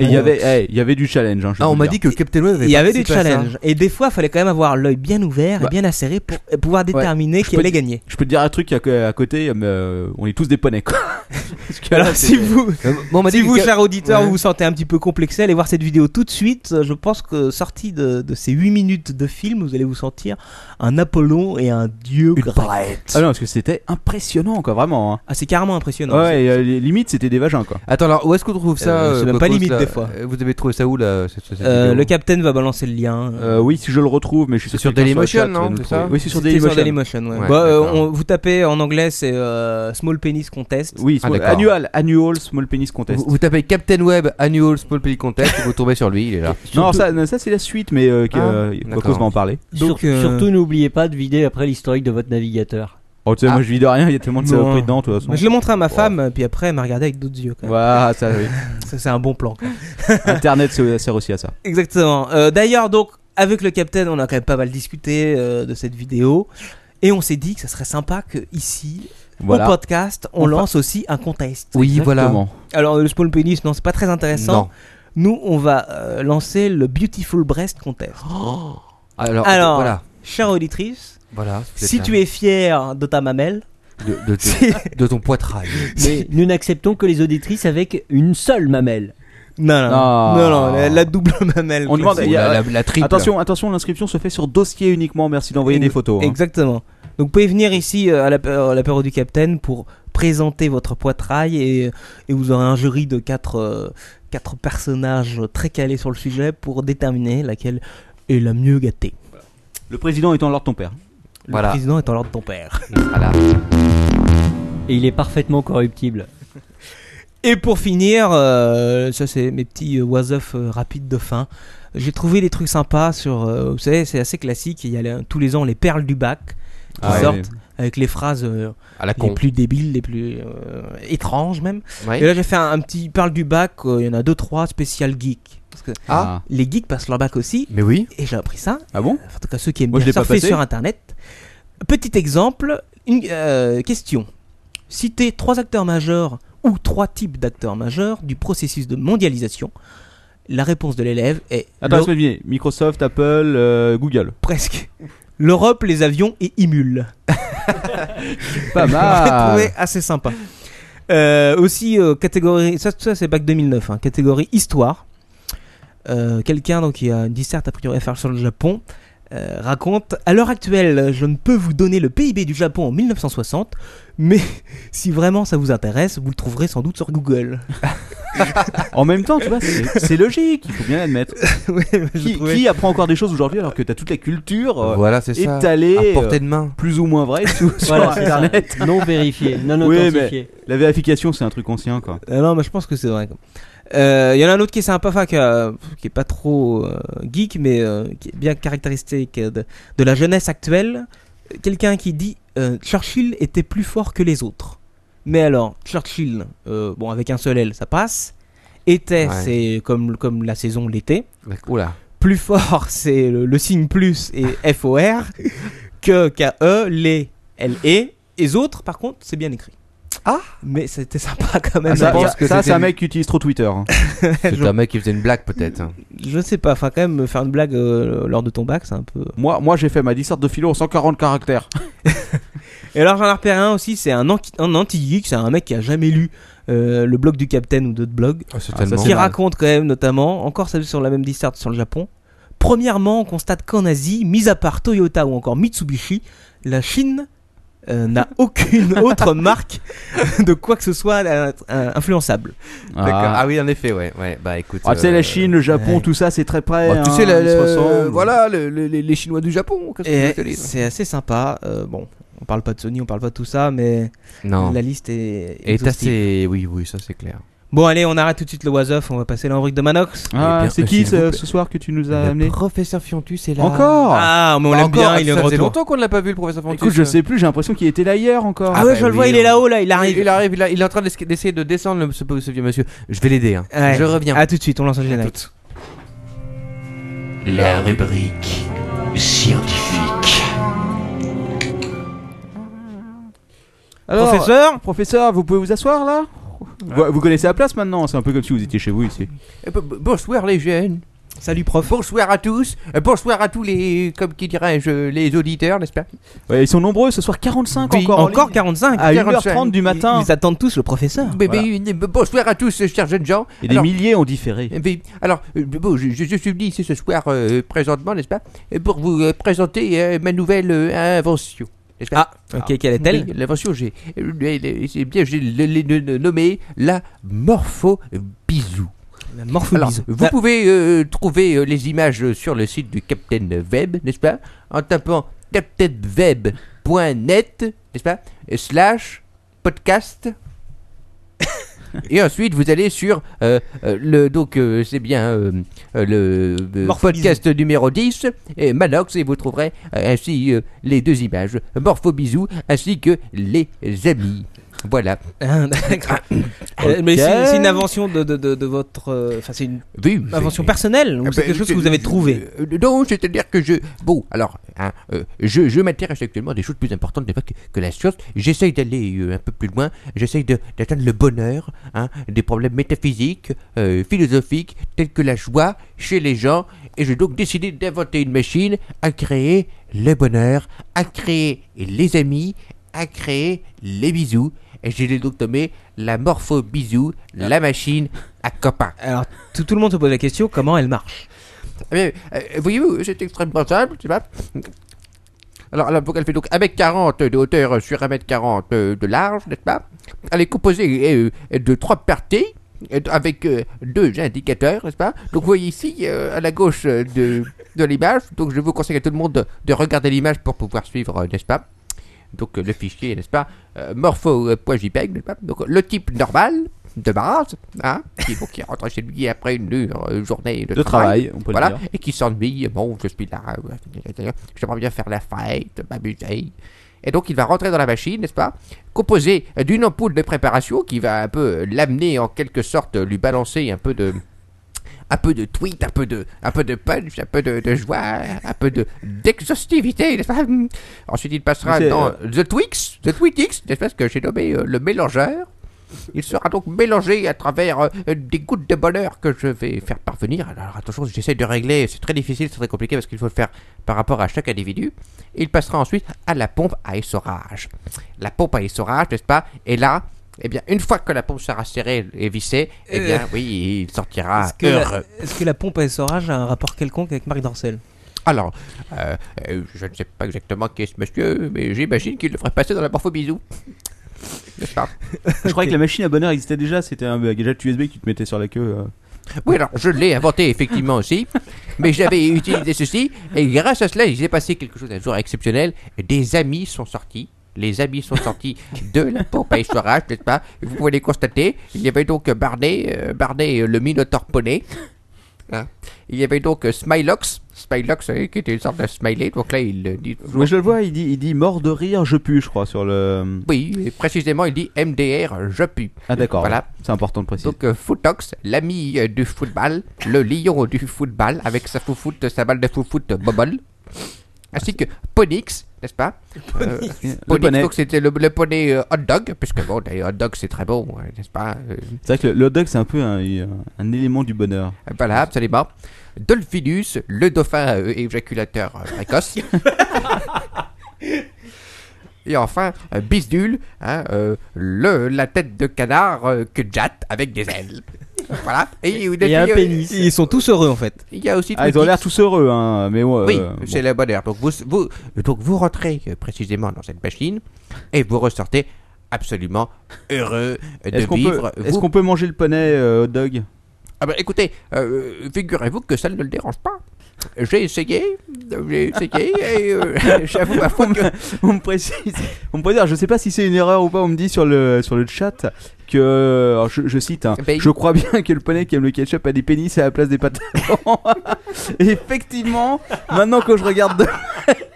S4: Et il y avait, eh, il y avait du challenge. hein, je
S2: Ah,
S4: peux
S2: on
S4: le
S2: m'a
S4: dire.
S2: dit que Captain Web avait
S5: Il y avait des
S2: participé à ça.
S5: challenges. Et des fois, il fallait quand même avoir l'œil bien ouvert et
S4: Bah.
S5: bien acéré pour euh, pouvoir déterminer qui
S4: peux
S5: allait gagner.
S4: Je peux te dire un truc à, à côté, mais, euh, on est tous des poneys quoi. Parce que là,
S5: Alors,
S4: c'est-
S5: si vous,
S2: Euh, moi, on m'a
S5: si
S2: dit
S5: vous,
S2: que-
S5: cher auditeur,
S2: Ouais.
S5: vous vous sentez un petit peu complexé, allez voir cette vidéo tout de suite. Euh, Je pense que sorti de, de ces 8 minutes de film, vous allez vous sentir un Apollon et un dieu grec.
S4: Ah non, parce que c'était impressionnant quoi, vraiment. hein.
S5: Ah, c'est carrément impressionnant.
S4: ouais, et, euh, les- limite c'était des vagins quoi.
S2: Attends, alors où est-ce qu'on trouve ça
S5: Euh, c'est
S2: euh,
S5: même pas
S2: Cocos,
S5: limite,
S2: là
S5: des fois.
S2: Euh, Vous avez trouvé ça où là cette- cette
S5: Euh,
S2: vidéo
S5: le capitaine va balancer le lien.
S4: Euh, oui, si je le retrouve, mais je suis
S2: C'est
S4: sûr
S2: sur
S4: que quelqu'un
S2: Dailymotion,
S4: le chat va
S2: non,
S4: nous
S2: c'est
S4: le
S2: ça
S4: trouver. Oui, c'est sur
S5: C'était
S4: Dailymotion.
S5: sur Dailymotion, ouais.
S2: Ouais,
S5: Bah, euh,
S2: d'accord.
S5: on- vous tapez en anglais, c'est euh, Small Penis Contest.
S4: Oui,
S2: Ah,
S4: small-
S2: d'accord.
S4: annual, annual small penis contest.
S2: vous, vous tapez Captain Web Annual Small Pay Contest, vous tombez sur lui, il est là.
S4: Non, ça, non, ça c'est la suite, mais euh, que-
S2: Ah,
S4: euh,
S2: d'accord.
S4: Quacos va en parler.
S5: Donc,
S6: Sur-
S5: euh,
S6: Surtout, n'oubliez pas de vider après l'historique de votre navigateur.
S4: Oh, tu sais, moi je vis de rien, il y a tellement de
S5: Non.
S4: saloperies dedans, de toute façon.
S5: Je l'ai montré à ma femme, puis après, elle m'a regardé avec d'autres yeux. quand même.
S4: Voilà, ça, oui.
S5: Ça, c'est un bon plan.
S4: Internet ça sert aussi à ça.
S5: Exactement. Euh, D'ailleurs, donc, avec le Capitaine, on a quand même pas mal discuté euh, de cette vidéo. Et on s'est dit que ça serait sympa que ici, au
S4: Voilà.
S5: podcast, on
S4: Enfin.
S5: lance aussi un contest.
S2: Oui, voilà.
S4: Exactement.
S5: Alors, le Spawn Penis, non, c'est pas très intéressant.
S2: Non.
S5: Nous, on va euh, lancer le Beautiful Breast Contest.
S2: Alors,
S5: Alors,
S2: voilà.
S5: chère auditrice,
S2: Voilà.
S5: si tu es fière de ta mamelle,
S2: de, de- de-
S5: si-
S2: de ton poitrail.
S6: Mais nous n'acceptons que les auditrices avec une seule mamelle.
S5: non, non,
S4: Ah.
S5: non, non, la, la double mamelle.
S4: On demande-
S5: classique.
S4: il y a- euh,
S2: la, la- la triple.
S4: Attention, attention, l'inscription se fait sur dossier uniquement. Merci d'envoyer des photos. hein.
S5: Exactement. Donc vous pouvez venir ici euh, à l'apéro à l'apéro du Capitaine pour présenter votre poitrail et, euh, et vous aurez un jury de 4 quatre, euh, quatre personnages très calés sur le sujet pour déterminer laquelle est la mieux gâtée.
S4: Le président étant l'ordre de ton père.
S5: Le
S2: Voilà.
S5: président est en l'ordre de ton père.
S2: Voilà.
S6: Et il est parfaitement corruptible.
S5: Et pour finir, euh, ça c'est mes petits euh, was-of euh, rapides de fin. J'ai trouvé des trucs sympas sur. euh, vous savez, c'est assez classique. Il y a les- tous les ans les perles du bac qui
S4: Ah,
S5: sortent
S4: oui.
S5: avec les phrases euh,
S2: À la
S5: les
S4: Mm.
S2: con.
S5: plus débiles, les plus euh, étranges même.
S2: Ouais.
S5: Et là, j'ai fait un, un petit parle du bac. euh, Il y en a deux, trois spécial geeks. Parce que
S2: Ah.
S5: les geeks passent leur bac aussi.
S2: Mais oui.
S5: Et j'ai appris ça.
S4: Ah bon
S5: En tout cas, ceux qui aiment
S4: Moi, je
S5: bien
S4: l'ai pas
S5: surfer
S4: passé.
S5: sur Internet. Petit exemple, une euh, question. Citer trois acteurs majeurs ou trois types d'acteurs majeurs du processus de mondialisation. La réponse de l'élève est
S4: Attends,
S5: l'Eu-
S4: laisse-moi deviner. Microsoft, Apple, euh, Google.
S5: presque. L'Europe, les avions et Imul.
S4: Pas
S5: J'ai trouvé
S4: mal.
S5: assez sympa. Euh, aussi, euh, catégorie. Ça, ça c'est bac 2009. hein, catégorie histoire. Euh, Quelqu'un donc, qui a une disserte a priori à faire sur le Japon euh, raconte À l'heure actuelle, je ne peux vous donner le PIB du Japon en 1960, mais si vraiment ça vous intéresse, vous le trouverez sans doute sur Google.
S4: En même temps, tu vois, c'est c'est logique. Il faut bien l'admettre.
S5: Ouais, je
S4: Qui,
S5: trouvais-
S4: qui apprend encore des choses aujourd'hui alors que t'as toute la culture
S5: Oh,
S4: euh,
S2: Voilà, c'est ça.
S4: étalée,
S2: À
S4: euh,
S2: portée de main.
S4: plus ou moins vraie sous- sur
S6: Voilà, c'est ça.
S4: Internet
S6: Non vérifié, non
S4: Oui,
S6: authentifié.
S4: La vérification, c'est un truc ancien, quoi.
S5: Ah non, mais je pense que c'est vrai. Euh, Il y en a un autre qui est sympa, enfin, qui, a- qui est pas trop euh, geek, mais euh, qui est bien caractéristique euh, de, de la jeunesse actuelle. Euh, Quelqu'un qui dit euh, Churchill était plus fort que les autres. Mais alors, Churchill, euh, bon, avec un seul L, ça passe. Était,
S2: Ouais.
S5: c'est comme, comme la saison l'été.
S2: Oula.
S5: Plus fort, c'est le, le signe plus et FOR. que E, KE, les LE. Les E. autres, par contre, c'est bien écrit.
S2: Ah.
S5: Mais c'était sympa quand même.
S2: Ah,
S4: ça,
S2: je pense
S4: ça-
S2: que
S4: ça,
S2: c'était
S4: c'est un
S2: lui.
S4: mec qui utilise trop Twitter. hein.
S2: C'est
S5: Je-
S2: un mec qui faisait une blague peut-être. hein.
S4: Ah,
S5: Je sais pas, enfin quand même faire une blague euh, lors de ton bac, c'est un peu.
S4: moi, moi j'ai fait ma disserte de philo en 140 caractères.
S5: Et alors j'en ai repéré un aussi, c'est un, anti- un anti-geek, c'est un mec qui a jamais lu euh, le blog du Capitaine ou d'autres blogs,
S2: tellement-
S5: qui raconte quand même notamment, encore ça sur la même disserte sur le Japon. Premièrement, on constate qu'en Asie, mis à part Toyota ou encore Mitsubishi, la Chine euh, n'a aucune autre marque de quoi que ce soit euh, euh, influençable.
S2: D'accord.
S4: Ah.
S2: Ah oui, en effet, ouais. ouais. Bah écoute.
S4: Ah, tu sais,
S2: euh,
S4: la Chine, le Japon,
S5: ouais.
S4: tout ça, c'est très près.
S2: bah, tu sais,
S4: hein,
S2: la-
S4: ils se ressemblent.
S1: voilà, le- le- les, les Chinois du Japon. qu'est-ce que
S5: Et
S1: je te dis
S5: c'est assez sympa. euh, bon, on parle pas de Sony, on parle pas de tout ça, mais
S2: Non.
S5: la liste est,
S2: Et t'as
S5: exhaustive.
S2: assez. Oui, oui, ça c'est clair.
S5: Bon, allez, on arrête tout de suite le was-off, on va passer la rubrique de Manox.
S4: Ah,
S2: Eh bien,
S4: c'est
S2: euh,
S4: qui
S2: s'il vous
S4: ce,
S2: plaît. Eh ben,
S4: ce soir que tu nous as
S2: Le
S4: amené
S2: professeur Fiontus est là.
S4: Encore
S5: Ah, mais on
S2: Bah,
S5: l'aime
S2: encore,
S5: bien, il est de
S2: Ça faisait
S5: retour.
S2: longtemps qu'on ne l'a pas vu, le professeur Fiontus.
S4: Écoute, je sais plus, j'ai l'impression qu'il était là hier encore.
S5: Ah ouais,
S2: bah
S5: je le
S2: oui,
S5: vois, il est
S2: on-
S5: là-haut, là, il
S2: Il,
S5: arrive.
S2: il arrive, il, a- il est en train d'es- d'essayer de descendre le- ce, ce vieux monsieur. Je vais l'aider. Hein.
S5: Ouais.
S2: Je reviens.
S5: À tout de suite, on lance le générique.
S3: La rubrique scientifique.
S4: Alors,
S5: Professeur
S4: professeur, vous pouvez vous asseoir là vous, vous connaissez la place maintenant, c'est un peu comme si vous étiez chez vous ici.
S2: Eh, b- b- Bonsoir les jeunes.
S5: Salut, prof.
S2: Bonsoir à tous. Euh, Bonsoir à tous les, comme qui dirais-je, les auditeurs, n'est-ce pas
S4: Ouais, ils sont nombreux ce soir, 45
S5: Oui,
S4: encore. Ah, en
S5: encore
S4: ligne.
S5: 45.
S4: à
S2: 45.
S4: 1h30 du matin.
S5: Ils attendent tous le professeur.
S2: Mais- mais- mais Bonsoir à tous, chers jeunes gens.
S4: Et des
S2: Alors,
S4: milliers ont différé.
S2: Eh bien, alors, euh, bon, je, je- je suis venu ici ce soir euh, présentement, n'est-ce pas, euh, pour vous euh, présenter euh, ma nouvelle euh, invention. n'est-ce
S5: Ah,
S2: pas
S5: Ok, quelle est-elle
S2: Oui, L'invention, j'ai, euh, euh, c'est bien, j'ai le- le- le- le- nommé la morpho-bisou.
S5: La
S2: Alors,
S5: morphobise.
S2: vous pouvez euh, trouver euh, les images sur le site du Captain Web, n'est-ce pas, en tapant captainweb.net, n'est-ce pas, et slash podcast. Et ensuite, vous allez sur euh, euh, le donc euh, c'est bien euh, euh, le euh,
S5: Morphobisou.
S2: podcast numéro 10 et Manox et vous trouverez euh, ainsi euh, les deux images Morpho bisous ainsi que les amis. Voilà.
S5: Ah, d'accord. Euh, Mais c'est c'est une invention de, de, de, de votre. euh, Enfin, c'est une
S2: Oui,
S5: invention
S2: c'est-
S5: personnelle ou
S2: Ah
S5: c'est
S2: ben,
S5: quelque chose que
S2: c'est-
S5: vous avez trouvé
S2: euh, Non, c'est-à-dire que je. Bon, alors, hein, euh, je, je m'intéresse actuellement à des choses plus importantes n'est-ce pas, que, que la science. J'essaye d'aller euh, un peu plus loin. J'essaye de- d'atteindre le bonheur, hein, des problèmes métaphysiques, euh, philosophiques, tels que la joie chez les gens. Et j'ai donc décidé d'inventer une machine à créer le bonheur, à créer les amis, à créer les bisous. Et je l'ai donc nommé la morpho-bisou, la machine à copains.
S5: Alors, tout, tout le monde se pose la question comment elle marche
S2: Eh bien, euh, voyez-vous, c'est extrêmement simple, tu vois. Alors, la elle fait donc 1m40 de hauteur sur 1m40 euh, de large, n'est-ce pas Elle est composée euh, de trois parties euh, avec euh, deux indicateurs, n'est-ce pas Donc, vous voyez ici, euh, à la gauche euh, de, de l'image, donc je vous conseille à tout le monde de, de regarder l'image pour pouvoir suivre, euh, n'est-ce pas Donc, euh, le fichier, n'est-ce pas euh, Morpho.jpeg, n'est-ce pas Donc, le type normal de base, hein, qui, donc, qui rentre chez lui après une dure euh, journée de,
S4: De travail, on peut
S2: voilà,
S4: le dire.
S2: et qui s'ennuie. Bon, je suis là, euh, j'aimerais bien faire la fête, m'amuser. Et donc, il va rentrer dans la machine, n'est-ce pas Composé d'une ampoule de préparation qui va un peu l'amener, en quelque sorte, lui balancer un peu de. Un peu de tweet, un peu de, un peu de punch, un peu de, de joie, un peu de d'exhaustivité, n'est-ce pas Ensuite, il passera
S4: C'est,
S2: dans The Twix, The Twitix, n'est-ce pas ce que j'ai nommé euh, le mélangeur. Il sera donc mélangé à travers euh, des gouttes de bonheur que je vais faire parvenir. Alors attention, j'essaie de régler, c'est très difficile, c'est très compliqué parce qu'il faut le faire par rapport à chaque individu. Il passera ensuite à la pompe à essorage. La pompe à essorage, n'est-ce pas Et là, eh bien, une fois que la pompe sera serrée et vissée, eh bien, oui, il sortira
S5: Euh. Est-ce que, la,
S2: Ah, heureux.
S5: est-ce que la pompe à essorage a un rapport quelconque avec Marc Dorcel
S2: Alors, euh, euh, je ne sais pas exactement qui est ce monsieur, mais j'imagine qu'il le ferait passer dans la morpho-bisou. N'est-ce pas
S4: Je croyais que la machine à bonheur existait déjà, c'était un gadget USB qui te mettait sur la queue. euh.
S2: Oui, alors je l'ai inventé effectivement aussi, mais j'avais utilisé ceci, et grâce à cela, il s'est passé quelque chose d'un jour exceptionnel. Des amis sont sortis. Les amis sont sortis de la pompe à essorage, n'est-ce pas Vous pouvez les constater. Il y avait donc Barney, euh, Barney euh, le Minotaur Poney. Hein. Il y avait donc euh, Smilox, Smilox euh, qui était une sorte de smiley, donc là il euh, dit
S4: Moi je le vois, il dit, il dit mort de rire, je pue, je crois, sur le.
S2: Oui, et précisément, il dit MDR, je pue.
S4: Ah d'accord,
S2: Voilà.
S4: c'est important de préciser.
S2: Donc, euh, Footox, l'ami euh, du football, le lion du football, avec sa foufoute, sa balle de foufoute euh, bobole. Ainsi que Ponix, n'est-ce pas Euh,
S4: Le
S2: Ponix,
S4: poney.
S2: donc c'était le, le poney euh, hot dog, puisque bon, les hot dogs c'est très bon, euh, n'est-ce pas Euh,
S4: C'est vrai que le, le dog c'est un peu un, un élément du bonheur.
S2: Voilà, absolument. Dolphinus, le dauphin euh, éjaculateur euh, précoce. Et enfin, euh, Bisdule, hein, euh, le, la tête de canard euh, que jatte avec des ailes. voilà. Et,
S5: Il y a un pénis. Ils sont tous heureux en fait.
S2: Il y a aussi
S4: Ah, ils ont
S2: Twitix.
S4: l'air tous heureux, hein, mais ouais,
S2: Oui,
S4: euh, bon.
S2: c'est le bonheur. Donc vous, vous, donc vous rentrez euh, précisément dans cette machine et vous ressortez absolument heureux euh, de
S4: Est-ce qu'on peut,
S2: vivre.
S4: est-ce
S2: Vous-
S4: qu'on peut manger le poney euh, hot dog
S2: Ah bah, écoutez, euh, figurez-vous que ça ne le dérange pas. J'ai essayé, euh, j'ai essayé et euh, j'avoue ma foi que
S4: on me précise, on me précise, je sais pas si c'est une erreur ou pas, on me dit sur le, sur le chat que, alors, je, je cite, hein,
S2: Ben, il-
S4: je crois bien que le poney qui aime le ketchup a des pénis à la place des patates. Et Effectivement, maintenant que je regarde de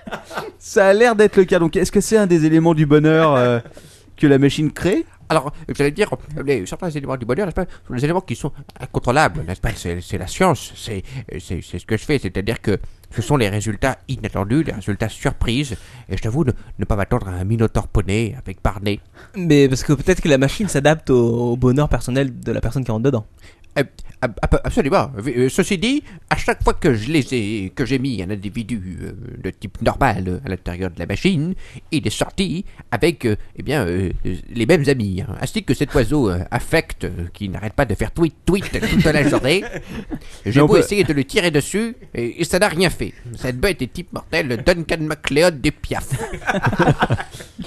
S4: ça a l'air d'être le cas. Donc est-ce que c'est un des éléments du bonheur euh, que la machine crée
S2: Alors, j'allais dire, euh, les- certains éléments du bonheur, n'est-ce pas, sont des éléments qui sont incontrôlables, n'est-ce pas C'est c'est la science, c'est euh, c'est- c'est ce que je fais, c'est-à-dire que ce sont les résultats inattendus, les résultats surprises, et je t'avoue, ne, ne pas m'attendre à un minotaure poney avec Barney.
S5: Mais parce que peut-être que la machine s'adapte au, au bonheur personnel de la personne qui rentre dedans.
S2: Euh, ab- ab- Absolument. Euh, Ceci dit, à chaque fois que je les ai, que j'ai mis un individu euh, de type normal euh, à l'intérieur de la machine, il est sorti avec, euh, eh bien, euh, euh, les mêmes amis, hein. ainsi que cet oiseau euh, affect euh, qui n'arrête pas de faire tweet tweet toute la journée. J'ai
S4: Mais on
S2: beau
S4: peut-
S2: essayer de le tirer dessus, et, et ça n'a rien fait. Cette bête est type mortelle, Duncan MacLeod des Piaf.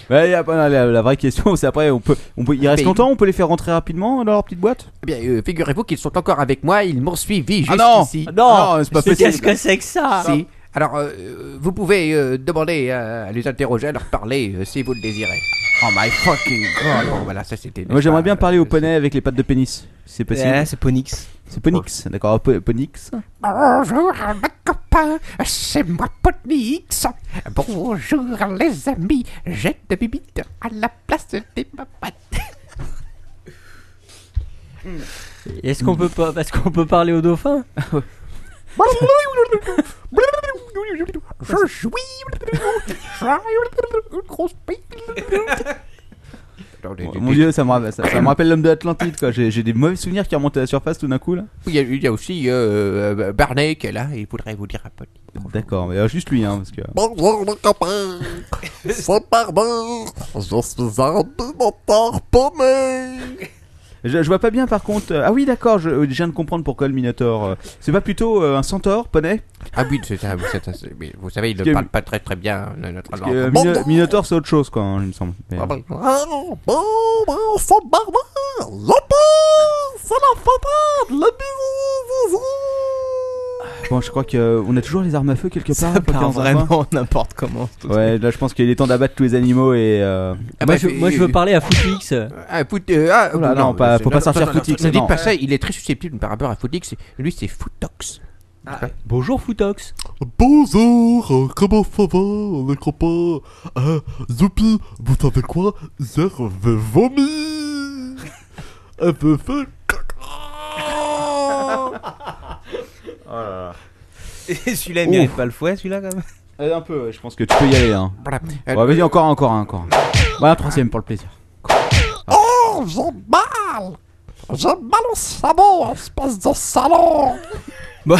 S4: Ouais, y a pas- la, la vraie question, c'est après, on peut, on peut, il reste
S2: Mais-
S4: longtemps, on peut les faire rentrer rapidement dans leur petite boîte
S2: Eh bien, euh, figurez-vous qu'ils sont encore avec moi, ils m'ont suivi
S4: Ah non,
S2: jusqu'ici.
S4: non, c'est pas possible.
S6: Qu'est-ce que c'est que ça
S2: Si. Alors, euh, euh, vous pouvez euh, demander euh, à les interroger, à leur parler, euh, si vous le désirez. Oh my fucking god Voilà, ça c'était...
S4: Moi j'aimerais
S1: Ah,
S4: bien parler au poney avec les pattes de pénis. si C'est possible.
S5: Ah, c'est Ponix.
S4: C'est Ponix, d'accord, po- Ponix.
S2: Bonjour mes copains, c'est moi Ponix. Bonjour les amis, j'ai de bibites à la place des papates.
S6: Est-ce qu'on peut pas Est-ce qu'on peut parler au dauphin
S2: Je jouis une grosse pile. Attendez,
S4: Mon dieu, ça me rappelle, ça, ça me rappelle l'homme de l'Atlantide, quoi. J'ai j'ai des mauvais souvenirs qui remontent à la surface tout d'un coup, là.
S2: Il y a, il y a aussi euh, euh, Barney qui est là, il voudrait vous dire un peu.
S4: D'accord, mais euh, juste lui, hein, parce que.
S9: Bonjour mon copain, c'est Barber, je suis un minotaure paumé.
S4: Je, je vois pas bien, par contre. euh, Ah oui, d'accord, je, euh, je viens de comprendre pourquoi le Minotaur. euh, C'est pas plutôt euh, un centaure, poney
S2: Ah oui, c'est ça, c'est ça, c'est- mais vous savez, il
S4: Parce
S2: ne
S4: que-
S2: parle pas très très bien euh, notre
S4: Parce
S2: langue.
S4: que, euh, Mino- Minotaure, c'est autre chose, quoi, hein, il me semble. Mais, euh,
S2: bah.
S9: Ah bon, ben, c'est Barber, Lopin, c'est la fatale, le bisou, bisou.
S4: bon, je crois que euh, on a toujours les armes à feu quelque part.
S5: Ça
S4: hein, quand
S5: part
S4: on va voir.
S5: vraiment n'importe comment.
S4: Ouais, là, je pense qu'il est temps d'abattre tous les animaux et. euh,
S2: Ah,
S6: moi,
S2: bref,
S6: je, moi, je
S2: euh,
S6: veux parler à Footix.
S2: Ah, foot, euh, ah,
S4: Oh là, non, pas-
S2: c'est-
S4: faut pas sortir
S2: non, non,
S4: Footix,
S2: Ne dites
S4: non.
S2: pas ça, il est très susceptible par rapport à Footix. Lui, c'est Footox.
S6: Bonjour Footox.
S9: Bonjour, euh, comment ça va les copains euh, Zoupi, vous savez quoi Hier, j'ai vomi Elle me fait caca
S5: Et celui-là, il mérite pas le fouet, celui-là quand même.
S4: euh, un peu, ouais, je pense que tu peux y aller, hein.
S2: Voilà. Euh,
S4: Ouais, vas-y, encore un, encore un, encore un. Voilà, un troisième pour le plaisir.
S9: Oh, j'ai mal J'ai mal au sabot, espèce de salon
S5: Bon,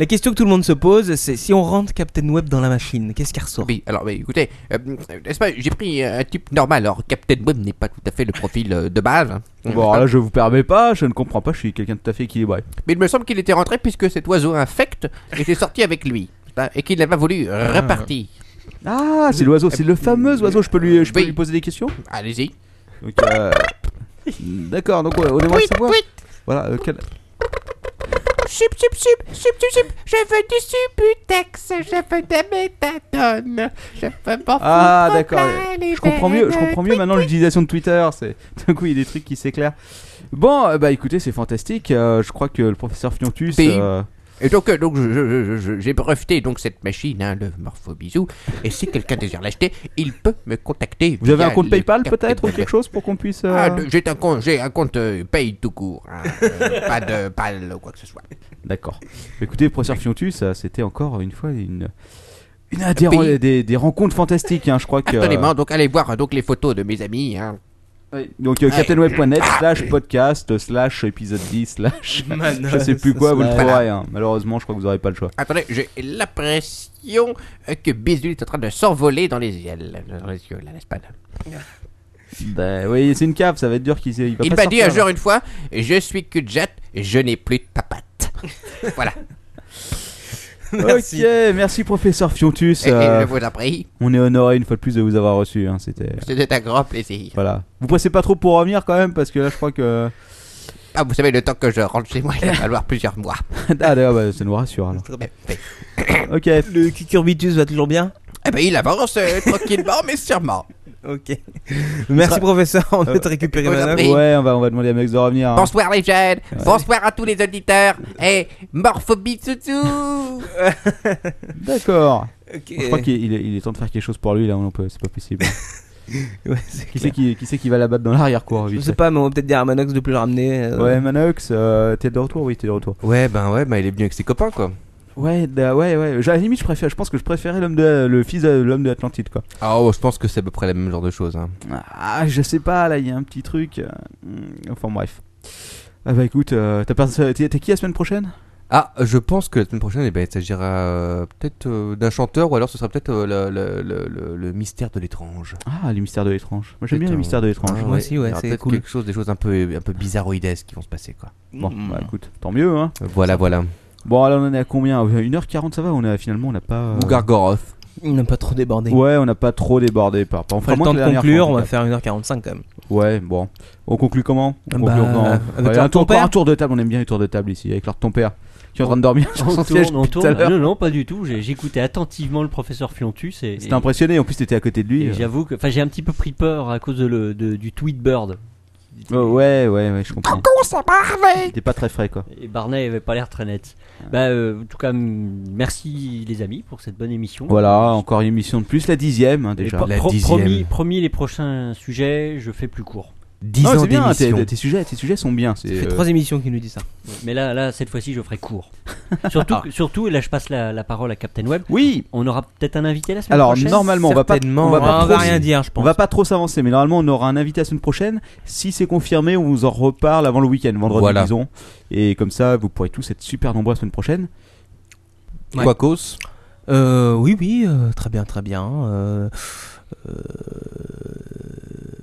S5: la question que tout le monde se pose, c'est si on rentre Captain Web dans la machine, qu'est-ce qu'il ressort
S2: oui, alors, mais écoutez, euh, euh, n'est-ce pas, j'ai pris euh, un type normal. Alors, Captain Web n'est pas tout à fait le profil euh, de base. hein.
S4: Bon, alors là, je vous permets pas, je ne comprends pas, je suis quelqu'un de tout à fait équilibré.
S2: Mais il me semble qu'il était rentré puisque cet oiseau infect était sorti avec lui. hein, Et qu'il n'a pas voulu repartir.
S4: Ah, c'est l'oiseau, c'est le fameux oiseau. Je peux lui, je peux
S2: Oui.
S4: lui poser des questions
S2: Allez-y.
S4: Donc, euh, D'accord, donc ouais, on aimerait savoir. Voilà, euh, quel-
S2: Sup, sup, sup, sup, sup, sup. Je veux du subutex, je veux des méthadones, je veux mon
S4: Ah,
S2: foutre
S4: d'accord.
S2: plein les
S4: Je comprends mieux, je
S2: veines.
S4: comprends mieux maintenant l'utilisation de Twitter. C'est d'un coup il y a des trucs qui s'éclairent. Bon, euh, bah écoutez, c'est fantastique. euh, je crois que le professeur Fiontus.
S2: Bim.
S4: euh,
S2: Et donc, euh, donc je- je- je- je- j'ai breveté donc cette machine, hein, le morpho bisou. Et si quelqu'un désire l'acheter, il peut me contacter.
S4: vous avez
S2: via
S4: un compte
S2: le
S4: PayPal
S2: Captain
S4: peut-être ou
S2: Web.
S4: quelque chose pour qu'on puisse. euh,
S2: Ah, le- j'ai un compte, j'ai un compte euh, paye tout court, hein, euh, pas de PAL ou quoi que ce soit.
S4: D'accord. Écoutez, professeur Fiontus, euh, c'était encore une fois une. Une des,
S2: Pays.
S4: des, des rencontres fantastiques, hein, je crois que.
S2: Absolument. Donc allez voir euh, donc les photos de mes amis. hein.
S4: Donc euh, captainweb.net slash podcast slash épisode 10 slash je sais plus quoi, vous le trouverez. hein. Malheureusement, je crois que vous n'aurez pas le choix.
S10: Attendez, j'ai l'impression euh, que Bézul est en train de s'envoler dans les ailes. Dans les yeux, là, n'est-ce pas là
S4: Bah oui, c'est une cave, ça va être dur qu'il il va
S10: Ben Il
S4: pas
S10: m'a dit un
S4: sortir.
S10: jour une fois Je suis que Jet, je n'ai plus de papate. voilà.
S4: Ok, merci professeur Fiontus.
S10: Et- et
S4: euh,
S10: je vous en prie.
S4: On est honoré une fois de plus de vous avoir reçu. hein, C'était
S10: C'était un grand plaisir.
S4: voilà. Vous pressez pas trop pour revenir quand même parce que là, je crois que
S10: Ah, vous savez, le temps que je rentre chez moi, il va falloir plusieurs mois.
S4: ah d'ailleurs, bah, ça nous rassure. alors. Ok.
S5: Le cucurbitus va toujours bien
S10: Eh ben, il avance euh, tranquillement, mais sûrement.
S5: Ok. Merci professeur, on va te récupérer
S10: vous en
S5: ma note.
S10: prie.
S4: Ouais, on va on va demander à Max de revenir. hein.
S10: Bonsoir les jeunes, bonsoir à tous les auditeurs, et morphobie toutou
S4: D'accord.
S5: Ok.
S4: Je crois qu'il il est, il est temps de faire quelque chose pour lui là. On peut, c'est pas possible.
S5: Ouais, c'est
S4: qui
S5: clair.
S4: c'est qui, qui, c'est qui va la battre dans l'arrière cour
S5: Je sais pas, mais on va peut-être dire à Manox de plus le ramener. euh,
S4: Ouais, Manox, euh, t'es de retour, oui, t'es de retour.
S2: Ouais, ben ouais, ben il est venu avec ses copains quoi.
S4: Ouais, da- ouais, ouais. J'ai- À la limite, je préfère, je pense que je préférais l'homme de, le fils de l'homme de l'Atlantide, quoi.
S2: Ah, oh, je pense que c'est à peu près le même genre de choses. hein.
S4: Ah, je sais pas, là, il y a un petit truc. euh, hmm, Enfin, bref. Ah bah écoute, euh, t'as perso- t'es t'es qui la semaine prochaine
S2: Ah, je pense que la semaine prochaine, eh ben, il s'agira euh, peut-être euh, d'un chanteur ou alors ce sera peut-être euh, le, le- le- le- le mystère de l'étrange.
S4: Ah, les mystères de l'étrange. Moi j'aime bien
S2: Putain.
S4: les mystères de l'étrange.
S2: Ah,
S5: moi aussi, ouais,
S2: il y aura
S5: c'est
S2: peut-être
S5: cool.
S2: quelque chose, des choses un peu, un peu bizarroïdes qui vont se passer quoi.
S4: Bon, bah
S5: Mm.
S4: écoute, tant mieux, hein.
S2: Euh, Voilà, voilà.
S4: Bon, alors on en est à combien Euh, 1h40, ça va On a finalement, on n'a pas. euh,
S2: Ou Gargoroth.
S5: On n'a pas trop débordé.
S4: Ouais, on n'a pas trop débordé. Par, par,
S5: On fera le
S4: moins
S5: temps
S4: que
S5: de
S4: la dernière
S5: conclure,
S4: fois, en
S5: on va
S4: tout
S5: faire 1h45 quand même.
S4: cas. Ouais, bon. On conclut comment On conclut
S5: Bah,
S4: en-
S5: avec
S4: Ouais,
S5: l'heure
S4: un,
S5: de ton
S4: tour,
S5: père.
S4: un tour de table, on aime bien les tours de table ici, avec leur de ton père qui est en train de dormir sur
S6: On
S4: son
S6: tourne,
S4: siège
S6: on
S4: depuis tout
S6: tourne.
S4: à l'heure.
S6: Non, non, pas du tout. J'ai- J'écoutais attentivement le professeur Fiontus et,
S4: C'était impressionné, en plus t'étais à côté de
S6: et-
S4: lui.
S6: et j'avoue que, enfin, j'ai un petit peu pris peur à cause de le- de- du tweet bird.
S4: Euh, ouais, ouais, ouais, je comprends. T'es pas très frais quoi.
S6: Et Barney avait pas l'air très net. Bah, euh, en tout cas, m- merci les amis pour cette bonne émission.
S4: Voilà, encore une émission de plus, la dixième hein,
S6: Et
S4: déjà.
S6: pro-
S2: La
S6: pro-
S2: dixième.
S6: promis, promis, les prochains sujets, je fais plus court.
S2: 10
S4: Ah,
S2: ans
S4: c'est bien,
S2: d'émission.
S4: tes, tes sujets, tes sujets sont bien.
S5: Ça
S4: C'est
S5: fait
S4: euh,
S5: trois émissions qu'il nous dit ça.
S6: Mais là, là, cette fois-ci, je ferai court. surtout, surtout, et là, je passe la, la parole à Captain Web.
S4: Oui.
S6: On aura peut-être un invité la semaine
S4: Alors
S6: prochaine.
S4: normalement, on va pas,
S2: Certainement,
S4: on va
S5: On
S4: pas
S5: va,
S4: trop,
S5: rien dire, je
S4: on
S5: pense.
S4: va pas trop s'avancer, mais normalement, on aura un invité la semaine prochaine. Si c'est confirmé, on vous en reparle avant le week-end, vendredi
S2: Voilà.
S4: disons. Et comme ça, vous pourrez tous être super nombreux la semaine prochaine.
S5: Ouais.
S2: Quacos.
S5: Euh, oui, oui, euh, très bien, très bien. euh, euh,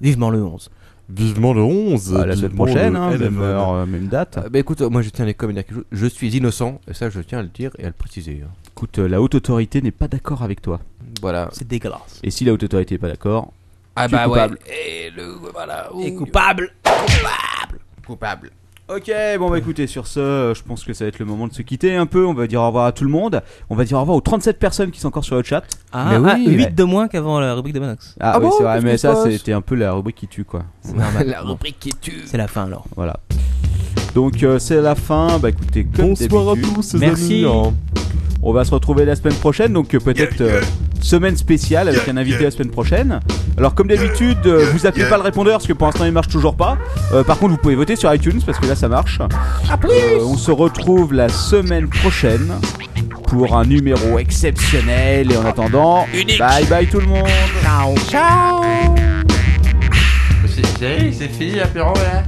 S5: vivement le 11.
S9: Vivement le 11
S4: À la semaine
S9: vivement le
S4: prochaine, hein, même
S2: Eh
S9: LMN.
S4: heure, euh, même date.
S2: Euh, ben, bah écoute, euh, moi je tiens à quand même à dire quelque chose. Je suis innocent, et ça je tiens à le dire et à le préciser. hein.
S4: Écoute, euh, la haute autorité n'est pas d'accord avec toi.
S2: Voilà.
S5: C'est dégueulasse.
S4: Et si la haute autorité n'est pas d'accord,
S10: Ah
S4: Tu es
S10: bah
S4: coupable.
S10: ouais, et le, voilà, ouh,
S5: Et coupable
S10: coupable.
S4: Ok, bon bah écoutez, sur ce, euh, je pense que ça va être le moment de se quitter un peu. On va dire au revoir à tout le monde. On va dire au revoir aux 37 personnes qui sont encore sur le chat.
S5: Ah,
S4: Mais
S5: ah,
S4: oui.
S5: 8 de moins qu'avant la rubrique de Manox.
S4: Ah, oui, c'est vrai, mais ça c'était un peu la rubrique qui tue quoi.
S10: La rubrique qui tue.
S5: C'est la fin alors.
S4: Voilà. Donc euh, c'est la fin. Bah écoutez, comme
S9: Bonsoir à
S4: d'habitude,
S9: tous, les
S6: Merci.
S9: amis. hein.
S4: on va se retrouver la semaine prochaine. Donc euh, peut-être euh, semaine spéciale avec un invité la semaine prochaine. Alors comme d'habitude, euh, vous appelez pas le répondeur parce que pour l'instant il marche toujours pas. Euh, par contre, vous pouvez voter sur iTunes parce que là ça marche. Euh, on se retrouve la semaine prochaine pour un numéro exceptionnel. Et en attendant, bye bye tout le monde.
S10: C'est fini l'apéro là